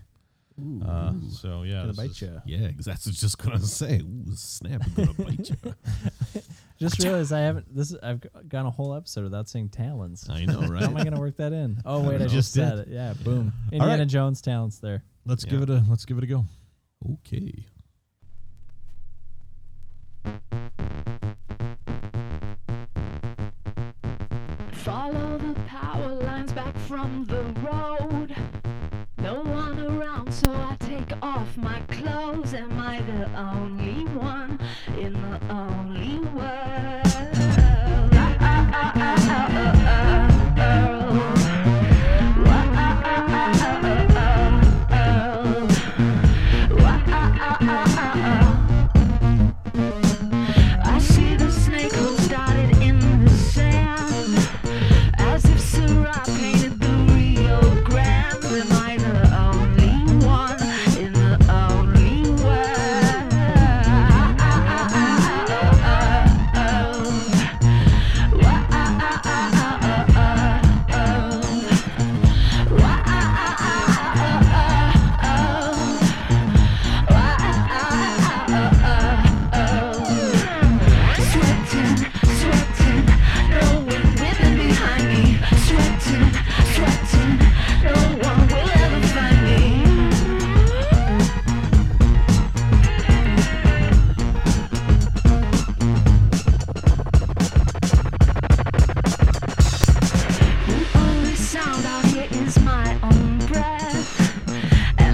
[SPEAKER 2] Uh, so yeah,
[SPEAKER 3] Gonna
[SPEAKER 2] this
[SPEAKER 3] bite
[SPEAKER 2] is- [LAUGHS]
[SPEAKER 3] you.
[SPEAKER 1] Yeah, 'cause that's what I was just gonna say. Ooh, snap! I'm gonna bite you.
[SPEAKER 3] Just realized I haven't. This is, I've g- gone a whole episode without saying talons.
[SPEAKER 2] [LAUGHS]
[SPEAKER 1] I know, right?
[SPEAKER 3] How am I gonna work that in? Oh wait, I,
[SPEAKER 2] know.
[SPEAKER 3] just
[SPEAKER 2] Just
[SPEAKER 3] said
[SPEAKER 2] did.
[SPEAKER 3] it. Yeah, boom.
[SPEAKER 2] [LAUGHS] All
[SPEAKER 3] Indiana
[SPEAKER 2] right.
[SPEAKER 3] Jones talents there.
[SPEAKER 2] Let's
[SPEAKER 1] Yeah.
[SPEAKER 2] give it a. Let's give it a go.
[SPEAKER 1] Okay.
[SPEAKER 11] Follow the power lines back from the road. No one around, so I take off my clothes. Am I the only one in the only world?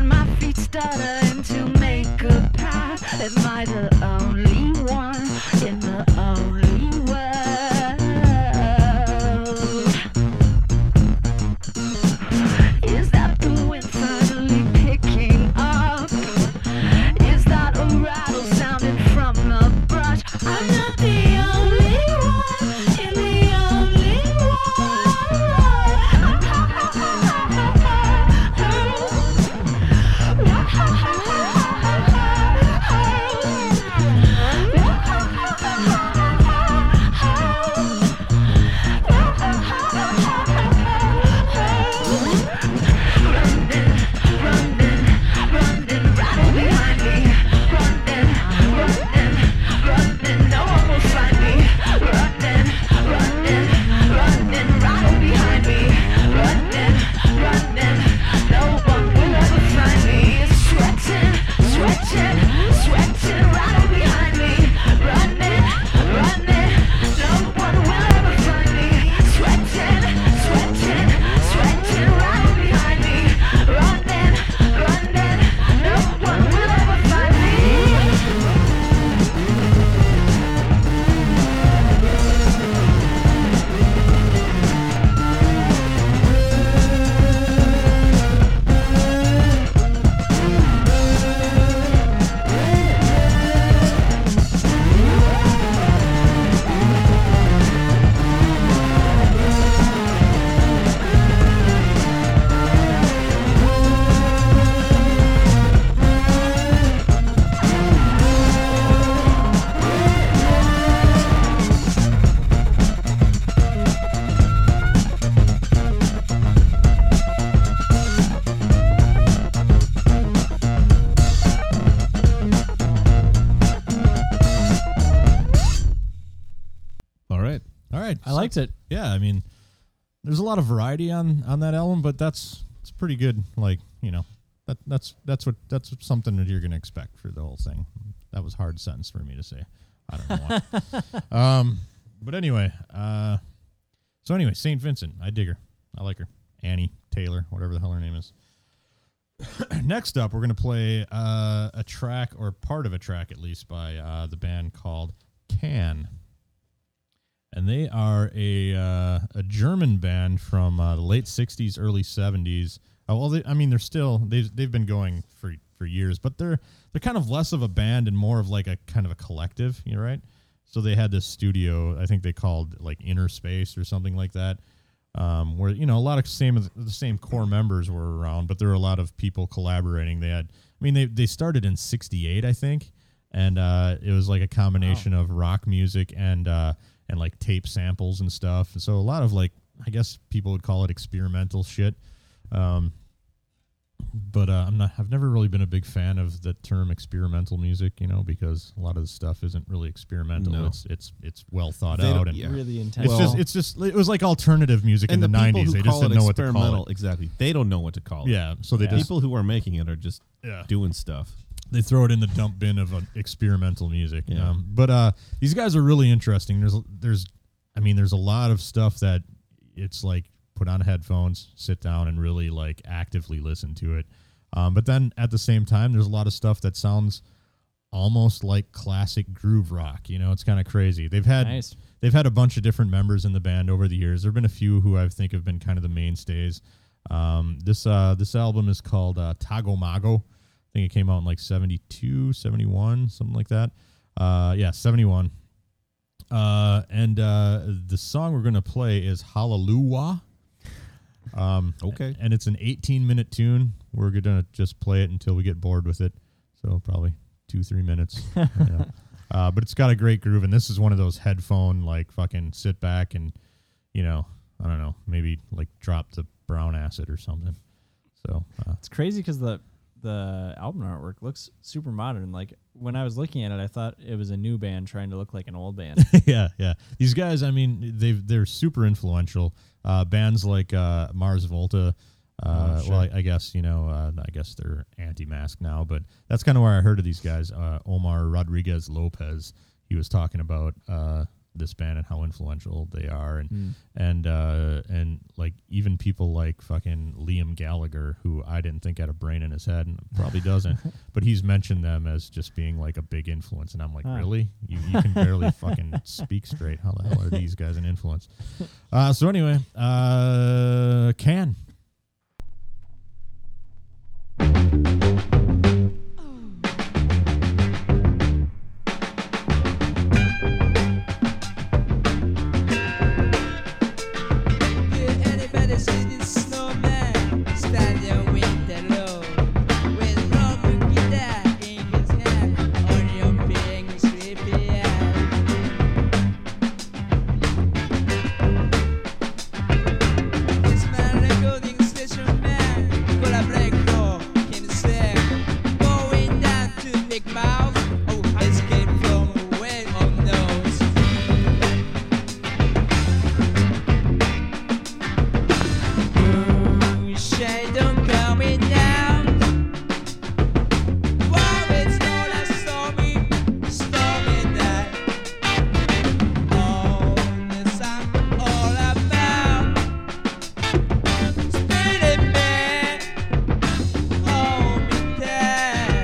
[SPEAKER 11] butter into makeup pie. Am I the only one in the only world? Is that the wind finally picking up? Is that a rattle sounding from a brush? I'm not the only one in the only [LAUGHS]
[SPEAKER 2] All right. All right.
[SPEAKER 3] I liked it.
[SPEAKER 2] Yeah, I mean, there's a lot of variety on on that album, but that's it's pretty good. Like you know, that that's that's what that's something that you're gonna expect for the whole thing. That was a hard sentence for me to say. I don't know why. um, but anyway, uh, so anyway, Saint Vincent, I dig her. I like her. Annie Taylor, whatever the hell her name is. [COUGHS] Next up, we're gonna play uh, a track or part of a track at least by uh, the band called Can and they are a uh, a German band from uh, the late '60s, early '70s. Uh, well, they, I mean, they're still they've they've been going for for years, but they're they're kind of less of a band and more of like a kind of a collective. You know, right? So they had this studio, I think they called like Inner Space or something like that, um, where you know a lot of same the same core members were around, but there were a lot of people collaborating. They had, I mean, they they started in '68, I think, and uh, it was like a combination of rock music and uh, and like tape samples and stuff. And so a lot of like I guess people would call it experimental shit. Um, but uh, I'm not. I've never really been a big fan of the term experimental music, you know, because a lot of the stuff isn't really experimental.
[SPEAKER 1] No.
[SPEAKER 2] It's it's it's well thought
[SPEAKER 1] They don't-
[SPEAKER 2] out and
[SPEAKER 1] yeah.
[SPEAKER 3] Really intense.
[SPEAKER 2] it's just it's just it was like alternative music in
[SPEAKER 1] [LAUGHS] and
[SPEAKER 2] the,
[SPEAKER 1] the, people
[SPEAKER 2] 90s.
[SPEAKER 1] who
[SPEAKER 2] They
[SPEAKER 1] call
[SPEAKER 2] just didn't
[SPEAKER 1] it
[SPEAKER 2] know what to call
[SPEAKER 1] experimental,
[SPEAKER 2] it.
[SPEAKER 1] Exactly. They don't know what to call it.
[SPEAKER 2] Yeah, so they
[SPEAKER 1] The
[SPEAKER 2] just
[SPEAKER 1] people who are making it are just
[SPEAKER 2] Yeah.
[SPEAKER 1] doing stuff.
[SPEAKER 2] they throw it in the dump bin of uh, experimental music.
[SPEAKER 1] Yeah.
[SPEAKER 2] Um, but uh, these guys are really interesting. There's there's I mean there's a lot of stuff that it's like put on headphones, sit down, and really like actively listen to it. Um, but then at the same time, there's a lot of stuff that sounds almost like classic groove rock. You know, it's kind of crazy. They've had
[SPEAKER 3] Nice.
[SPEAKER 2] they've had a bunch of different members in the band over the years. There've been a few who I think have been kind of the mainstays. Um, this uh, this album is called uh, Tago Mago. I think it came out in like 72, 71, something like that. Uh, yeah, 71. Uh, and uh, the song we're going to play is Hallelujah. Um,
[SPEAKER 1] Okay.
[SPEAKER 2] and it's an 18 minute tune. We're gonna just play it until we get bored with it. So probably two, three minutes. you know. uh, but it's got a great groove, and this is one of those headphone like fucking sit back and you know I don't know maybe like drop the brown acid or something. So uh,
[SPEAKER 3] It's crazy because the the album artwork looks super modern. Like when I was looking at it, I thought it was a new band trying to look like an old
[SPEAKER 2] [LAUGHS]
[SPEAKER 3] band.
[SPEAKER 2] yeah, yeah. These guys, I mean, they they're super influential. Uh, bands like uh, Mars Volta.
[SPEAKER 1] Oh,
[SPEAKER 2] Uh, Well, I, I guess you know. Uh, I guess they're anti-mask now, but that's kind of where I heard of these guys. Uh, Omar Rodriguez Lopez. He was talking about uh, this band and how influential they are, and
[SPEAKER 1] Hmm.
[SPEAKER 3] Mm.
[SPEAKER 2] and uh, and like even people like fucking Liam Gallagher, who I didn't think had a brain in his head and probably
[SPEAKER 1] [LAUGHS]
[SPEAKER 2] doesn't, but he's mentioned them as just being like a big influence, and I'm like,
[SPEAKER 3] Huh.
[SPEAKER 2] really? You, you
[SPEAKER 1] [LAUGHS]
[SPEAKER 2] can barely fucking speak straight. How the hell are these guys an influence? Uh, so anyway, uh, can.
[SPEAKER 12] Anybody see this snowman standing with the load, with no guitar in his hand, only a pink sleepy eye? This man recording station man could have break for himself, going down to Big Mouth, oh escape from the way of nose. Shade don't calm me down. Why it's not a stormy, stormy night. All this I'm all about. Spirit man, hold me tight.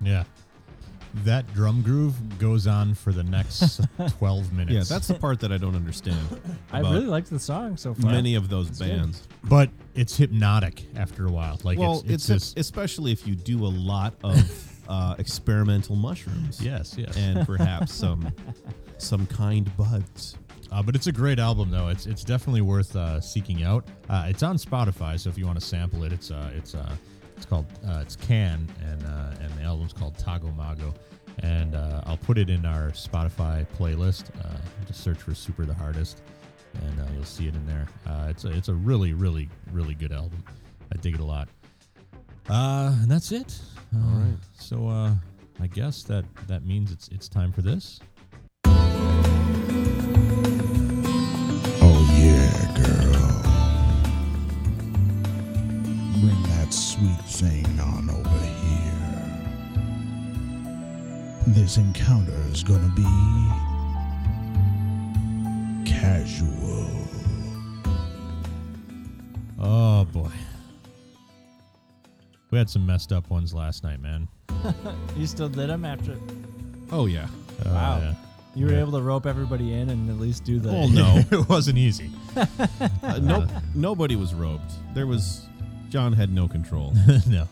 [SPEAKER 2] Yeah. That drum groove goes on for
[SPEAKER 1] [LAUGHS]
[SPEAKER 2] the next 12 minutes.
[SPEAKER 1] Yeah, that's the part that I don't understand.
[SPEAKER 3] I
[SPEAKER 1] about
[SPEAKER 3] really liked the song so far.
[SPEAKER 1] many of those
[SPEAKER 3] It's good.
[SPEAKER 1] bands.
[SPEAKER 2] But it's hypnotic after a while. Like
[SPEAKER 1] well,
[SPEAKER 2] it's, it's, just
[SPEAKER 1] especially if you do a lot
[SPEAKER 2] [LAUGHS]
[SPEAKER 1] of uh, experimental mushrooms.
[SPEAKER 2] Yes, yes.
[SPEAKER 1] and perhaps some some kind buds.
[SPEAKER 2] uh, but it's a great album though. It's it's definitely worth uh, seeking out. Uh, it's on Spotify, so if you want to sample it, it's uh it's uh it's called uh, it's Can and uh, and the album's called Tago Mago. And uh, I'll put it in our Spotify playlist. Uh, just search for Super the Hardest, and uh, you'll see it in there. Uh, it's a, it's a really really really good album. I dig it a lot. Uh, and that's it. All right. So uh, I guess that that means it's it's time for this.
[SPEAKER 9] Oh yeah, girl. Bring that sweet thing on over here. This encounter is gonna be casual.
[SPEAKER 2] Oh boy. We had some messed up ones last night, man.
[SPEAKER 3] You still did them after.
[SPEAKER 1] Oh yeah.
[SPEAKER 2] Oh,
[SPEAKER 3] Wow.
[SPEAKER 2] yeah.
[SPEAKER 3] You were
[SPEAKER 2] Yeah.
[SPEAKER 3] able to rope everybody in and at least do the.
[SPEAKER 1] Well, no,
[SPEAKER 2] [LAUGHS] it wasn't easy.
[SPEAKER 1] uh, no, nobody was robed. There was John had [LAUGHS] no control.
[SPEAKER 2] [LAUGHS] no.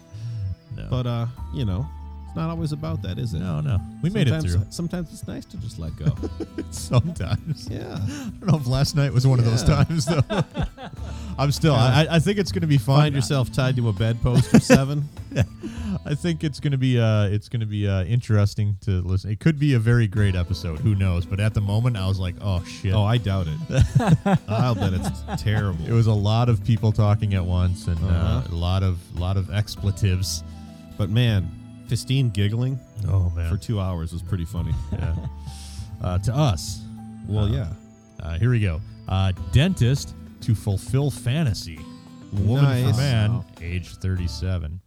[SPEAKER 2] No.
[SPEAKER 1] but uh, you know, it's not always about that, is it?
[SPEAKER 2] no, no. We made it
[SPEAKER 1] Sometimes-
[SPEAKER 2] through.
[SPEAKER 1] Sometimes it's nice to just let
[SPEAKER 2] [LAUGHS]
[SPEAKER 1] go.
[SPEAKER 2] Sometimes.
[SPEAKER 1] yeah.
[SPEAKER 2] [LAUGHS] I don't know if last night was one of those
[SPEAKER 1] Yeah.
[SPEAKER 2] times though.
[SPEAKER 1] [LAUGHS]
[SPEAKER 2] I'm still I, I think it's gonna be fun.
[SPEAKER 1] Find yourself tied to a bedpost for seven.
[SPEAKER 2] [LAUGHS] Yeah. I think it's gonna be uh, it's gonna be uh, interesting to listen. It could be a very great episode. Who knows? But at the moment, I was like, oh shit.
[SPEAKER 1] Oh, I doubt [LAUGHS] it. I'll bet it's terrible.
[SPEAKER 2] [LAUGHS] It was a lot of people talking at once and uh,
[SPEAKER 1] Uh-huh.
[SPEAKER 2] a lot of lot of expletives.
[SPEAKER 1] But man, Fistine giggling.
[SPEAKER 2] Oh, man.
[SPEAKER 1] for two hours was pretty funny.
[SPEAKER 2] yeah. Uh, to us.
[SPEAKER 1] Well,
[SPEAKER 2] Uh,
[SPEAKER 1] yeah.
[SPEAKER 2] Uh, here we go. Uh, dentist to fulfill fantasy. Woman
[SPEAKER 1] Nice.
[SPEAKER 2] for man, age 37.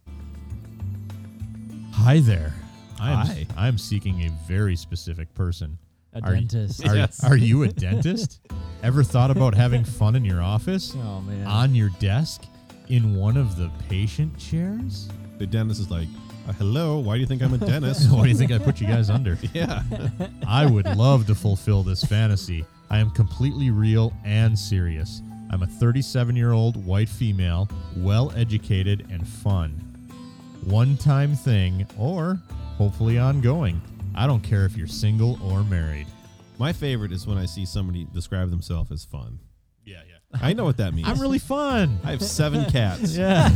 [SPEAKER 2] Hi there. I am,
[SPEAKER 1] Hi.
[SPEAKER 2] I am seeking a very specific person.
[SPEAKER 3] A
[SPEAKER 2] Are-
[SPEAKER 3] dentist.
[SPEAKER 2] [LAUGHS] Are,
[SPEAKER 3] Yes.
[SPEAKER 2] are you
[SPEAKER 3] [LAUGHS]
[SPEAKER 2] a dentist? Ever thought about having fun in your office?
[SPEAKER 3] Oh, man.
[SPEAKER 2] On your desk? In one of the patient chairs?
[SPEAKER 1] The dentist is like, uh, "Hello, why do you think I'm a dentist?
[SPEAKER 2] [LAUGHS] Why do you think I put you guys under?
[SPEAKER 1] [LAUGHS] Yeah.
[SPEAKER 2] I would love to fulfill this fantasy. I am completely real and serious. I'm a 37 year old white female, well educated and fun. One time thing, or hopefully ongoing. I don't care if you're single or married.
[SPEAKER 1] My favorite is when I see somebody describe themselves as fun.
[SPEAKER 2] Yeah, yeah.
[SPEAKER 1] I know what that [LAUGHS] means.
[SPEAKER 2] [LAUGHS] I'm really fun.
[SPEAKER 1] I have seven cats.
[SPEAKER 2] Yeah.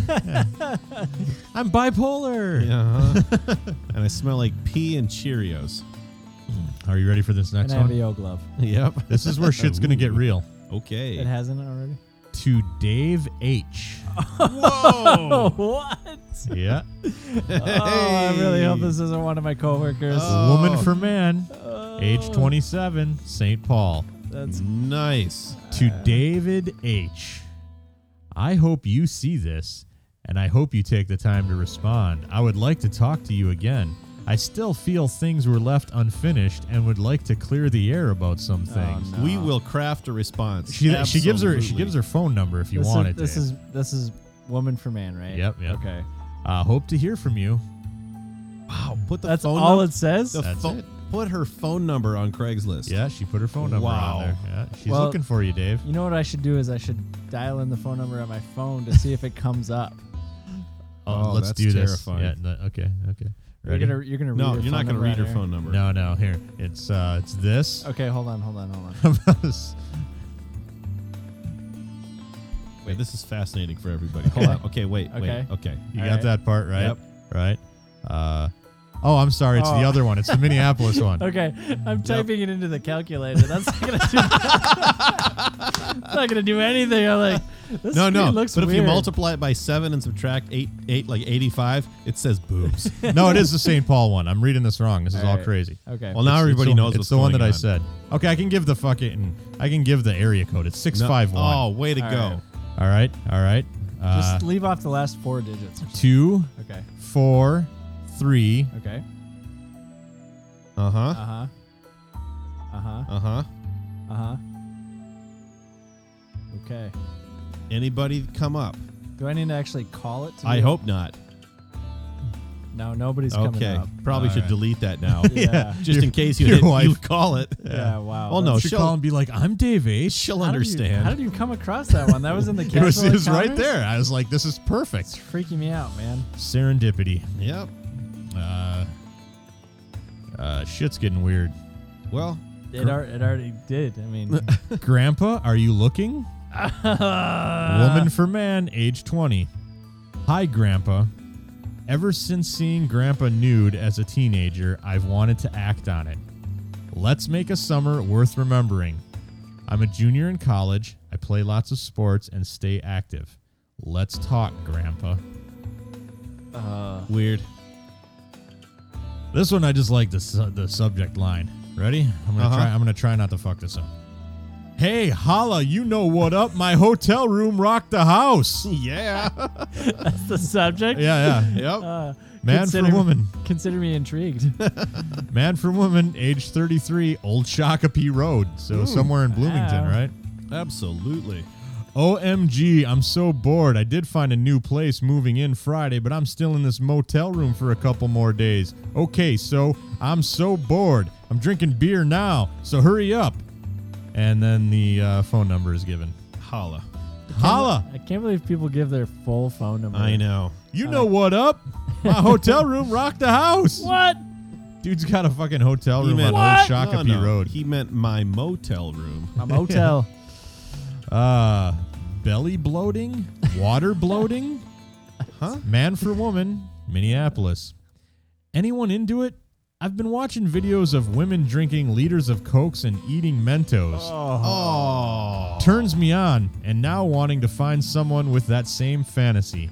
[SPEAKER 2] I'm bipolar.
[SPEAKER 1] [LAUGHS] Yeah, [LAUGHS] uh-huh. and I smell like pee and Cheerios.
[SPEAKER 2] Are you ready for this next
[SPEAKER 3] And I have a
[SPEAKER 2] one?
[SPEAKER 3] yo glove.
[SPEAKER 1] Yep.
[SPEAKER 2] This is where shit's going to get
[SPEAKER 1] Ooh.
[SPEAKER 2] real.
[SPEAKER 3] It
[SPEAKER 1] Okay.
[SPEAKER 3] hasn't already. [LAUGHS]
[SPEAKER 2] To Dave
[SPEAKER 1] [LAUGHS]
[SPEAKER 2] H.
[SPEAKER 3] Whoa! what?
[SPEAKER 2] yeah.
[SPEAKER 3] Oh, I really hope this isn't one of my coworkers.
[SPEAKER 1] Oh.
[SPEAKER 2] Woman for man,
[SPEAKER 3] Oh.
[SPEAKER 2] age 27, St. Paul.
[SPEAKER 3] That's
[SPEAKER 1] Nice.
[SPEAKER 2] To David H. I hope you see this, and I hope you take the time to respond. I would like to talk to you again. I still feel things were left unfinished and would like to clear the air about some
[SPEAKER 3] Oh,
[SPEAKER 2] things.
[SPEAKER 1] We will craft a response.
[SPEAKER 2] She, she gives her she
[SPEAKER 1] Absolutely.
[SPEAKER 2] gives her phone number if you
[SPEAKER 3] this
[SPEAKER 2] want
[SPEAKER 3] is,
[SPEAKER 2] it.
[SPEAKER 3] This
[SPEAKER 2] Dave.
[SPEAKER 3] is this is woman for man, right?
[SPEAKER 2] Yep, yep.
[SPEAKER 3] Okay.
[SPEAKER 2] uh, hope to hear from you.
[SPEAKER 1] Wow. Put the
[SPEAKER 3] That's
[SPEAKER 1] phone
[SPEAKER 3] all
[SPEAKER 1] num-
[SPEAKER 3] it says.
[SPEAKER 1] the
[SPEAKER 2] That's
[SPEAKER 1] pho-
[SPEAKER 2] it.
[SPEAKER 1] Put her phone number on Craigslist.
[SPEAKER 2] Yeah, she put her phone number
[SPEAKER 1] Wow.
[SPEAKER 2] on there. Yeah, she's
[SPEAKER 3] Well-
[SPEAKER 2] looking for you, Dave.
[SPEAKER 3] You know what I should do is I should dial in the phone number on my phone to see if it comes up.
[SPEAKER 1] Oh,
[SPEAKER 2] Uh, let's
[SPEAKER 1] that's
[SPEAKER 2] do this.
[SPEAKER 1] terrifying.
[SPEAKER 2] Yeah, no, okay, okay.
[SPEAKER 3] You're
[SPEAKER 2] Ready?
[SPEAKER 3] gonna you're gonna
[SPEAKER 1] No,
[SPEAKER 3] read
[SPEAKER 1] you're
[SPEAKER 3] her
[SPEAKER 1] not
[SPEAKER 3] phone
[SPEAKER 1] going to
[SPEAKER 3] number
[SPEAKER 1] read
[SPEAKER 3] out
[SPEAKER 1] her
[SPEAKER 3] here?
[SPEAKER 1] phone number.
[SPEAKER 2] No, no. Here, it's uh, it's this. [LAUGHS]
[SPEAKER 3] Okay, hold on, hold on, hold
[SPEAKER 1] [LAUGHS]
[SPEAKER 3] on.
[SPEAKER 1] Wait, this is fascinating for everybody. Hold on. Okay, wait,
[SPEAKER 3] Okay.
[SPEAKER 1] wait. Okay.
[SPEAKER 2] you
[SPEAKER 3] All
[SPEAKER 2] got
[SPEAKER 3] right.
[SPEAKER 2] that part right.
[SPEAKER 1] Yep.
[SPEAKER 2] Right. Uh, oh, I'm sorry. It's the
[SPEAKER 3] Oh.
[SPEAKER 2] other one. It's the Minneapolis
[SPEAKER 3] [LAUGHS]
[SPEAKER 2] one.
[SPEAKER 3] Okay, I'm typing it into the calculator. That's not gonna do.
[SPEAKER 1] [LAUGHS]
[SPEAKER 3] It's not gonna do [LAUGHS] anything. I'm like, this
[SPEAKER 1] No, no.
[SPEAKER 2] [LAUGHS]
[SPEAKER 3] screen looks
[SPEAKER 1] but if you
[SPEAKER 3] weird.
[SPEAKER 1] multiply it by seven and subtract eight, eight like eighty-five, it says
[SPEAKER 2] [LAUGHS]
[SPEAKER 1] boobs. Uh-huh.
[SPEAKER 2] No, it is the St. Paul one. I'm reading this wrong. This is
[SPEAKER 3] All
[SPEAKER 2] all
[SPEAKER 3] right.
[SPEAKER 2] crazy.
[SPEAKER 3] okay,
[SPEAKER 1] well, now
[SPEAKER 2] It's-
[SPEAKER 1] everybody
[SPEAKER 2] it's the-
[SPEAKER 1] knows
[SPEAKER 2] It's
[SPEAKER 1] what's
[SPEAKER 2] the one
[SPEAKER 1] going
[SPEAKER 2] that I
[SPEAKER 1] on.
[SPEAKER 2] said. Okay, I can give the fucking. I can give the area code. It's six
[SPEAKER 1] No.
[SPEAKER 2] five one.
[SPEAKER 1] Oh, way to
[SPEAKER 3] All
[SPEAKER 1] go!
[SPEAKER 2] All right. All right. Uh,
[SPEAKER 3] just leave off the last four digits.
[SPEAKER 2] two,
[SPEAKER 3] Okay,
[SPEAKER 2] four, three,
[SPEAKER 3] okay,
[SPEAKER 1] Uh
[SPEAKER 3] uh
[SPEAKER 1] huh.
[SPEAKER 2] Uh-huh.
[SPEAKER 3] huh, uh huh,
[SPEAKER 1] Uh huh.
[SPEAKER 3] uh huh. Okay.
[SPEAKER 1] Anybody come up?
[SPEAKER 3] Do I need to actually call it? To
[SPEAKER 1] I
[SPEAKER 3] you?
[SPEAKER 1] hope not.
[SPEAKER 3] No, nobody's coming
[SPEAKER 1] okay.
[SPEAKER 3] up.
[SPEAKER 1] Probably
[SPEAKER 2] All
[SPEAKER 1] should
[SPEAKER 2] right.
[SPEAKER 1] delete that
[SPEAKER 2] [LAUGHS]
[SPEAKER 1] now,
[SPEAKER 3] Yeah.
[SPEAKER 1] just in case you
[SPEAKER 2] your
[SPEAKER 1] didn't-
[SPEAKER 2] wife-
[SPEAKER 1] you call it.
[SPEAKER 3] Yeah.
[SPEAKER 1] Well,
[SPEAKER 3] wow.
[SPEAKER 1] no,
[SPEAKER 2] You
[SPEAKER 3] that's-
[SPEAKER 2] should
[SPEAKER 1] she'll-
[SPEAKER 2] call and be like, "I'm Dave H."
[SPEAKER 1] She'll
[SPEAKER 3] how did you- how
[SPEAKER 1] understand.
[SPEAKER 3] did you come across that one? That was
[SPEAKER 1] [LAUGHS]
[SPEAKER 3] in the.
[SPEAKER 2] It was,
[SPEAKER 3] casual
[SPEAKER 2] it was right
[SPEAKER 3] encounters?
[SPEAKER 2] there. I was like, "This is
[SPEAKER 3] It's
[SPEAKER 2] perfect."
[SPEAKER 3] freaking me out, man.
[SPEAKER 2] Serendipity.
[SPEAKER 1] yep.
[SPEAKER 2] Uh, uh, shit's getting weird.
[SPEAKER 1] Well,
[SPEAKER 3] It, ar- it already did. I mean,
[SPEAKER 1] [LAUGHS]
[SPEAKER 3] [LAUGHS]
[SPEAKER 2] Grandpa, are you looking? Woman for man, age 20. Hi, Grandpa. Ever since seeing Grandpa nude as a teenager, I've wanted to act on it. Let's make a summer worth remembering. I'm a junior in college. I play lots of sports and stay active. Let's talk, Grandpa.
[SPEAKER 3] uh,
[SPEAKER 1] weird.
[SPEAKER 2] This one I just like the su- the subject line. Ready? I'm gonna
[SPEAKER 1] Uh-huh.
[SPEAKER 2] try. I'm gonna try not to fuck this up. Hey, holla! You know what up? My hotel room rocked the
[SPEAKER 1] [LAUGHS]
[SPEAKER 2] house.
[SPEAKER 1] Yeah.
[SPEAKER 3] that's the subject.
[SPEAKER 2] Yeah, yeah.
[SPEAKER 1] yep.
[SPEAKER 3] Uh,
[SPEAKER 2] Man
[SPEAKER 3] consider,
[SPEAKER 2] for woman.
[SPEAKER 3] Consider me intrigued.
[SPEAKER 2] Man for woman. Age 33. Old Shakopee Road. So somewhere in Bloomington,
[SPEAKER 3] wow.
[SPEAKER 2] right?
[SPEAKER 1] Absolutely.
[SPEAKER 2] OMG, I'm so bored. I did find a new place moving in Friday, but I'm still in this motel room for a couple more days. Okay, so I'm so bored. I'm drinking beer now, so hurry up. And then the uh, phone number is given.
[SPEAKER 1] Holla.
[SPEAKER 2] Holla!
[SPEAKER 3] I can't believe people give their full phone number.
[SPEAKER 1] I know.
[SPEAKER 2] You know what up?
[SPEAKER 1] [LAUGHS]
[SPEAKER 2] My hotel room rocked the house.
[SPEAKER 3] What?
[SPEAKER 2] Dude's got a fucking hotel room on
[SPEAKER 1] What?
[SPEAKER 2] Old Shakopee
[SPEAKER 1] No, no.
[SPEAKER 2] Road.
[SPEAKER 1] He meant my motel room.
[SPEAKER 3] A motel.
[SPEAKER 2] Uh,
[SPEAKER 3] [LAUGHS]
[SPEAKER 2] belly bloating, water bloating, huh? Man for woman, Minneapolis. Anyone into it? I've been watching videos of women drinking liters of Cokes and eating Mentos.
[SPEAKER 1] Oh.
[SPEAKER 2] Turns me on, and now wanting to find someone with that same fantasy.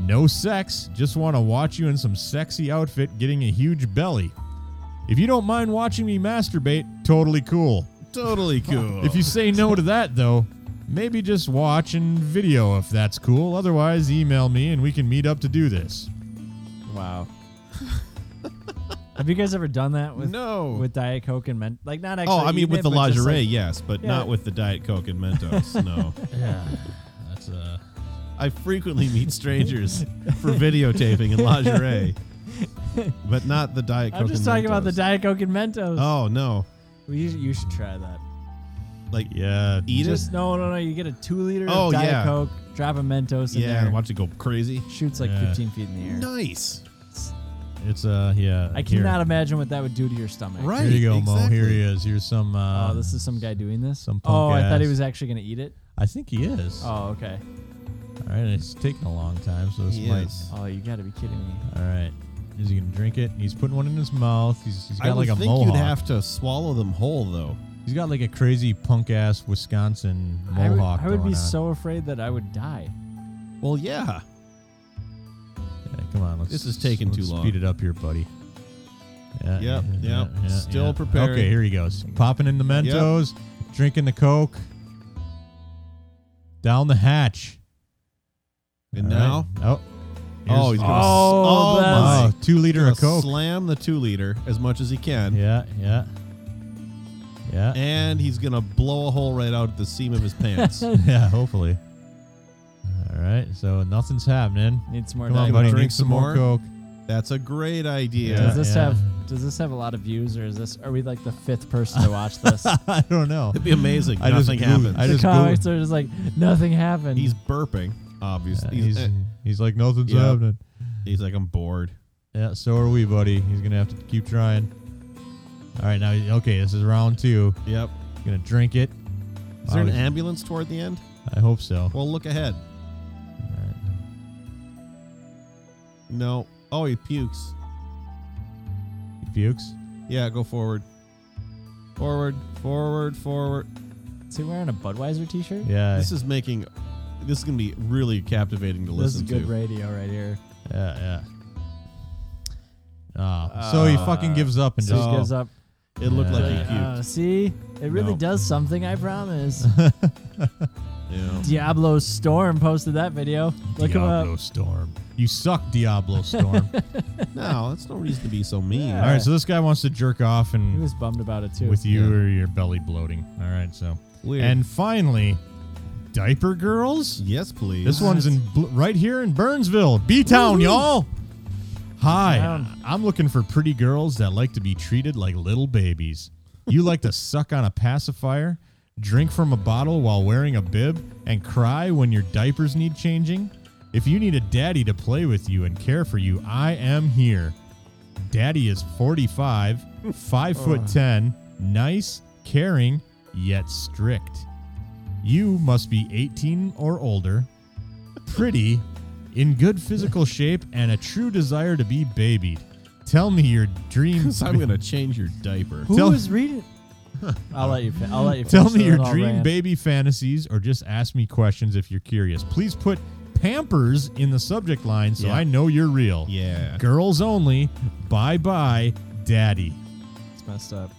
[SPEAKER 2] No sex, just want to watch you in some sexy outfit getting a huge belly. If you don't mind watching me masturbate, totally cool.
[SPEAKER 1] Totally cool.
[SPEAKER 2] If you say no to that, though, maybe just watch and video if that's cool. Otherwise, email me and we can meet up to do this.
[SPEAKER 3] Wow. [LAUGHS] Have you guys ever done that with
[SPEAKER 1] No.
[SPEAKER 3] with Diet Coke and men like not actually?
[SPEAKER 1] Oh, I mean
[SPEAKER 3] eating
[SPEAKER 1] with
[SPEAKER 3] it,
[SPEAKER 1] the
[SPEAKER 3] but just,
[SPEAKER 1] lingerie,
[SPEAKER 3] like-
[SPEAKER 1] yes, but
[SPEAKER 3] Yeah.
[SPEAKER 1] not with the Diet Coke and Mentos.
[SPEAKER 3] [LAUGHS]
[SPEAKER 1] No.
[SPEAKER 2] Yeah. That's uh
[SPEAKER 1] I frequently meet strangers for videotaping in
[SPEAKER 3] [LAUGHS]
[SPEAKER 1] lingerie, but not the Diet Coke.
[SPEAKER 3] I'm just
[SPEAKER 1] and
[SPEAKER 3] talking about the
[SPEAKER 1] Mentos.
[SPEAKER 3] Diet Coke and Mentos.
[SPEAKER 1] Oh no!
[SPEAKER 3] we, you should try that.
[SPEAKER 1] Like
[SPEAKER 2] Yeah.
[SPEAKER 1] eat
[SPEAKER 3] just
[SPEAKER 1] it.
[SPEAKER 3] no, no, no. You get a two liter
[SPEAKER 1] Oh,
[SPEAKER 3] of Diet
[SPEAKER 1] yeah.
[SPEAKER 3] Coke, drop a Mentos in
[SPEAKER 1] Yeah,
[SPEAKER 3] there.
[SPEAKER 1] and watch it go crazy.
[SPEAKER 3] shoots like
[SPEAKER 2] Yeah.
[SPEAKER 3] 15 feet in the air.
[SPEAKER 1] Nice.
[SPEAKER 2] It's uh yeah.
[SPEAKER 3] I
[SPEAKER 2] here.
[SPEAKER 3] cannot imagine what that would do to your stomach.
[SPEAKER 1] Right.
[SPEAKER 2] Here you go, Mo.
[SPEAKER 1] exactly.
[SPEAKER 2] Here he is. Here's some. Uh,
[SPEAKER 3] Oh, this is some guy doing this.
[SPEAKER 2] Some
[SPEAKER 3] oh,
[SPEAKER 2] punk
[SPEAKER 3] I thought he
[SPEAKER 2] ass.
[SPEAKER 3] was actually gonna eat it.
[SPEAKER 2] I think he is.
[SPEAKER 3] Oh, okay.
[SPEAKER 2] All right, it's taking a long time, so this
[SPEAKER 1] He
[SPEAKER 2] might.
[SPEAKER 1] is.
[SPEAKER 3] Oh, you gotta be kidding me.
[SPEAKER 2] All right, is he gonna drink it? He's putting one in his mouth. He's, he's got
[SPEAKER 1] I would
[SPEAKER 2] like a
[SPEAKER 1] think
[SPEAKER 2] mohawk.
[SPEAKER 1] you'd have to swallow them whole though.
[SPEAKER 2] he's got like a crazy punk ass Wisconsin
[SPEAKER 3] I would,
[SPEAKER 2] mohawk.
[SPEAKER 3] I would be
[SPEAKER 2] going on.
[SPEAKER 3] so afraid that I would die.
[SPEAKER 1] Well, yeah.
[SPEAKER 2] Yeah, come on, let's,
[SPEAKER 1] This is taking
[SPEAKER 2] let's
[SPEAKER 1] too long.
[SPEAKER 2] Speed it up here, buddy. Yeah,
[SPEAKER 1] Yep, yep. Still
[SPEAKER 2] prepared.
[SPEAKER 1] preparing.
[SPEAKER 2] Okay, here he goes. Popping in the Mentos, drinking the Coke. Down the hatch.
[SPEAKER 1] And
[SPEAKER 2] All right.
[SPEAKER 1] now,
[SPEAKER 2] oh,
[SPEAKER 1] oh, he's
[SPEAKER 2] here's-
[SPEAKER 1] gonna, s-
[SPEAKER 3] Oh,
[SPEAKER 1] my.
[SPEAKER 2] oh, two liter
[SPEAKER 1] Gonna
[SPEAKER 2] of Coke.
[SPEAKER 1] Slam the two liter as much as he can,
[SPEAKER 2] Yeah, yeah, yeah,
[SPEAKER 1] and he's gonna blow a hole right out the seam of his pants.
[SPEAKER 2] [LAUGHS] yeah. [LAUGHS] Hopefully. All right, so nothing's happening.
[SPEAKER 3] Need some more
[SPEAKER 2] Come on,
[SPEAKER 3] Diet
[SPEAKER 2] buddy,
[SPEAKER 3] Coke.
[SPEAKER 1] Drink
[SPEAKER 2] drink some
[SPEAKER 1] some
[SPEAKER 2] more
[SPEAKER 1] more.
[SPEAKER 2] Coke. [LAUGHS]
[SPEAKER 1] That's a great
[SPEAKER 3] Does
[SPEAKER 1] idea.
[SPEAKER 3] this
[SPEAKER 2] yeah.
[SPEAKER 3] have does this have a lot of views or is this are we like the fifth person to
[SPEAKER 2] [LAUGHS]
[SPEAKER 3] watch this?
[SPEAKER 2] I don't know.
[SPEAKER 1] It'd be amazing.
[SPEAKER 2] I just
[SPEAKER 1] Nothing
[SPEAKER 2] Googled-
[SPEAKER 1] happens.
[SPEAKER 2] I
[SPEAKER 3] the
[SPEAKER 2] just
[SPEAKER 3] comics
[SPEAKER 2] Googled-
[SPEAKER 3] are just like nothing happened.
[SPEAKER 1] He's burping,
[SPEAKER 2] Yeah,
[SPEAKER 1] obviously.
[SPEAKER 2] he's,
[SPEAKER 1] he's,
[SPEAKER 2] he's like nothing's
[SPEAKER 1] uh, Yeah.
[SPEAKER 2] happening.
[SPEAKER 1] he's like, I'm bored.
[SPEAKER 2] Yeah, so are we, buddy. He's gonna have to keep trying. All right, now okay, this is round two.
[SPEAKER 1] Yep.
[SPEAKER 2] Gonna drink it.
[SPEAKER 1] Is there
[SPEAKER 2] Wow,
[SPEAKER 1] an
[SPEAKER 2] he's-
[SPEAKER 1] ambulance toward the end?
[SPEAKER 2] I hope so.
[SPEAKER 1] Well, look ahead.
[SPEAKER 2] All right.
[SPEAKER 1] No. Oh, he pukes.
[SPEAKER 2] He pukes.
[SPEAKER 1] Yeah, go forward. Forward, forward, forward.
[SPEAKER 3] is he wearing a Budweiser t-shirt?
[SPEAKER 2] Yeah.
[SPEAKER 1] This is making. This is going to be really captivating to
[SPEAKER 3] This is
[SPEAKER 1] listen
[SPEAKER 3] good
[SPEAKER 1] to.
[SPEAKER 3] radio right here.
[SPEAKER 2] yeah, yeah. Ah, so
[SPEAKER 1] Uh,
[SPEAKER 2] he fucking gives up and
[SPEAKER 3] So
[SPEAKER 2] just
[SPEAKER 3] he gives up.
[SPEAKER 1] It looked like he
[SPEAKER 2] Yeah.
[SPEAKER 1] puked.
[SPEAKER 3] Uh, see, it really
[SPEAKER 1] No.
[SPEAKER 3] does something. I
[SPEAKER 2] [LAUGHS]
[SPEAKER 3] promise.
[SPEAKER 1] yeah.
[SPEAKER 3] Diablo Storm posted that video. Look him up.
[SPEAKER 2] Diablo Storm. You suck,
[SPEAKER 1] [LAUGHS]
[SPEAKER 2] Diablo Storm.
[SPEAKER 1] No, that's no reason to be so mean.
[SPEAKER 2] All right, so this guy wants to jerk off
[SPEAKER 3] He
[SPEAKER 2] and
[SPEAKER 3] was bummed about it too.
[SPEAKER 2] with you
[SPEAKER 1] Yeah.
[SPEAKER 2] or your belly bloating. All right, so
[SPEAKER 1] Weird.
[SPEAKER 2] and finally, diaper girls.
[SPEAKER 1] yes, please.
[SPEAKER 2] This one's in bl- right here in Burnsville, B Town, y'all. Hi,
[SPEAKER 3] Town.
[SPEAKER 2] I'm looking for pretty girls that like to be treated like little babies. You like to suck on a pacifier, drink from a bottle while wearing a bib, and cry when your diapers need changing? If you need a daddy to play with you and care for you, I am here. Daddy is 45, 5 foot 10, nice, caring, yet strict. You must be 18 or older, pretty, in good physical shape, and a true desire to be babied. Tell me your
[SPEAKER 1] [LAUGHS]
[SPEAKER 2] dreams.
[SPEAKER 1] I'm going to change your diaper.
[SPEAKER 3] Who
[SPEAKER 2] Tell-
[SPEAKER 3] was reading? I'll let you. Fin- I'll let you.
[SPEAKER 2] [LAUGHS] Tell
[SPEAKER 3] finish,
[SPEAKER 2] me
[SPEAKER 3] so
[SPEAKER 2] your
[SPEAKER 3] then I'll
[SPEAKER 2] dream
[SPEAKER 3] rant.
[SPEAKER 2] baby fantasies or just ask me questions if you're curious. Please put Pampers in the subject line so
[SPEAKER 1] Yeah.
[SPEAKER 2] I know you're real.
[SPEAKER 1] Yeah.
[SPEAKER 2] Girls only. Bye bye, daddy.
[SPEAKER 3] It's messed up.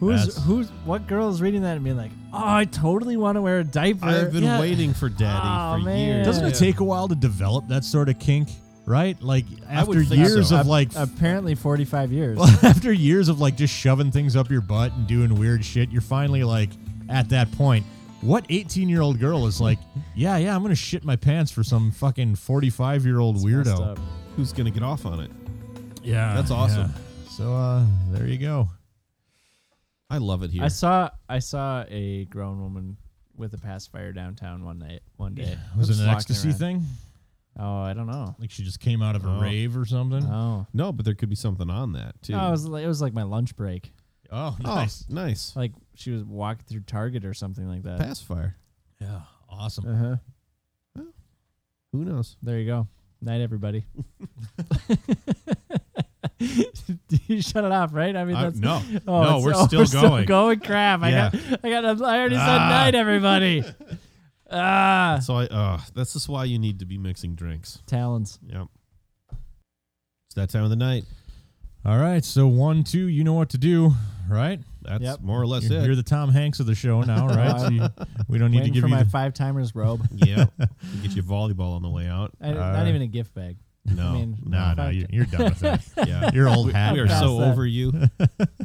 [SPEAKER 3] Who's
[SPEAKER 2] That's-
[SPEAKER 3] who's what girl is reading that and being like, oh, I totally want to wear a diaper.
[SPEAKER 1] I've been
[SPEAKER 3] Yeah.
[SPEAKER 1] waiting for
[SPEAKER 3] Aw,
[SPEAKER 1] daddy for
[SPEAKER 3] man.
[SPEAKER 1] years.
[SPEAKER 2] Doesn't it
[SPEAKER 3] Yeah.
[SPEAKER 2] take a while to develop that sort of kink, right? Like
[SPEAKER 1] I would
[SPEAKER 2] after
[SPEAKER 1] think
[SPEAKER 2] years
[SPEAKER 1] so.
[SPEAKER 2] of like
[SPEAKER 3] Apparently, forty-five years.
[SPEAKER 2] [LAUGHS] after years of like just shoving things up your butt and doing weird shit, you're finally like at that point. What 18 year old girl is like, yeah, yeah, I'm going to shit my pants for some fucking 45 year old
[SPEAKER 3] It's messed up.
[SPEAKER 2] weirdo?
[SPEAKER 1] Who's going to get off on it?
[SPEAKER 3] Uh,
[SPEAKER 2] Yeah.
[SPEAKER 1] That's awesome.
[SPEAKER 2] yeah. So uh, there you go.
[SPEAKER 1] I love it here.
[SPEAKER 3] I saw I saw a grown woman with a pacifier downtown one night. One day
[SPEAKER 2] Was
[SPEAKER 3] Just
[SPEAKER 2] it an
[SPEAKER 3] walking
[SPEAKER 2] ecstasy
[SPEAKER 3] around.
[SPEAKER 2] thing?
[SPEAKER 3] Oh, I don't know.
[SPEAKER 2] Like she just came out of a
[SPEAKER 1] Oh.
[SPEAKER 2] rave or something?
[SPEAKER 3] Oh,
[SPEAKER 1] no, but there could be something on that, too.
[SPEAKER 3] no, it was like, it was like my lunch break.
[SPEAKER 2] oh,
[SPEAKER 1] Oh,
[SPEAKER 2] nice.
[SPEAKER 1] nice.
[SPEAKER 3] Like she was walking through Target or something like that.
[SPEAKER 1] Pacifier.
[SPEAKER 2] Yeah. Awesome.
[SPEAKER 3] Uh huh.
[SPEAKER 1] Who knows?
[SPEAKER 3] There you go. Night,
[SPEAKER 2] [LAUGHS]
[SPEAKER 3] everybody. [LAUGHS] you shut it off, right? I mean,
[SPEAKER 2] Uh,
[SPEAKER 3] that's
[SPEAKER 2] no.
[SPEAKER 3] [LAUGHS] Oh,
[SPEAKER 2] No,
[SPEAKER 3] it's-
[SPEAKER 2] we're
[SPEAKER 3] oh,
[SPEAKER 2] still
[SPEAKER 3] we're
[SPEAKER 2] going.
[SPEAKER 3] going. Crap!
[SPEAKER 2] Yeah.
[SPEAKER 3] I got, I got. I already
[SPEAKER 2] Ah.
[SPEAKER 3] said night,
[SPEAKER 2] [LAUGHS]
[SPEAKER 3] everybody. ah,
[SPEAKER 1] So I, uh, that's just why you need to be mixing drinks.
[SPEAKER 3] talons.
[SPEAKER 1] Yep. It's that time of the night.
[SPEAKER 2] All right, so one, two, you know what to do, right?
[SPEAKER 1] That's
[SPEAKER 3] Yep.
[SPEAKER 1] more or less
[SPEAKER 2] you're,
[SPEAKER 1] it.
[SPEAKER 2] [LAUGHS] You're the Tom Hanks of the show
[SPEAKER 1] [LAUGHS]
[SPEAKER 2] now, right? so you, we don't need to
[SPEAKER 3] Waiting
[SPEAKER 2] give
[SPEAKER 3] for
[SPEAKER 2] you
[SPEAKER 3] my
[SPEAKER 2] the-
[SPEAKER 3] five timers robe.
[SPEAKER 1] yeah. You get your volleyball on the way out.
[SPEAKER 3] I,
[SPEAKER 2] Uh,
[SPEAKER 3] not even a gift bag.
[SPEAKER 1] No.
[SPEAKER 3] I mean,
[SPEAKER 2] No,
[SPEAKER 3] if
[SPEAKER 2] no,
[SPEAKER 3] I
[SPEAKER 2] you-
[SPEAKER 3] can-
[SPEAKER 2] you're done with
[SPEAKER 1] [LAUGHS]
[SPEAKER 2] that.
[SPEAKER 1] Yeah.
[SPEAKER 2] [LAUGHS] You're old
[SPEAKER 1] We-
[SPEAKER 2] hat
[SPEAKER 1] We are
[SPEAKER 2] now.
[SPEAKER 1] so
[SPEAKER 3] Past that.
[SPEAKER 1] over you.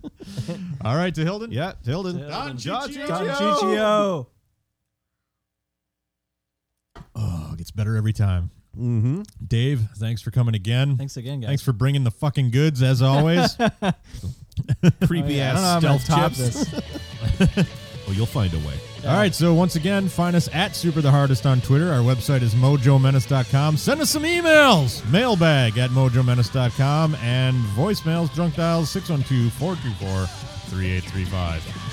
[SPEAKER 2] [LAUGHS] All right, to Hilden.
[SPEAKER 1] Yeah, Tilden.
[SPEAKER 3] Tilden.
[SPEAKER 1] Don
[SPEAKER 3] Don
[SPEAKER 1] Giorgio.
[SPEAKER 3] Ciccio.
[SPEAKER 2] Oh, it gets better every time.
[SPEAKER 1] Mm-hmm.
[SPEAKER 2] Dave, thanks for coming again.
[SPEAKER 3] Thanks again, guys.
[SPEAKER 2] Thanks for bringing the fucking goods as
[SPEAKER 1] [LAUGHS]
[SPEAKER 2] always.
[SPEAKER 1] Creepy
[SPEAKER 3] Oh, yeah. I
[SPEAKER 1] ass
[SPEAKER 3] don't know how I'm
[SPEAKER 1] stealth
[SPEAKER 3] gonna top
[SPEAKER 1] chips. Oh, you'll find a way.
[SPEAKER 2] [LAUGHS] All right, so once again, find us at Super the Hardest on Twitter. Our website is mojomenace.com. Send us some emails. Mailbag at mojomenace.com and voicemails, drunk dials 612 424 3835.